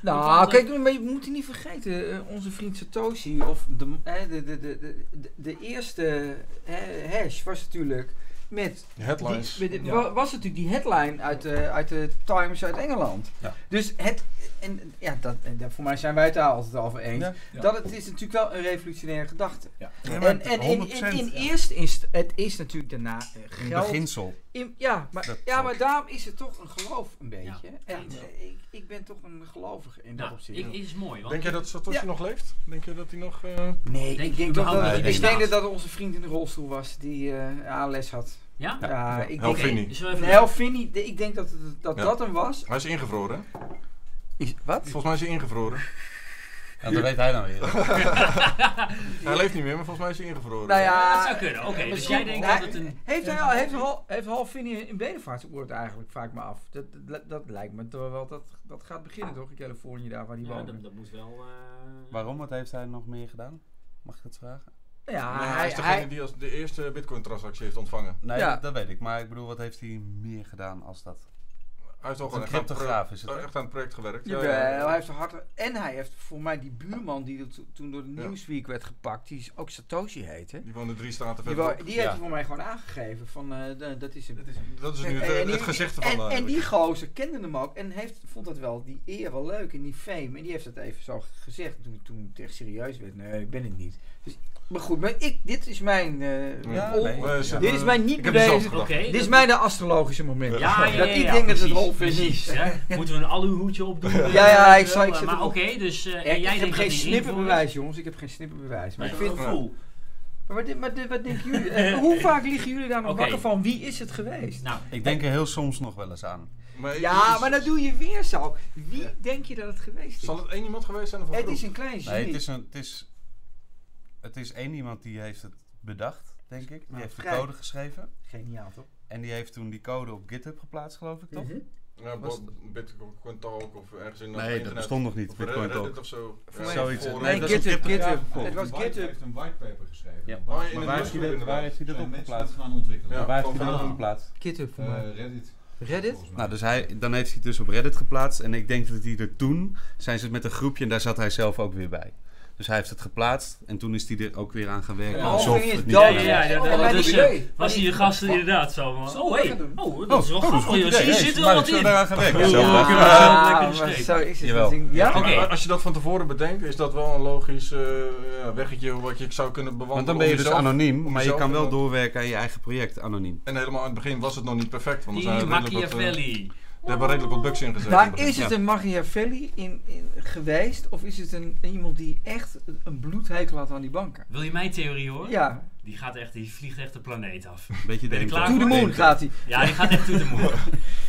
Nou, kijk, maar je moet niet vergeten, eh, onze vriend Satoshi, of de, eh, de, de, de, de, de eerste eh, hash was natuurlijk met
Headlines.
die, met de-
Ja.
wa- was natuurlijk die headline uit de, uit de Times uit Engeland.
Ja.
Dus het, en ja, dat, en daar- voor mij zijn wij het daar altijd over eens.
Ja.
Ja.
Dat het is natuurlijk wel een revolutionaire gedachte.
Ja, maar
en en in, in,
100%,
in
ja.
eerste inst- het is natuurlijk daarna eh,
In
geld.
beginsel.
in- ja, maar,
Dat
ja,
ook.
maar daarom is het toch een geloof een
Ja.
beetje. En
Ja.
eh, ik, ik ben toch een gelovige in dat
Nou,
opzicht.
ik, is mooi. Want
Denk jij dat Satoshi
Ja.
nog leeft? Denk je dat hij nog... eh,
Nee,
Denk je
ik denk dat,
überhaupt
dat,
dat
ik
hij
denk dat
bestaat?
dat onze vriend in de rolstoel was die eh ALS had.
Ja?
Ja,
Hel
ik denk,
Helfini.
Oké, zullen we even-
Helfini, de- ik denk dat het- dat,
Ja.
dat hem was.
Hij is ingevroren, hè?
wat?
Volgens mij is hij ingevroren.
Ja, dat weet hij nou weer.
Hij leeft niet meer, maar volgens mij is hij ingevroren.
Nou
Ja,
ja,
dat zou kunnen. Oké, dus
misschien-
jij denkt
hij-
dat het een...
Heeft hij al, heeft, Hal- heeft Halfini een bedevaartsoord eigenlijk, vaak me af. Dat, dat, dat lijkt me toch wel, dat, dat gaat beginnen toch, in Californië daar waar hij
Ja,
woont.
dat, dat moet wel... eh,
Waarom? Wat heeft hij nog meer gedaan? Mag ik dat vragen?
Nou ja,
Maar hij
hij,
is degene
hij,
die als de eerste bitcoin-transactie heeft ontvangen.
Nee,
Ja.
dat, dat weet ik. Maar ik bedoel, wat heeft hij meer gedaan als dat?
Hij heeft al
Een
gewoon echt aan pro-
cryptograaf is het, hè?
echt aan het project gewerkt. Ja,
jawel,
ja, ja.
hij heeft een harde... En hij heeft voor mij die buurman die to- toen door de Newsweek werd gepakt, die is ook Satoshi heette.
Die woonde drie staten
Die,
verder.
wa- die heeft
Ja.
hij voor mij gewoon aangegeven van, eh, de- dat is hem.
Dat is nu
En- en
het, eh,
die-
het gezicht
en,
ervan.
en die gozer kende hem ook en heeft, vond dat wel, die eer wel leuk en die fame. En die heeft dat even zo gezegd toen, toen het echt serieus werd. Nee, ik ben het niet. Dus, maar goed, maar ik, dit is mijn... eh,
Ja,
on-
nee.
Dit is mijn niet
eh, Ik heb dezelfde
bewezen...
gedachte.
Oké.
Dit
dat-
is mijn eh, astrologische moment.
Ja, ja, ja,
dat
ja,
ik denk dat het
precies,
half is.
Precies, hè. (laughs) Moeten we een aluhoedje opdoen? eh,
Ja, ja, ik
weet
zal-
wel,
ik zet
Maar
hem
oké,
op.
dus... eh,
Ja,
en jij
ik heb
denkt dat
geen
die
snipperbewijs, jongens. Ik heb geen snipperbewijs. Maar,
Nee,
ik
dat
vind,
is een gevoel.
maar wat, maar dit- wat denken jullie? Eh, hoe vaak liggen jullie daar nog
Oké.
wakker van? Wie is het geweest?
Nou,
Ik denk er heel soms nog wel eens aan.
Maar
Ja,
is-
maar dat doe je weer zo. Wie
Ja.
denk je dat het geweest is?
Zal het één iemand geweest zijn of een
Het
groep?
is een klein genie.
Nee, het is, een, het, is, het is één iemand die heeft het bedacht, denk ik.
Nou,
Die
Maar
heeft de
vrij.
code geschreven.
Geniaal, toch?
En die heeft toen die code op GitHub geplaatst, geloof ik, toch?
Mhm.
Ja,
Was-
Bob- Bitcoin Talk of ergens in
Nee, dat bestond nog niet. Bitcoin
Reddit
Talk.
of zo.
mij-
Zoiets.
forum.
Nee,
Nee,
dat is op
GitHub,
GitHub.
GitHub.
Ja.
Het was
White- Hij
GitHub.
heeft een whitepaper geschreven.
Ja.
Een white-
Maar in de
Maar waar heeft hij
newsgroup
dat-
inderdaad.
waar heeft hij dat
zijn mensen
opgeplaatst?
dat gaan ontwikkelen.
Ja.
Waar heeft hij
van-
dat
van-
opgeplaatst?
GitHub voor mij.
Eh, Reddit.
Reddit?
volgens mij.
Nou, dus hij, dan heeft hij het dus op Reddit geplaatst. En ik denk dat hij er toen, zijn ze met een groepje en daar zat hij zelf ook weer bij. Dus hij heeft het geplaatst en toen is hij er ook weer aan gaan werken.
Ja.
alsof
Alvin is
het niet-
dood.
Ja, ja, ja, eh, dat-
Oh,
dat
mijn
is,
idee.
eh, was hier de gast inderdaad zo van... Oh,
we
hey,
gaan
oh, dat is wel
Oh, dat is een
grappig,
goed
joh. Zie,
idee.
Hier
Hey,
zit er
maar
wel wat
zullen
in.
we daaraan gaan werken?
Ja.
Zelf
Ja.
ook.
kunnen we zelf
Ah,
lekker
maar
bespreken.
Zo is het.
Jawel.
natuurlijk. Ja?
Oké.
Maar als je dat van tevoren bedenkt, is dat wel een logisch eh, ja, weggetje wat je zou kunnen bewandelen.
Want dan ben je
om
dus
jezelf-
anoniem,
om
maar je
jezelf
kan wel
en-
doorwerken aan je eigen project anoniem.
En helemaal aan het begin was het nog niet perfect. Want er
Die
zijn redelijk wat, eh,
Machiavelli.
er hebben redelijk wat bugs in gezet.
Maar is het
Ja.
een Machiavelli in, in, geweest of is het een, iemand die echt een bloedhekel had aan die banken?
Wil je mijn theorie horen?
Ja,
Die gaat echt, die vliegt echt de planeet (laughs) af.
Beetje
Ben je
denken.
klaar
to the
voor?
moon gaat hij.
Ja, die gaat echt toe de moer.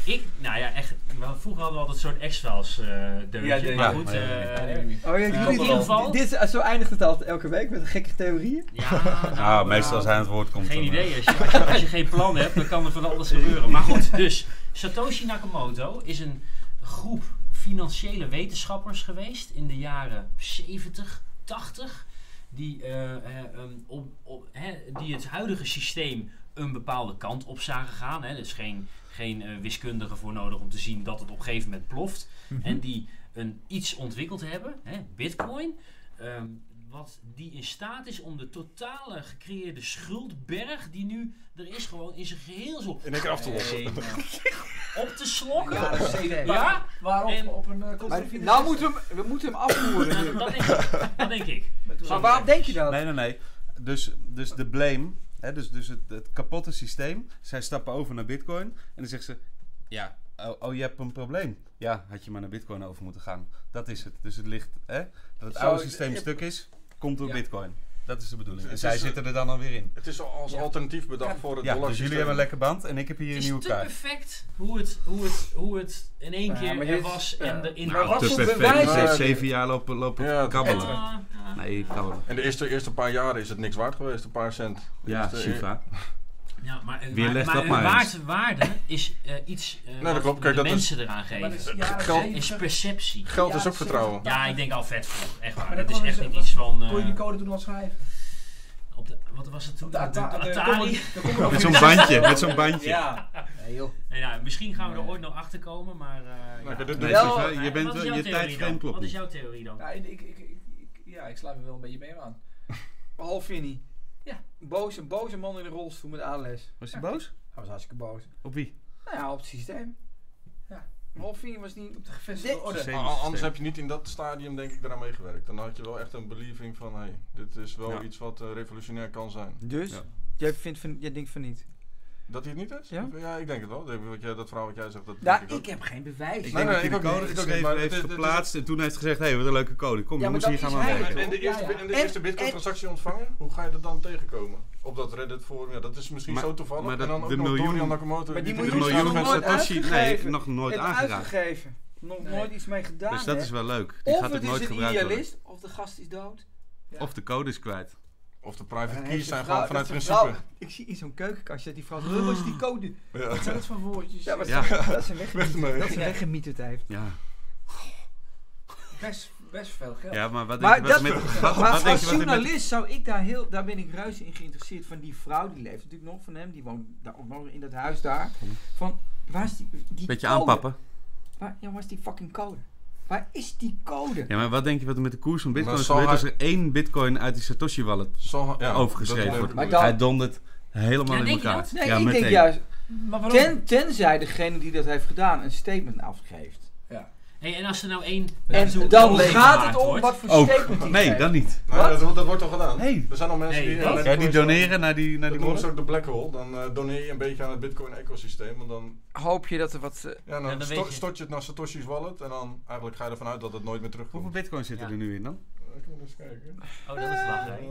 Ik, nou ja, echt. we- Vroeger hadden we altijd een soort X-Files eh
Ja,
deuntje.
ja,
maar
ja.
goed,
Ja,
eh,
Oh, ja,
in
jullie-
ieder geval-
Dit, is- zo eindigt het altijd elke week met gekke theorieën.
ja,
Ah,
nou,
meestal als hij aan het woord komt.
Geen
dan, eh,
idee. Als je, als, je, als je geen plan hebt, dan kan er van
(laughs)
alles gebeuren. Maar goed, dus Satoshi Nakamoto is een groep financiële wetenschappers geweest in de jaren 70, 80. Die, eh, eh, ehm, op, op, hè, die het huidige systeem een bepaalde kant op zagen gaan. Hè. Er is geen, geen eh, wiskundige voor nodig om te zien dat het op een gegeven moment ploft.
Mhm.
En die een, iets ontwikkeld hebben, hè, bitcoin, ehm, wat die in staat is om de totale gecreëerde schuldberg die nu er is gewoon in zijn geheel zo
In één keer af te lossen. (laughs)
op te slokken.
Ja, dat is
Ja,
Waarop?
En-
op een eh,
Maar,
constructieve
nou
sessie.
moeten we, hem- we moeten hem afvoeren (laughs) nu.
Nou, dat, denk ik, dat denk ik.
Met hoe-
Maar waarom denk je dat?
eh. Nee, nee, nee. Dus, dus de blame, hè, dus, dus het, het kapotte systeem. Zij stappen over naar Bitcoin en dan zegt ze: Ja, oh, oh, je hebt een probleem. Ja, had je maar naar Bitcoin over moeten gaan. Dat is het. Dus het ligt, hè, dat het
Zo,
oude
ik-
systeem
ik-
stuk is, komt door
Ja.
Bitcoin. Dat is de bedoeling.
Het
En
is
zij
een-
zitten er dan alweer in.
Het is al als
Ja.
alternatief bedacht
Ja.
voor het
Ja,
dollar
dus jullie hebben een lekker band en ik heb hier
Het
een
is
nieuwe
te
kaart.
perfect hoe het, hoe het, hoe het in één
Ja,
keer
maar
er
dit-
was
ja.
en erin
Maar
kwam.
wat voor
Ze
Ja,
heeft
oké.
bewijzen?
zeven jaar lopen, lopen
Ja,
kabbelen.
Ah, ah.
Nee, kabbelen.
En de eerste, eerste paar jaren is het niks waard geweest, een paar cent. Dus, eh, De
Ja,
eerste-
Shiva.
Ja, maar, eh,
Wie
maar,
legt
maar
dat
een
maar
waard-
eens?
waarde is eh, iets eh
dat
wat
klopt. Kijk,
de
dat is-
mensen eraan
Maar dat
geven.
is jaren
Geld-
zeventig.
Is perceptie.
Geld is
Ja,
ook vertrouwen.
Ja, ik denk al vet vroeg. Echt waar.
Maar
Dat
dat
is
was-
echt niet
dat-
iets van... eh,
Kon je die code toen al schrijven?
op de, wat was het toen?
Op de Ata-
Op de
de-
Atari?
de- de- de-
Met zo'n bandje, met zo'n bandje.
Ja.
Nee, joh.
Nee, nou, misschien gaan we er ooit nog achter komen, maar. eh,
Nou,
ja.
dit-
Nee,
Wel-
Shiva,
Nou,
je
en
bent
wat is
wel,
jouw
je
theorie dan?
tijdframe klopt
Wat is
niet.
jouw theorie dan?
Ja, ik, ik, ik, ik- ja, ik sluit me wel een beetje mee aan.
Half Vinnie.
Ja.
Boos, een boze man in een rolstoel met ALS.
Was hij boos?
Hij was hartstikke boos.
Op wie?
Nou ja, op het systeem. Ja. Hoffinger was niet op de gevestigde
Dit-
orde.
Systeem,
Al- anders
systeem.
heb je niet in dat stadium denk ik daaraan meegewerkt. Dan had je wel echt een believing van, hey, dit is wel
Ja.
iets wat eh, revolutionair kan zijn.
Dus,
Ja.
jij, vindt van, jij denkt van niet.
Dat hij het niet is?
Ja?
ik denk het wel. Dat, wat jij, dat verhaal wat jij zegt, dat
Nou,
denk ik ook.
ik heb geen bewijs.
Ik
Nee, nee,
denk dat hij
ik
de
ook niet,
code
ik ook niet,
geschreven
maar
heeft
dit- dit-
geplaatst en toen heeft gezegd, hé, wat een leuke code. Kom,
Ja, maar
jongens,
dat
hier gaan we
is
aan
hij,
werken.
En de eerste,
Ja, ja.
en de
En-
eerste Bitcoin-transactie ontvangen, hoe ga je dat dan tegenkomen? Op dat Reddit forum, ja, dat is misschien
Maar-
zo toevallig.
maar
en
dat-
dan ook
de
nog
miljoen-
Dorian Nakamoto.
Maar die
De
doet
miljoen
het
staat
miljoen
ook.
nog
van
nooit
Satoshi, nee,
uitgegeven.
nog nooit
En
aangeraakt.
uitgegeven. Nog nooit iets mee gedaan.
Dus dat
hè.
is wel leuk. Die
of
gaat
het
het
is
nooit
een
gebruikt worden.
idealist, of de gast is dood.
Of de code is kwijt.
Of de private
Dan heeft
keys
de
zijn
vrouw-
gewoon vanuit
dat de
principe.
vrouw- Ik zie in zo'n keukenkastje dat die vrouw... Huh, wat is die code?
Ja. (laughs)
Wat zijn het voor woordjes?
Ja, maar
Ja.
dat- dat is een
Weg
weggemieterd.
ermee.
Dat is een weggemieterd heeft.
Ja,
Best, best veel geld.
ja maar wat
Maar
denk je wat
dat-
er met... wat-
Maar
wat denk je
als
wat er met-
journalist zou ik daar heel, daar ben ik ruis in geïnteresseerd. Van die vrouw, die leeft natuurlijk nog van hem, die woont daar ook nog in dat huis daar. Van, waar is die, die
Beetje
code?
aanpappen.
Waar, ja, waar is die fucking code? Waar is die code?
Ja, maar wat denk je wat er met de koers van bitcoin
Maar
is
zal
gebeurd als
hij-
er één bitcoin uit die Satoshi wallet
Zal- ja,
overgeschreven
dat-
wordt?
Maar dan-
Hij dondert helemaal
Ja,
in
denk je
elkaar.
dat?
Nee,
Ja,
ik
meteen.
denk juist,
Maar waarom?
ten, tenzij degene die dat heeft gedaan een statement afgeeft.
Hey, en als er nou één...
En
zo'n
dan
overleven
gaat
gemaakt
het om
wordt,
wat voor
Ook.
statement die
Nee,
geeft.
dan niet.
Nou, dat, wordt- dat wordt al gedaan.
Nee.
Er zijn al mensen
Nee,
die...
dat-
naar de
Ja, die
Bitcoin-
doneren naar die, naar
Dat
die
noemen ze
wallet.
ook de black hole. Dan eh, doneer je een beetje aan het Bitcoin-ecosysteem. En dan,
Hoop je dat er wat... eh,
ja, dan,
Ja, dan
sto-
weet je.
stort je het naar Satoshi's wallet. En dan eigenlijk ga je ervan uit dat het nooit meer
Hoeveel
terugkomt.
bitcoin zitten
Ja.
er nu in dan?
Eh, Ik moet eens kijken.
Oh, dat is lachen. hè?
Eh,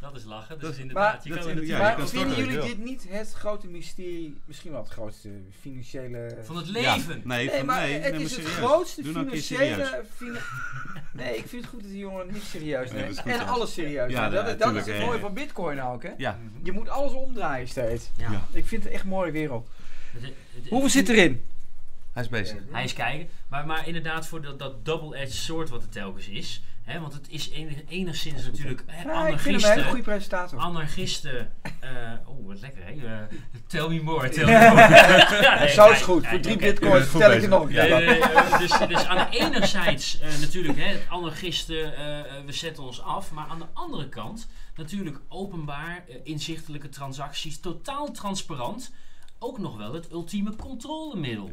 Dat is lachen. Dat
Dat-
is inderdaad... je
dat
kan
is-
het-
ja, je
maar
kan
vinden
storten,
jullie
ja.
dit niet het grote mysterie, misschien wel het grootste financiële...
Van het leven.
Ja. Nee,
Nee,
van-
maar
nee,
het
neem
is
maar
het
serieus.
grootste
Doe nou een keer serieus.
financiële... fina- nee, ik vind het goed dat die jongen niks serieus
Nee,
neemt.
dat is goed,
en
ja.
alles serieus
Ja,
neemt.
ja,
dat, dat is
tuurlijk,
het
ja,
mooie
ja.
van bitcoin ook, hè.
Ja.
Je moet alles omdraaien steeds.
Ja.
Ja.
Ik vind het echt een mooie wereld.
Het- het- het-
Hoeveel zit erin?
Hij is bezig.
Hij is kijken. Maar, maar inderdaad voor dat, dat double-edged sword wat het telkens is. Hè, want het is enig- enigszins natuurlijk hè,
Ja, ik vind hem een hele
anarchisten.
goede presentator.
Anarchisten. eh oh, wat lekker hè. Eh, tell me more. Tell me more. ja, nee,
Zo is
nee,
goed.
nee,
Voor drie
oké.
bitcoins
goed
vertel ik het
bezig.
nog een
Nee,
keer.
nee, nee, eh, dus, dus aan de ene zijds eh, natuurlijk, hè, anarchisten, eh, eh, we zetten ons af. Maar aan de andere kant natuurlijk openbaar, eh, inzichtelijke transacties, totaal transparant. Ook nog wel het ultieme controlemiddel.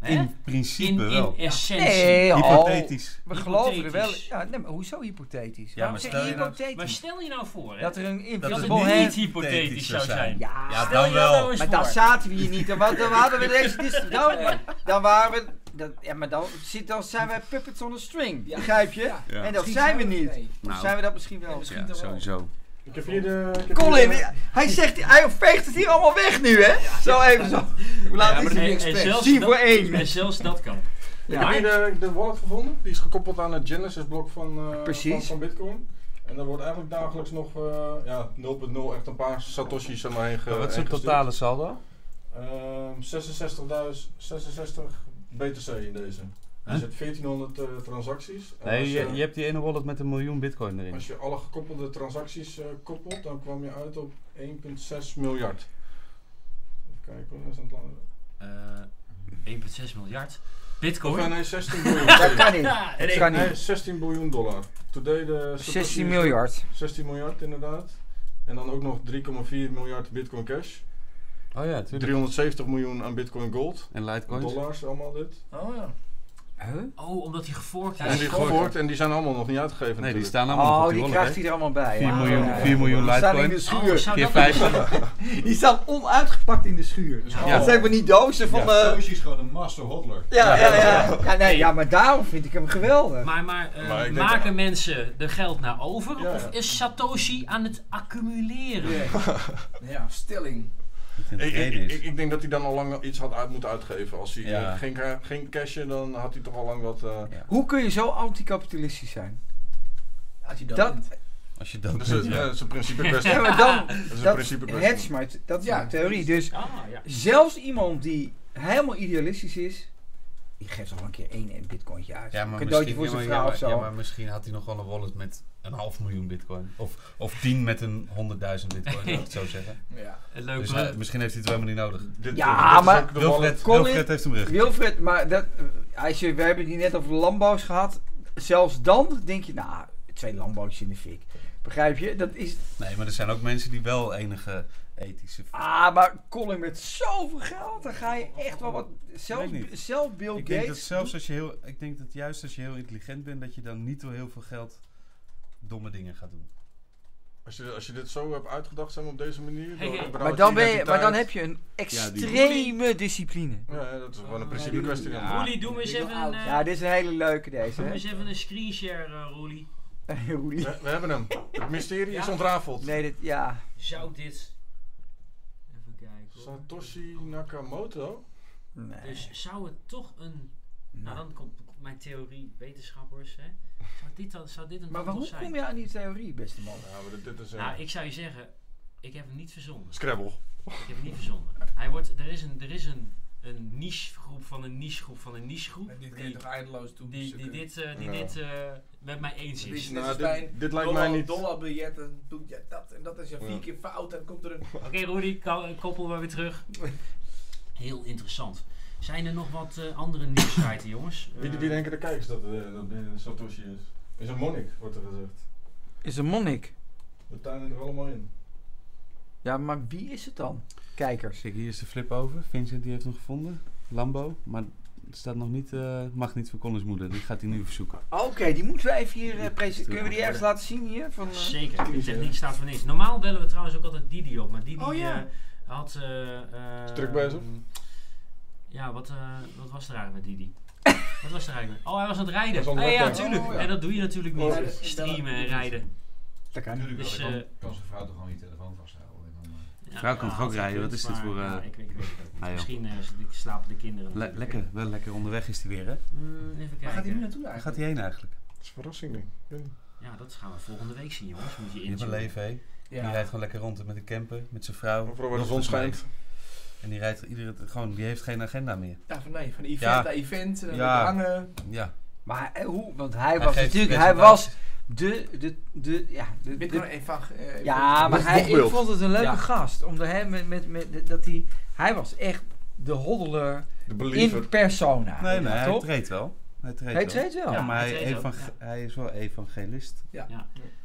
Hè?
In principe
in,
wel.
in essentie.
Nee, al.
Hypothetisch.
We geloven er wel.
Hypothetisch.
Ja, nee, maar hoezo hypothetisch?
Ja,
Waarom
maar
zeg
stel
je
je nou-
Maar
hypothetisch?
stel je nou voor, hè,
Dat er een
Dat
dat
het
het
nu
invisible
niet
hand...
hypothetisch zou zijn.
Ja,
Ja,
Stel
dan
je nou
wel.
eens
Maar dan
voor.
zaten we hier niet. Dan, wa-
(laughs)
dan hadden we deze dis- Dan, dan waren we. Dan, ja, maar dan, zit, dan zijn wij puppets on a string.
Ja.
Begrijp je?
Ja.
Ja.
En dat zijn we niet.
Nee.
Of
Nou.
zijn we dat misschien wel?
Misschien
Ja,
toch wel.
sowieso.
Ik heb hier de... ik heb
Colin,
hier de-
hij zegt, hij veegt het hier allemaal weg nu, hè? Zo even zo. Hoe laat
Ja, maar
is
en-
het?
en zelfs
Zie
dat-
voor
(laughs)
één.
En zelfs dat kan.
Ik
Ja.
heb hier de, de wallet gevonden. Die is gekoppeld aan het Genesis-blok van, eh,
Precies.
van, van Bitcoin. En daar wordt eigenlijk dagelijks nog eh, ja, 0.0 echt een paar Satoshi's er maar heen ge-
Wat is
heen
het
gestuurd.
totale saldo?
Ehm, 66.000, 66 BTC in deze. Er
Huh?
zit 1400 eh, transacties. En
Nee,
als
je, je hebt die ene wallet met een miljoen bitcoin erin.
Als je alle gekoppelde transacties eh, koppelt, dan kwam je uit op 1,6 miljard. Even kijken hoor, dat is aan het langer.
Eh, 1,6 miljard.
Of eh,
Bitcoin.
nee, 16 biljoen.
Dat kan niet.
Ja, en
Dat
één-
kan
Nee,
niet.
16 biljoen dollar. Today de
16 miljard.
16 miljard inderdaad. En dan ook nog 3,4 miljard Bitcoin Cash.
Oh ja, tuurlijk.
370 miljoen aan Bitcoin Gold.
En litecoins.
Dollars, allemaal dit.
Oh ja.
Oh, omdat hij geforkt
en
is. Oh,
die
is gewoon-
gehoord en die zijn allemaal nog niet uitgegeven
Nee, die
natuurlijk.
staan allemaal nog
Oh,
op die
die
wallet.
krijgt hij er allemaal bij.
4
ja.
miljoen,
Ja.
4 miljoen
Die staan in
litecoin.
de
Oh,
schuur.
zou
Keer
dat dan-
5.
Die staan onuitgepakt in de schuur.
Ja.
Dat zijn van die dozen van... eh,
is gewoon een master hodler.
Ja, ja, ja. Ja, nee, ja, maar daarom vind ik hem geweldig.
Maar, maar, eh,
Maar ik denk-
maken mensen er geld naar over?
Ja, ja.
Of is Satoshi aan het accumuleren?
Nou Ja, stelling.
Ik, ik, ik, ik denk dat hij dan al lang wel iets had uit moeten uitgeven. Als hij
Ja.
eh, ging, ca- ging cashen, dan had hij toch al lang wat... eh,
Hoe kun je zo anticapitalistisch zijn?
Als je dat,
Dat,
bent.
Als je dat
dus het
doet,
is
ja.
een principe
ja,
(laughs)
kwestie.
maar dan,
Dat is een
dat
principe
het
kwestie.
maar, het- dat is
Ja.
mijn theorie. Dus
Ah, ja.
zelfs iemand die helemaal idealistisch is, die geeft al een keer één en bitcointje uit.
Ja,
een
maar
cadeautje voor
misschien-
zijn
ja, maar-
vrouw of zo.
Ja, maar misschien had hij nog wel een wallet met een half miljoen bitcoin. Of, of 10 met een 100.000 bitcoin, laat ik
(laughs)
het zo zeggen.
Ja.
Een leuk
Dus
brug.
hij- misschien heeft hij het wel helemaal niet nodig.
Dit-
Ja,
dit is
maar-
ook de
Wilfred,
Colin-
Wilfred heeft hem rug.
Wilfred, maar dat, eh, als je, we hebben het hier net over Lambo's gehad. Zelfs dan denk je, nou, twee Lambo's in de fik. Begrijp je? Dat is.
Nee, maar er zijn ook mensen die wel enige ethische...
Ah, maar Colin met zoveel geld, dan ga je echt wel wat. Zelf,
Weet niet.
zelf Bill
ik denk dat
Gates.
zelfs als je heel... Ik denk dat juist als je heel intelligent bent, dat je dan niet door heel veel geld domme dingen gaat doen.
Als je, als je dit zo hebt uitgedacht zeg maar, op deze manier.
Hey, hey.
berouw
maar, dan ben je,
identiteit.
maar dan heb je een
Ja, die-
extreme discipline.
Ja, dat is gewoon een
Ah,
principe
die-
kwestie. dan.
Roelie, doe me eens
Ik ben
even
oud.
een, eh,
Ja, dit is een hele leuke deze.
doe me (laughs)
Hè?
eens even een screenshare, eh Roelie.
Roelie.
We, we hebben hem. Het mysterie is
Ja.
ontrafeld.
Nee, dit, ja.
Zou dit... Even kijken hoor.
Satoshi Nakamoto?
Nee.
Dus zou het toch een... Nou, dan komt mijn theorie wetenschappers, hè. Zou dit, dan, zou dit een
Maar
dan toch
hoe
zijn?
kom je aan die theorie, beste man?
Ja, maar dit, dit is een
Nou, ik zou je zeggen, ik heb hem niet verzonnen.
Scrabble.
Ik heb hem niet verzonnen. Hij wordt, er is een, er is een, een nichegroep van een nichegroep van een nichegroep.
Dit kun je
Die,
toch eindeloos toe.
die, die dit, eh, die
Ja.
dit eh, met mij eens
Dit is
is.
net
Nou,
als bij een
dit, dit lijkt mij niet.
dollarbiljet, dan doe je dat en dat is je
Ja.
vier keer fout en komt er een...
Oké, Rudy, ka- koppel maar weer terug. (laughs) Heel interessant. Zijn er nog wat eh, andere nieuwsfeiten, jongens?
Wie,
Eh,
wie denken de kijkers dat, eh, dat dit een Satoshi is? Is een monnik, wordt er gezegd.
Is een monnik.
We tuinen er allemaal in.
Ja, maar wie is het dan? Kijkers.
Kijk, hier is de flip over. Vincent die heeft hem gevonden. Lambo. Maar het staat nog niet... eh, mag niet van Collins moeder. Die gaat hij nu verzoeken.
Oké, die moeten we even hier eh, presenteren. Kunnen we die ergens laten zien hier? Van, eh?
Zeker, de techniek staat voor niks. Normaal bellen we trouwens ook altijd Didi op, maar Didi
Oh, ja.
eh, had... eh, eh,
Ehm,
Druk bezig.
Ja, wat, eh, wat was er eigenlijk met
(laughs)
Didi? wat was er eigenlijk met... Oh, hij was aan het rijden.
Hij was aan het
Ah, ja,
wegkijken.
tuurlijk.
Oh, ja.
En dat doe je natuurlijk niet.
Oh,
dus-
Streamen en rijden.
Dat kan niet.
Natuurlijk
Dus,
wel.
eh,
Dan kan, kan zijn vrouw toch gewoon je telefoon vasthouden. En dan, eh,
Ja,
Vrouw kan toch ook
had ik
rijden? Wat
gekund,
is
maar,
dit voor, eh,
ja, ik, ik weet het ook niet.
ah, joh.
Misschien eh, zit ik- slapen de kinderen.
Le-
natuurlijk.
lekker. Wel lekker onderweg is hij weer, hè?
Mm, even kijken.
Waar gaat hij nu naartoe
Waar
eigenlijk?
gaat hij heen eigenlijk?
Dat is een verrassing, denk ik. ik.
Oh.
weet niet.
Ja, dat gaan we volgende week zien, jongens. Moet je
Je hebt een
intunen.
leven, hè? Die rijdt gewoon lekker rond met een camper, met zijn vrouw.
Overal waar de zon
dochters mee.
schijnt.
En die rijdt iedere, gewoon, die heeft geen agenda meer.
Ja, van nee, van event
Ja.
naar event en dan
Ja.
hangen.
Ja.
Maar eh, hoe? Want hij
Hij
was
geeft
natuurlijk, hij was
presentaties.
de, de, de, ja, de,
Dit
de-
kan even... eh,
ja, maar
Nog-
hij, ik
nogbeeld.
vond het een leuke
Ja.
gast. Omdat hij met, met, met dat hij, hij was echt de hoddeler
De
in
believer.
persona.
Nee, nee, hij
toch?
treedt wel. Hij treedt
Hij
wel.
treedt wel.
Ja, maar
hij
hij,
treedt wel,
evang- hij is wel evangelist.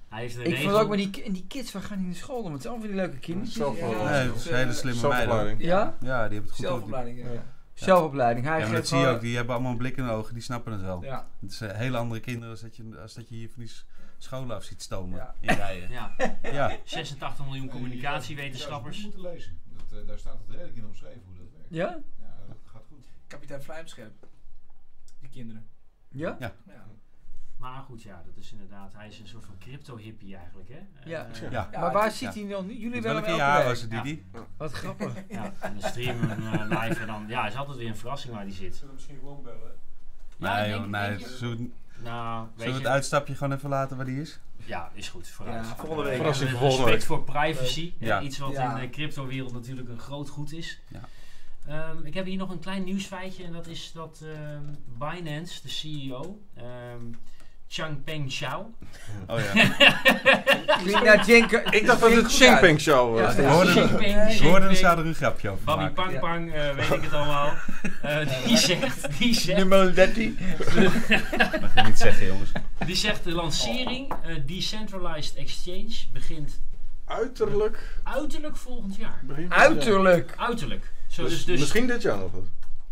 Hij is de
Ik vond
regel.
ook, maar die, en die kids, waar gaan die naar school? Want het zijn allemaal van die leuke kindertjes.
Zelf-
Ja.
Ja,
nee,
dat
dat
is,
is een hele
eh,
slimme meiden.
Zelfopleiding.
Ja?
Ja, die hebben het goed ook. Ja,
Zelfopleiding, ja.
Ja.
ja.
Zelfopleiding. Hij
maar
geeft
dat zie je
gewoon-
ook. Die hebben allemaal een blik in de ogen. Die snappen het wel.
Ja.
Het zijn hele andere kinderen als dat je, als dat je hier van die s- scholen af ziet stomen.
Ja.
In rijen.
Ja,
(laughs)
Ja.
86 miljoen
Je
communicatiewetenschappers.
zou het boek moeten lezen. Dat, eh, daar staat het redelijk in omschreven hoe dat werkt. Ja,
Ja?
dat gaat goed.
Kapitein Vlijmscherp. Die kinderen.
Ja?
Ja.
Maar goed, ja, dat is inderdaad. Hij is een soort van crypto-hippie eigenlijk, hè?
Ja.
Eh,
Ja.
ja.
Ja,
maar waar
het-
zit hij dan nu? Jullie
Met
wel
welke
hem
jaar
elke
was
week?
het,
Ja.
Didi?
Wat
(laughs)
grappig.
Ja, en dan streamen we hem, eh, live en dan... Ja, is altijd weer een verrassing waar die zit.
Zullen we misschien gewoon bellen?
Ja,
nee,
denk-
joh, nee.
Nou, denk je-
Zullen we,
Nou, weet
zullen we
je...
het uitstapje gewoon even laten waar die is?
Ja, is goed. Vooruit.
Ja, volgende week.
Verrassing
Eh,
voor volgende
respect voor privacy.
Ja.
eh, Iets wat
Ja.
in de cryptowereld natuurlijk een groot goed is.
Ja.
Ehm, ik heb hier nog een klein nieuwsfeitje. En dat is dat ehm, Binance, de CEO... ehm Changpeng Zhao.
Oh ja.
Klinkt naar Jenke-
Ik dacht dat het Xingpeng Show
Ja.
was.
We hoorden-
Changpeng,
we hoorden er
Changpeng.
zou er een grapje over
Babi
maken.
Pang Pang, eh, weet ik het allemaal. Eh, die zegt, die zegt,
Nummer 13.
Dat ga ik niet zeggen, jongens.
die zegt de lancering eh, Decentralized Exchange begint
Uiterlijk.
uiterlijk volgend jaar.
begin van het jaar.
Uiterlijk.
Uiterlijk. Zo,
Dus,
dus, dus,
misschien dit jaar nog wat.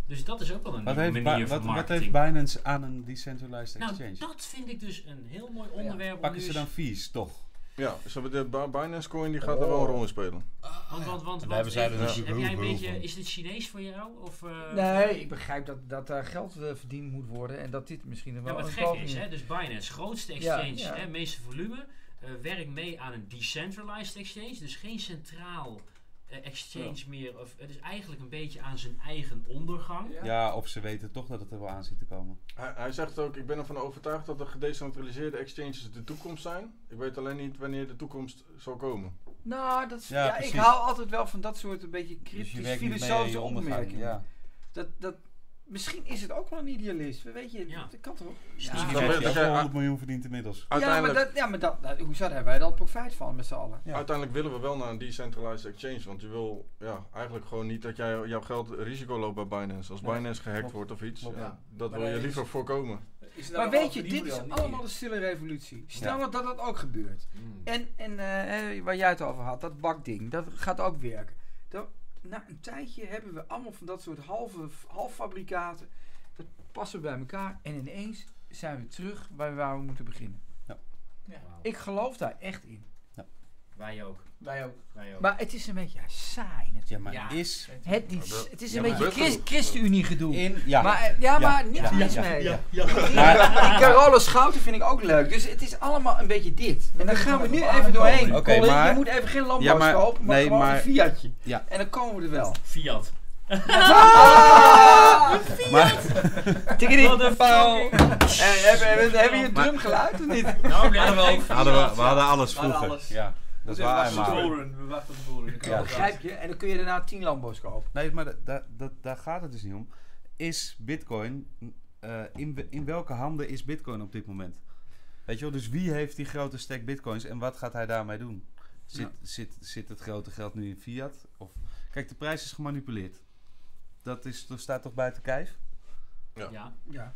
dus dat is ook wel een
Wat
nieuwe
heeft,
manier
Bi-
van
wat, wat
marketing.
heeft Binance aan een decentralized
nou,
exchange? Oh
dat vind ik dus een heel mooi onderwerp. om dus-
Pakken
nu
ze
eens-
dan fees, toch?
Ja, zo de Bi- Binance Coin die gaat er wel een rol in spelen.
Want, want, want,
En
want-
hebben zij er
even-
dus
heb jij een
heel veel
beetje,
van.
is dit Chinees voor jou? Of, eh,
Nee, ik begrijp dat, dat daar geld eh, verdiend moet worden en dat dit misschien nog
Ja,
wel
wat
een
gek
poging
is, hè, dus Binance, grootste
Ja,
exchange,
ja.
Hè, meeste volume. eh werk mee aan een decentralized exchange, dus geen centraal eh, exchange meer. Of, het is eigenlijk een beetje aan zijn eigen ondergang.
Ja.
Ja, of ze weten toch dat het er wel aan zit te komen. Dus
Hij, hij zegt ook, ik ben ervan overtuigd dat de gedecentraliseerde exchanges de toekomst zijn. Ik weet alleen niet wanneer de toekomst zal komen.
Nou, dat is, ja,
Ja,
ik
precies.
hou altijd wel van dat soort een beetje
Dus
cryptisch
je werkt niet mee aan
filosofische
je ondergang.
opmerkingen.
Ja.
Dat, dat, misschien is het ook wel een idealist. Weet je,
Ja.
dat kan toch?
Dus
Ja,
misschien
dat-
heeft hij
dat
ook
jij-
wel 100 miljoen verdiend inmiddels.
ja, maar,
Uiteindelijk,
dat, ja, maar dat, dat, hoezo daar hebben wij dan profijt van met z'n allen?
Ja.
uiteindelijk willen we wel naar een decentralized exchange. Want je wil ja, eigenlijk gewoon niet dat jij jouw geld risico loopt bij Binance. Als
Nee,
Binance gehackt
klopt.
wordt of iets.
Klopt.
Ja,
Ja.
dat
Maar
wil je
nee,
liever
is-
voorkomen.
Is dus- er nou
Maar
wel
weet je,
verdienmodel?
dit is
Niet
allemaal
meer.
de stille revolutie. Stel nou dat dat dat ook gebeurt.
Hmm.
En, en eh, eh, waar jij het over had, dat bakding, dat gaat ook werken. Dat, na een tijdje hebben we allemaal van dat soort halve, halffabrikaten. Dat passen we bij elkaar en ineens zijn we terug bij waar we moeten beginnen.
Wauw.
Ik geloof daar echt in.
Wij ook.
Wij ook.
Wij ook.
Maar het is een beetje ja, saai natuurlijk.
Ja, maar
Ja.
is
Het, is, het is
Ja,
een
maar
beetje
dat is
Christ, ChristenUnie gedoe.
in... Ja,
maar, eh, ja,
Ja.
maar niks
Ja.
mis
Ja.
mee.
maar...
Die Carola eh, Schouten vind ik ook leuk. Dus het is allemaal een beetje dit. En daar gaan we nu even doorheen.
Oké,
Colin, je
maar-
moet even geen Lambo's
Ja, maar-
kopen, maar
nee,
gewoon
maar-
een Fiatje.
Ja.
En dan komen we er wel.
Fiat.
Ah!
maar
Tikkeri.
Wat een fucking-
Eh, Hebben hebben- hebben je een drumgeluid of niet?
Nou, we hadden wel
(laughs) hadden we, we hadden alles
We hadden
vroeger.
alles.
Ja, dat is waar.
wachten op de
Maar...
bullrun, We wachten op de bullrun.
Ja.
Ja.
Begrijp je? En dan kun je daarna 10 Lambo's kopen.
Nee, maar da- da- da- daar gaat het dus niet om. Is bitcoin... eh, in, we- in welke handen is bitcoin op dit moment? Weet je wel, dus wie heeft die grote stack bitcoins en wat gaat hij daarmee doen? Zit,
Nou.
zit, zit het grote geld nu in fiat? Of, kijk, de prijs is gemanipuleerd. Dat, is, dat staat toch buiten kijf?
Ja.
Ja.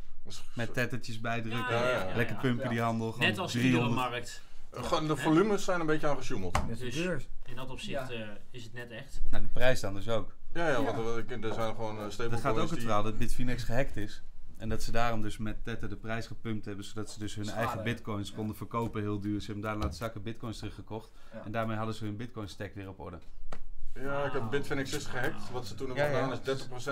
Met tettertjes bijdrukken.
Ja, ja, ja.
Lekker pumpen die handel. gewoon
Net als
300.
iedere markt.
Gewoon de volumes zijn een beetje aangesjoemeld.
Dat is
Dus-
de beurs.
In dat opzicht
Ja.
eh, is het net echt.
Nou, de prijs dan dus ook.
Ja, ja,
Ja.
want er- er zijn gewoon eh,
Er
stablecoins
gaat ook het
die-
verhaal dat Bitfinex gehackt is. En dat ze daarom dus met Tether de prijs gepumpt hebben, zodat ze dus hun
Schade.
eigen bitcoins konden verkopen heel duur. Ze hebben daarna laten zakken bitcoins teruggekocht.
Ja.
En daarmee hadden ze hun bitcoin stack weer op orde.
Ja, ik heb Bitfinex is gehackt. Wat ze toen hebben
Ja, ja.
gedaan is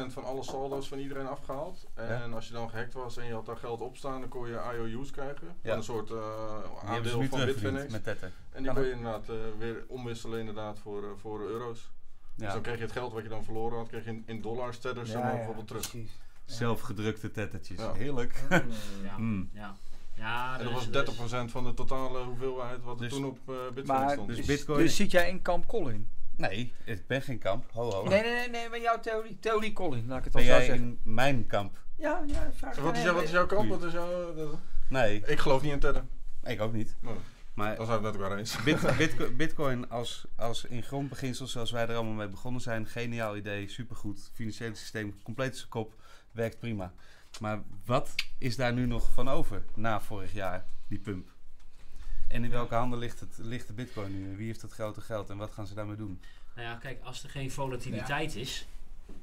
30% van alle saldo's van iedereen afgehaald. En als je dan gehackt was en je had daar geld op staan, dan kon je IOU's krijgen.
Ja.
Van een soort eh,
Die hebben ze
aandeel
nu
van
terugverdiend
Bitfinex.
met Tether.
En die
Kan
kon je inderdaad eh, weer omwisselen inderdaad voor, eh, voor euro's. Dus
Ja.
dan kreeg je het geld wat je dan verloren had, kreeg je in, in dollars, tedders en dan bijvoorbeeld terug.
precies.
Zelfgedrukte tettertjes.
Ja.
Heerlijk.
eh, Ja.
Mm.
Ja. Ja,
Hm. En
er
dat was
dus is-
30%
er is-
van de totale hoeveelheid wat er
Dus-
toen op eh, Bitfinex
maar-
stond.
Dus
Dus-
bitcoin...
Dus zit jij in kamp Colin?
nee, ik ben geen kamp. Ho ho.
Nee, nee, nee, nee, maar jouw theorie, theorie Colin, laat ik het al
Oh. Ben
zo
jij
zeggen.
in mijn kamp?
Ja, ja, vraag
Dus wat, is jou, wat is jouw kant? Wat is jouw, eh, dat-
Nee,
ik geloof niet in tedden.
ik ook niet.
Nee.
Maar
Dat zijn we het met elkaar eens.
Bit- bitco- bitcoin als, als in grondbeginsel, zoals wij er allemaal mee begonnen zijn, geniaal idee, supergoed. Financiële systeem, compleet zijn kop, werkt prima. Maar wat is daar nu nog van over na vorig jaar, die pump? En in welke handen ligt, het, ligt de bitcoin nu? En Wie heeft dat grote geld en wat gaan ze daarmee doen?
Nou ja, kijk, als er geen volatiliteit is,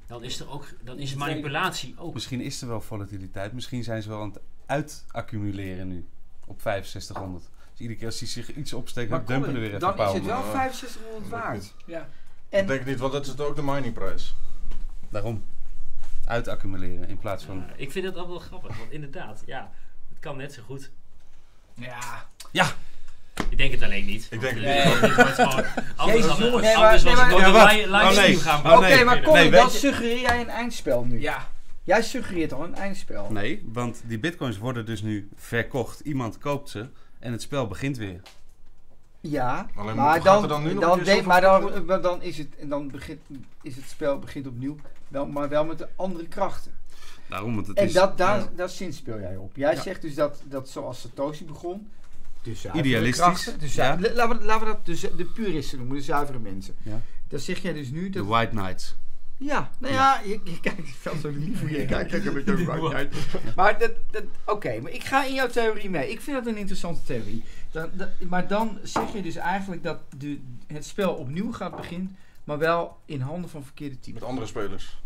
dan is er ook, dan is manipulatie ook.
Misschien is er wel volatiliteit, misschien zijn ze wel aan het uitaccumuleren nu op 6500. Dus iedere keer als die zich iets opsteekt,
Maar
dan dumpen er weer
Colin,
even Oh, een
dan
paar
is het wel
honderd.
6500 waard.
Ja.
Ik denk het niet, want dat is ook de miningprijs.
Daarom. Uitaccumuleren in plaats van...
Ja, ik vind dat altijd wel grappig, want inderdaad, ja, het kan net zo goed.
Ja.
Ik denk het alleen niet.
Ik denk het niet.
Nee. Anders was het
Jezus,
gewoon-
jongens.
anders
Nee, maar-
was het
nee,
gewoon
maar-
een li-
Ja, wat?
livestream
Oh,
gaan
nee.
maken.
Oké, maar
nee,
Colin,
weet
dan
je-
suggereer jij een eindspel nu.
Ja.
Jij suggereert al een eindspel.
Nee, want die bitcoins worden dus nu verkocht. Iemand koopt ze en het spel begint weer.
Ja,
Alleen
maar
hoe gaat
dan,
er dan nu nog
dan,
een keer
denk-
zoveel
maar dan,
verkopen?
maar dan is het, en dan begint, is het spel begint opnieuw, wel, maar wel met de andere krachten.
Daarom, want het
en
is...
dat, daar,
ja.
daar speel jij op. Jij
Ja.
zegt dus dat, dat zoals Satoshi begon, de Dus zuivere
Idealistisch,
krachten, de zu-
ja.
la- laten, we, laten we dat de, zu- de puristen noemen, de zuivere mensen.
Ja.
Dan zeg jij dus nu
De
dat...
White Knights.
Ja, nou ja, je, je kijkt, ik kan zo lief hoe je kijkt, ik heb het ook
Wow.
maar (laughs) uit. Maar dat, dat, oké, maar ik ga in jouw theorie mee. Ik vind dat een interessante theorie. Dan, dat- maar dan zeg je dus eigenlijk dat de, het spel opnieuw gaat beginnen, maar wel in handen van verkeerde
Met
typen.
andere spelers.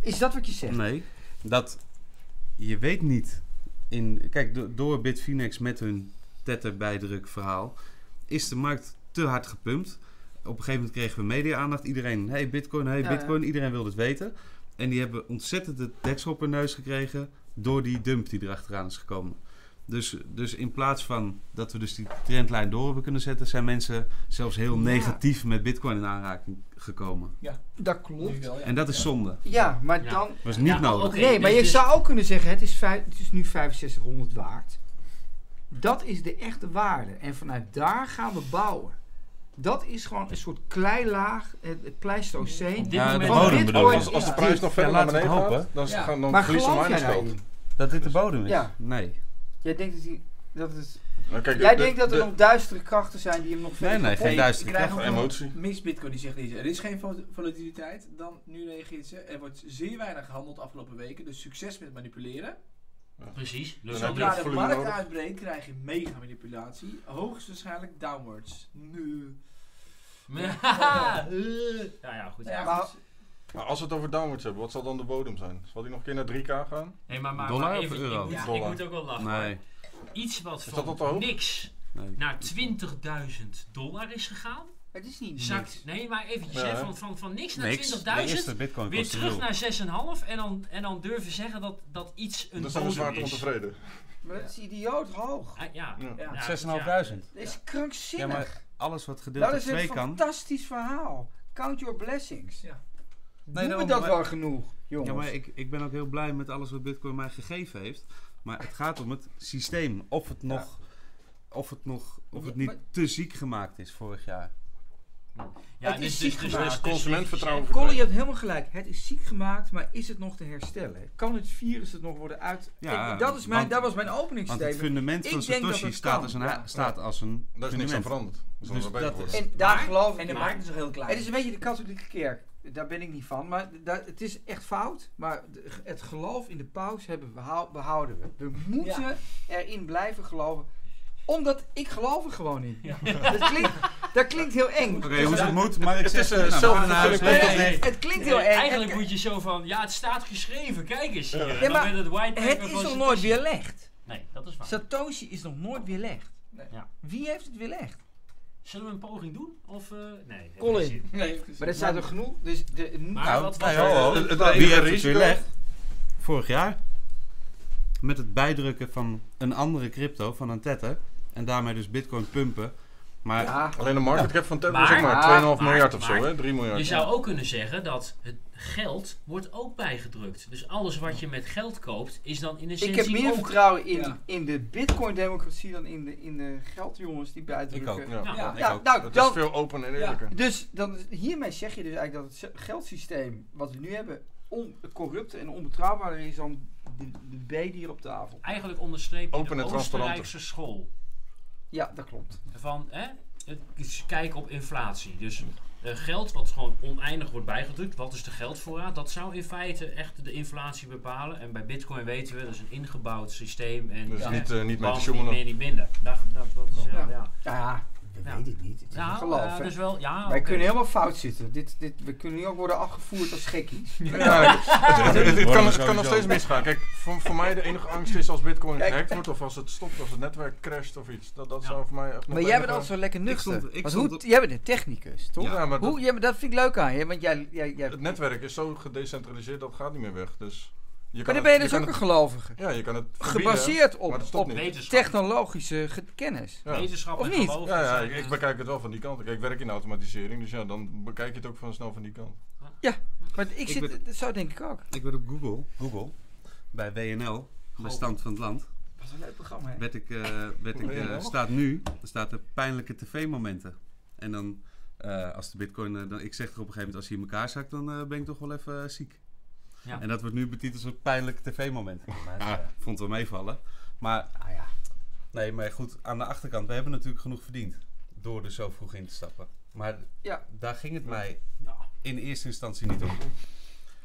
Is dat wat je zegt?
Nee, dat... Je weet niet... In, kijk, do- door Bitfinex met hun tetherbijdruk verhaal... is de markt te hard gepumpt. Op een gegeven moment kregen we media-aandacht. Iedereen, hey bitcoin, hey
Ja, ja.
bitcoin. Iedereen wilde het weten. En die hebben ontzettend de deksel op hun neus gekregen... door die dump die erachteraan is gekomen. Dus, dus in plaats van dat we dus die trendlijn door hebben kunnen zetten... zijn mensen zelfs heel
Ja.
negatief met bitcoin in aanraking gekomen.
Dat
Nu
klopt.
wel, ja.
En dat is zonde.
Ja, maar
Ja.
dan...
was niet
Ja,
nodig.
oké,
nee, maar
dus-
je
dus-
zou ook kunnen zeggen, het is, vijf- het is nu 6500 waard. Dat is de echte waarde. En vanuit daar gaan we bouwen. Dat is gewoon een soort kleilaag, het, het pleistoceen.
Op dit
Ja,
moment-
de
Van
bodem
dit
bedoel ik.
ooit
Als, als de
is.
prijs nog verder
Ja,
naar
laten we
beneden
het
gaat, Dus-
hopen.
dan,
Ja.
gaan, dan
Maar
verliezen
geloof
mijn
jij
geld.
daarin?
Dat dit de bodem is?
Ja.
Nee.
Jij denkt dat, die, dat het...
Nou, kijk,
Jij
de-
denkt dat er
de-
nog duistere krachten zijn die hem nog
Nee,
verder
nee, geen duizend.
Ik krijg
de
nog een
Emotie.
mix bitcoin die zegt deze. Er is geen vol- volatiliteit. Dan nu reageert ze. Er wordt zeer weinig gehandeld de afgelopen weken. Dus succes met manipuleren.
Precies. Lukt
Dan
ook
heb je
Zodra
niet.
het
de
volume
markt
nodig.
uitbreekt krijg je mega manipulatie. Hoogstwaarschijnlijk downwards. Nu.
(laughs) Ja, ja, goed.
Ja,
Maar-
goed.
Maar als we het over downwards hebben, wat zal dan de bodem zijn? Zal die nog een keer naar 3K gaan?
Nee, maar, maar,
Dollar
maar
of
even, Ik,
euro?
moet, ik
Dollar.
moet ook wel lachen.
Nee.
Iets wat
Is dat
van
wat te hoog?
niks
Nou,
Nee.
naar 20.000 dollar is gegaan.
Het is niet
Zakt, nee, maar eventjes,
Ja,
hè,
hè?
van, van, van niks naar
Niks. De
20.000.
eerste bitcoin
Weer
kost een
terug
nul.
naar 6,5 en dan, en dan durven zeggen dat, dat iets een
Dan zijn we
bodem
zwaar
is.
ontevreden.
Maar het is idioot hoog.
Ah, ja.
Ja.
Ja, goed, ja.
6.500.
Dat is
Ja,
krankzinnig.
maar alles wat gedeeld
Nou, dat
door
is een
twee kan.
fantastisch verhaal. Count your blessings.
Ja.
Nee,
Doen we
daarom,
dat
maar-
wel genoeg, jongens?
Ja, maar ik, ik ben ook heel blij met alles wat Bitcoin mij gegeven heeft. Maar het gaat om het systeem. Of het nog, of het nog, of het niet
Maar-
te ziek gemaakt is vorig jaar.
Ja,
Het
dus-
is ziek
dus-
gemaakt.
dus- dus-
Consumentvertrouwen
dus-
Colin, je hebt helemaal gelijk. Het is ziek gemaakt, maar is het nog te herstellen? Kan het virus het nog worden uit...
Ja,
Ik- dat, is mijn,
want-
dat was mijn
Want het
openingsstatement.
fundament
Ik
van
denk dat
Satoshi
het
staat
kan.
als een,
Ja.
ha- staat als een
Daar is niks aan
fundament.
veranderd. Dat zal
Dus
wel beter
dat
worden.
is-
En daar
Maar-
geloof
En
ik
de
in.
markt is nog heel klein.
Het is een beetje de katholieke kerk. Daar ben ik niet van. Maar da- het is echt fout. Maar de- het geloof in de paus hebben we hou- behouden we. We moeten erin blijven geloven. Omdat ik geloof er gewoon in. (laughs) Dat, klinkt, dat klinkt heel eng.
Oké, hoe is het moet? Maar ik
Het
zeg
is, eh,
nou, we
zelf-
gaan naar huis.
Nee,
Lekker
nee,
dicht.
nee.
Het klinkt
Nee,
heel erg.
dus- Eigenlijk
Het,
moet je zo van, ja, het staat geschreven, kijk eens. hier. En
Ja,
dan
maar
werd het white paper
het is
van
nog
Satoshi.
nooit weerlegd.
Nee, dat is waar.
Satoshi is nog nooit weerlegd.
Nee.
Ja.
Wie heeft het weerlegd?
Zullen we een poging doen? Of, eh, nee. dat
Colin.
is
(laughs)
het.
Nee,
Maar dat
Nou,
zijn er genoeg. Dus de,
Maar
Nou,
wat, wat,
nee, ho, ho.
het- het
Wie
enige
heeft het
risico-
weerlegd? Vorig jaar. Met het bijdrukken van een andere crypto, van een tether. En daarmee dus bitcoin pumpen. Maar
ja,
Alleen de market cap van Tether is
Maar-
ook maar
maar-
2,5 miljard of zo,
maar-
hè? 3 miljard.
Je zou ook kunnen zeggen dat het geld wordt ook bijgedrukt. Dus alles wat je met geld koopt, is dan in
ik
essentie
heb meer
ook...
vertrouwen in,
Ja.
in de bitcoin-democratie dan in de, in de geldjongens die buiten
ook.
Ja,
Ja.
ik
Ja,
ook.
nou,
dat
dan,
is veel opener en eerlijker.
Dus dan, hiermee zeg je dus eigenlijk dat het geldsysteem wat we nu hebben on, corrupter en onbetrouwbaarder is dan de, de B die hier op tafel.
Eigenlijk onderstreep je
Open
de
en transparanter.
Oostenrijkse school.
Ja, dat klopt.
Van, hè, het is kijken op inflatie. Dus eh, geld wat gewoon oneindig wordt bijgedrukt, wat is de geldvoorraad? Dat zou in feite echt de inflatie bepalen. En bij bitcoin weten we, dat is een ingebouwd systeem. En
Dus
ja,
niet, eh, niet met
bam,
de
niet meer,
jongen.
niet minder. Dat, dat, dat is, ja,
Ja.
ja.
Ja, we
Ja.
weten het niet. Het is
Ja,
een geloof.
eh,
hè.
dus wel, ja,
Wij
oké.
kunnen helemaal fout zitten. Dit, dit, we kunnen nu ook worden afgevoerd als gekkies.
Ja, het, het- het kan, het kan nog
Sowieso.
steeds misgaan. Kijk, voor, voor mij de enige angst is als bitcoin gehackt wordt of als het stopt, als het netwerk crasht of iets. Dat, dat
Ja.
zou voor mij echt nog
Maar
de
jij bent
enige-
altijd zo lekker nuchter.
stond- ik
Want
stond
hoe,
op-
jij bent een technicus, toch?
Ja, maar dat-
Hoe, ja, maar dat vind ik leuk aan je, want jij... jij, jij
het netwerk is zo gedecentraliseerd, dat gaat niet meer weg. Dus je
maar
kan
dan ben je
het-
dus
je
ook
kan
een
het-
gelovige.
Ja, je kan het verbieden.
Gebaseerd
maar
op,
dat stopt
op
niet.
dus Wetenschap.
technologische ge- kennis.
Ja.
Wetenschap
Of
en
niet?
geloof
Ja,
is
ja
ook,
ik, ik
eh,
bekijk het wel van die kant. Kijk, ik werk in automatisering, dus ja, dan bekijk je het ook van snel van die kant.
Maar ik
Ik
zit,
ben-
dat zo denk ik ook.
Ik werd op Google, Google bij WNL, bij Stand van het Land,
Wat een leuk programma, hè?
werd ik, eh, werd ik, eh,
WNL?
staat nu, er staat er pijnlijke tv-momenten. En dan, eh, als de bitcoin, eh, dan, ik zeg er op een gegeven moment, als hij in elkaar zakt, dan eh, ben ik toch wel even eh, ziek.
Ja.
En dat wordt nu betiteld als een pijnlijk tv-moment. Ah,
eh,
vond het wel meevallen. Maar,
Ah,
nee, maar goed, aan de achterkant, we hebben natuurlijk genoeg verdiend. Door er zo vroeg in te stappen. Maar
Ja.
daar ging het mij
Nou,
in eerste instantie niet om.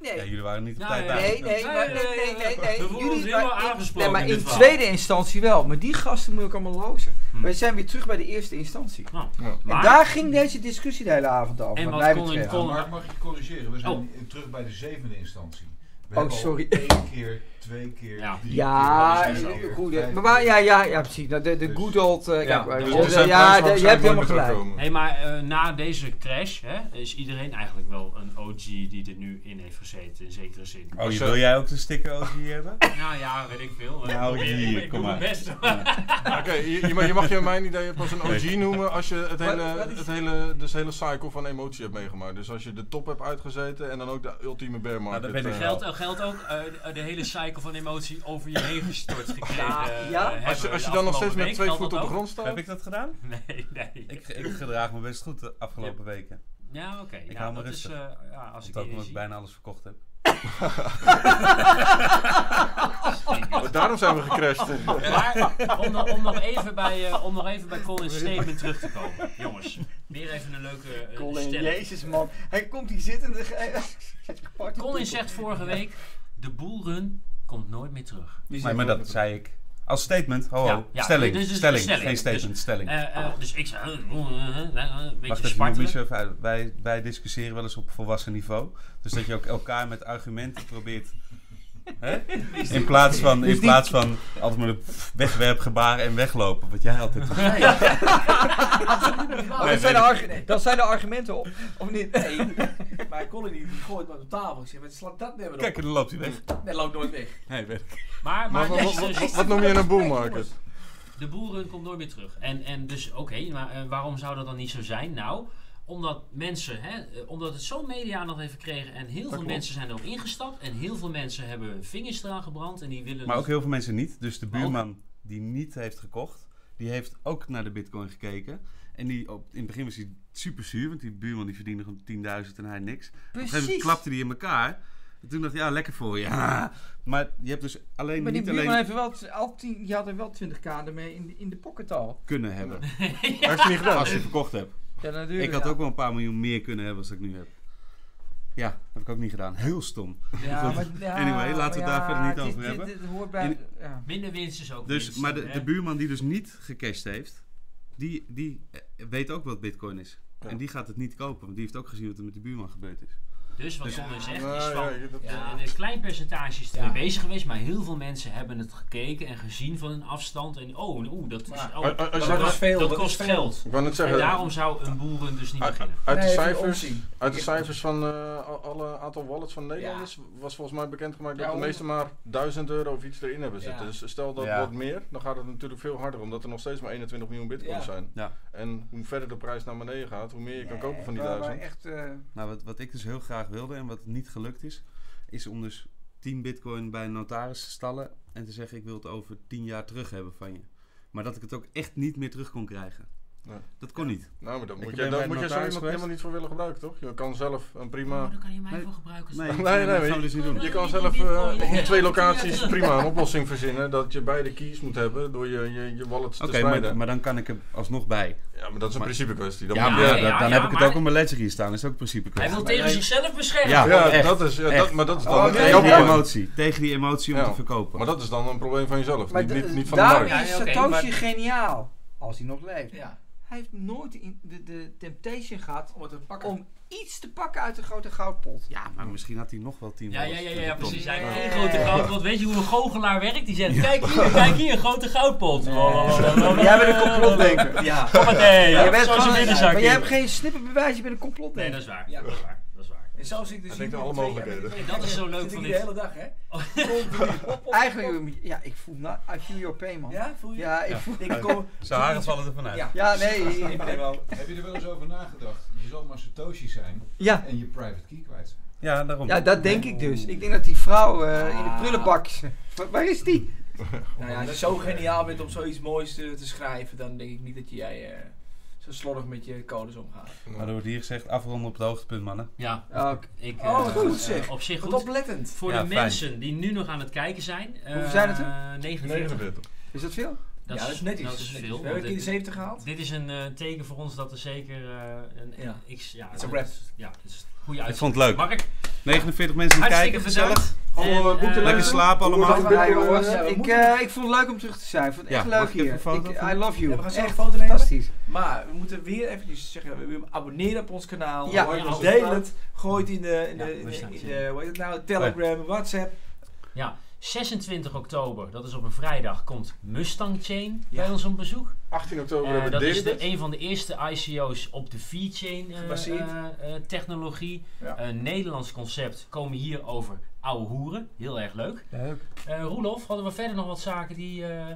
Nee.
Ja, jullie waren niet op
Ja,
tijd
ja,
bij.
ja.
Nou, Nee, nee, maar- nee, nee, nee, nee.
We voelen ons
Jullie-
helemaal
maar-
aangesproken
Nee, maar
dit
in
verhaal.
tweede instantie wel. Maar die gasten moet ik allemaal lozen.
Hm.
We zijn weer terug bij de eerste instantie.
Maar-
en daar ging deze discussie de hele avond over.
En
wat
wat
mij
kon-
betreft.
kon-
Maar mag ik corrigeren? We zijn terug bij de zevende instantie. We
Oh,
hebben al
sorry.
één keer, twee keer,
Ja.
drie
Ja,
keer,
eh,
vier keer,
goed. hè.
vijf
Maar, waar-
keer.
ja, ja, ja, precies. Nou, De, de
Dus-
good old... eh,
Ja,
kijk,
dus
eh,
er
de-
zijn
ja, de- je hebt helemaal gelijk.
Hey, maar eh, na deze crash hè, is iedereen eigenlijk wel een OG die er nu in heeft gezeten, in zekere zin.
Oh,
Dus,
je-
eh,
wil jij ook de sticker over hier (laughs) hebben?
Nou ja, weet ik veel. hè.
Nou,
Ik probeer-
hier,
ik
kom
doe mijn
maar.
best.
Oké, je, je mag- je mag je in mijn idee pas een OG noemen als je het
Wat-
hele,
wat is-
het hele, dus hele cycle van emotie hebt meegemaakt. Dus als je de top hebt uitgezeten en dan ook de ultieme bear
Nou,
market.
dan ben ik
eh,
Geld, geld, geld ook eh, de- de hele cycle van emotie over je heen (laughs) gestort gekregen. eh,
ja.
hebben
Als je, als je
de
dan nog
afgelopen
steeds met
week.
twee
Geldt
voeten
dat
op de grond staat.
Heb ik dat gedaan?
ook? Nee, nee.
Ik, ik gedraag me best goed de afgelopen weken.
ja, oké. Nou,
hou me
dat
rustig.
Is, eh, ja, als ik
Omdat
je (laughs)
ik
zie.
bijna alles verkocht heb.
Maar nou, daarom zijn we gecrashed.
Maar om, nog- om nog even bij, eh, om nog even bij Colin's statement terug te komen. Jongens, weer even een leuke eh, stelling.
Jezus man, hij komt hier zitten. en (laughs) hij- Party
Colin
poepen.
zegt vorige week, de boelrun komt nooit meer terug.
Maar, maar dat zei ik. Als statement, ho, ho.
Ja, ja,
stelling,
dus- dus-
stelling,
stelling.
geen statement, stelling.
Eh, eh, dus ik zei, eh, eh, eh, eh, eh, een
Wacht
beetje
even, ik moet
spartelen.
Michel even uit. Wij, wij discussiëren wel eens op volwassen niveau. Dus dat je ook elkaar met argumenten
(laughs)
probeert. Hè? In plaats van, in plaats van altijd met een wegwerpgebaar en weglopen. Wat jij altijd doet.
Oh, dat, zijn de arg- dat zijn de argumenten, of, of niet?
Maar Colin die gooit maar op tafel. Ik zeg, wat slaat dat nummer op?
Kijk, en dan loopt hij weg.
Dat loopt nooit weg.
Nee, weet ik.
Maar, maar
Maar wat,
dus,
wat,
dus
wat, wat noem je een bull market?
de boelrun komt nooit meer terug. En, en dus, oké, maar eh, waarom zou dat dan niet zo zijn? Nou, omdat mensen, hè, eh, omdat het zo'n media-aandacht heeft gekregen en heel veel
klopt.
mensen zijn erop ingestapt en heel veel mensen hebben hun vingers eraan gebrand en die willen...
Maar
het-
ook heel veel mensen niet. Dus de
Maar
buurman die niet heeft gekocht, die heeft ook naar de bitcoin gekeken. En die op, in het begin was hij super zuur, want die buurman die verdiende gewoon 10.000 en hij niks. Op een gegeven moment
Precies.
klapte die in elkaar. En toen dacht hij, ja, lekker voor je. (laughs) Maar je hebt dus alleen
Maar die
niet
buurman
alleen
heeft er wel, t- al tien, die had er wel 20k ermee in, in de pocket al.
kunnen (laughs) hebben.
Dat heeft hij niet gedaan.
Als je verkocht hebt.
Ja, natuurlijk.
Ik had
ja.
ook wel een paar miljoen meer kunnen hebben als ik nu heb. Ja, heb ik ook niet gedaan. Heel stom. (laughs)
Ja, maar, ja,
Anyway, laten we
maar
het daar verder niet
dit-
over
dit-
hebben.
Dit, hoort bij...
In-
ja.
Minder winst is ook
Dus,
winst,
maar de,
hè?
de buurman die dus niet gecashed heeft, die, die eh, weet ook wat bitcoin is.
Ja.
En die gaat het niet kopen, want die heeft ook gezien wat er met de buurman gebeurd is.
Dus wat Colin zegt is
Nou,
van,
ja, dat-
Ja, een klein percentage is ermee bezig geweest, maar heel veel mensen hebben het gekeken en gezien van een afstand. En oh, en oeh, dat, is,
Maar-
oh,
Als- als- als je-
dat,
dat
dat,
is
veel, dat is
kost
veel.
geld.
Ik wou net
En
zeggen,
daarom zou een boeren dus
Ah,
niet
uit,
beginnen.
uit de
Nee, even
cijfers,
omzien.
uit de cijfers van eh, al- alle aantal wallets van Nederlanders was volgens mij bekendgemaakt dat
Ja,
de
om-
meeste maar 1000 euro of iets erin hebben zitten.
Ja.
Dus stel dat
Ja.
wat meer, dan gaat het natuurlijk veel harder, omdat er nog steeds maar 21 miljoen bitcoins
Ja.
zijn.
Ja.
En hoe verder de prijs naar beneden gaat, hoe meer je kan kopen van die
Nee, maar-
1000.
maar echt... eh,
Nou, wat, wat ik dus heel graag wilde en wat niet gelukt is, is om dus 10 bitcoin bij een notaris te stallen en te zeggen ik wil het over 10 jaar terug hebben van je. Maar dat ik het ook echt niet meer terug kon krijgen.
Nee.
Dat kon niet.
Nou, maar dan
Ik
moet
ben
je, dan
bij
moet je
de
zo
notaris
iemand
geweest.
helemaal niet voor willen gebruiken, toch? Je kan zelf een prima...
Oh, daar kan je mij
Nee.
voor gebruiken.
Nee,
Nee,
nee,
nee,
dat
nee.
gaan we dus niet doen.
Je kan zelf eh, op twee locaties prima een oplossing verzinnen dat je beide keys moet hebben door je, je, je wallets
Oké,
te spreiden.
maar, maar dan kan ik er alsnog bij.
ja, maar dat is een
maar-
principe kwestie. Dat
Ja,
moet
maar
je-
ja,
ja,
dan- dan
ja,
heb ik het
maar-
ook op mijn ledger hier staan. Dat is ook principe
Hij
kwestig.
wil tegen zichzelf beschermen.
Ja,
Ja,
echt.
dat is, ja,
echt.
dat, maar dat is dan
Oh,
het
nee,
tegen die
jammer.
emotie. Tegen die emotie om
Ja.
te verkopen.
Maar dat is dan een probleem van jezelf,
maar
niet, niet,
de-
niet van de
daarom
markt.
markt.
is
Ja, oké,
Satoshi
maar-
geniaal. Als hij nog leeft.
Ja,
Hij heeft nooit in de, de temptation gehad
om het te pakken.
om iets te pakken uit de grote goudpot.
Ja, maar misschien had hij nog wel 10
Ja, ja, ja, ja,
Dat komt.
precies. Hij heeft
Nee.
één grote goudpot. Weet je hoe een goochelaar werkt? Die zegt, kijk hier, kijk hier, een grote goudpot. Oh,
Oh,
Jij bent een complotdenker.
Ja.
Nee,
Jij bent
zo'n
gewoon-
binnenzak.
maar jij hebt geen snippenbewijs, je bent een complotdenker.
Nee, dat is waar.
Ja.
Dat is waar. Dat is waar.
En zo zit ik dus
Hij
hier
denkt aan
met
alle
twee-
mogelijkheden.
met twee-
Dat is zo leuk
Zit ik
van
hier
dit.
de hele dag, hè?
Eigenlijk, eh, ja, ik voel, na, I feel your pain, man. Ja,
Ja, voel je?
ik
Ja.
voel...
Ik kom...
Zijn haren vallen ervan uit.
Ja.
Ja, nee.
Ik ben wel...
Heb je er wel eens over nagedacht? Je zal maar Satoshi zijn
Ja,
en je private key kwijt zijn.
Ja, daarom.
ja dat denk ik dus. Ik denk dat die vrouw eh, in de
Ah.
prullenbak... Waar, waar is die?
Nou ja, als je zo geniaal bent om zoiets moois te, te schrijven, dan denk ik niet dat jij eh, zo slordig met je codes omgaat.
Maar er wordt hier gezegd, afronden op het hoogtepunt, mannen.
Ja,
Oh, oké.
ik...
Oh,
eh,
wat goed zeg.
eh, Op zich
Wat
goed.
oplettend.
Voor
Ja,
de
fijn.
mensen die nu nog aan het kijken zijn.
Hoeveel
eh,
zijn het er?
49.
49.
Is dat veel?
Dat,
ja, dat is netjes.
Dat is nou
netjes.
veel.
We hebben
want
een keer de
dit,
70 gehaald.
dit is een eh, teken voor ons dat er zeker eh, een
Ja.
X. Ja,
Het is een
dat
rap.
is- Ja, het is een goede
Ik
uitzending.
vond het leuk.
Mark,
49 mensen aan het
hartstikke
kijken, gezellig.
bedankt.
Allemaal
En,
boeken
eh,
Lekker slapen allemaal.
Hoe wordt het
Hey,
binnen,
jongens,
jongens?
Ja, we
ik,
moeten-
eh, ik vond het leuk om terug te zijn. Ik vond het
Ja,
echt
mag
leuk
ik even
hier.
een foto
Ik-
van?
I love
Ja,
you.
we gaan zo
Echt
een foto nemen.
fantastisch.
Maar we moeten weer eventjes zeggen, we- we abonneren op ons kanaal.
Ja.
Hoor, deel het. Gooi het in de, in
Ja,
de, in
we
de,
staan
in
hier.
de- hoe heet het nou, Telegram, WhatsApp.
Ja, 26 oktober, dat is op een vrijdag, komt Mustang Chain
Ja.
bij ons op bezoek.
18 oktober
Eh,
hebben we
dat is de,
dit.
een van de eerste ICO's op de V-chain eh,
Gebaseerd.
eh, eh, technologie.
Ja.
Een Nederlands concept, komen hier over ouwe hoeren. Heel erg leuk.
Leuk.
Eh Roelof, hadden we verder nog wat zaken die... eh,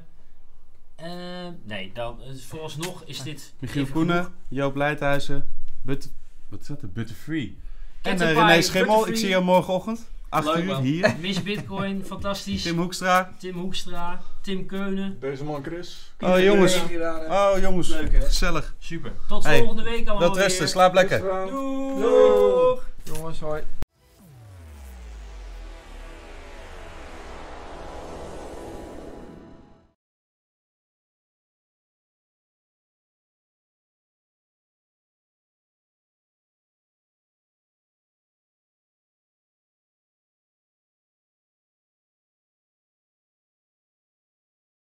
eh, nee, dan, eh, vooralsnog is dit...
Michiel
even
Koenen,
genoeg.
Joop Leithuizen, But, wat is dat? Butterfree. En
Kettenpaai,
eh, René Schimmel,
Butterfree.
ik zie jou morgenochtend. 8
Leuk,
uur
man.
hier.
Miss Bitcoin, fantastisch.
Tim
Tim,
Hoekstra.
Hoekstra, Tim Keunen.
Deze man Chris.
Oh jongens. Oh jongens. Gezellig.
Super. Tot
Hey,
Oh, volgende week allemaal
Wel
weer.
rusten. Slaap lekker.
Doei.
Doeg.
Jongens, hoi.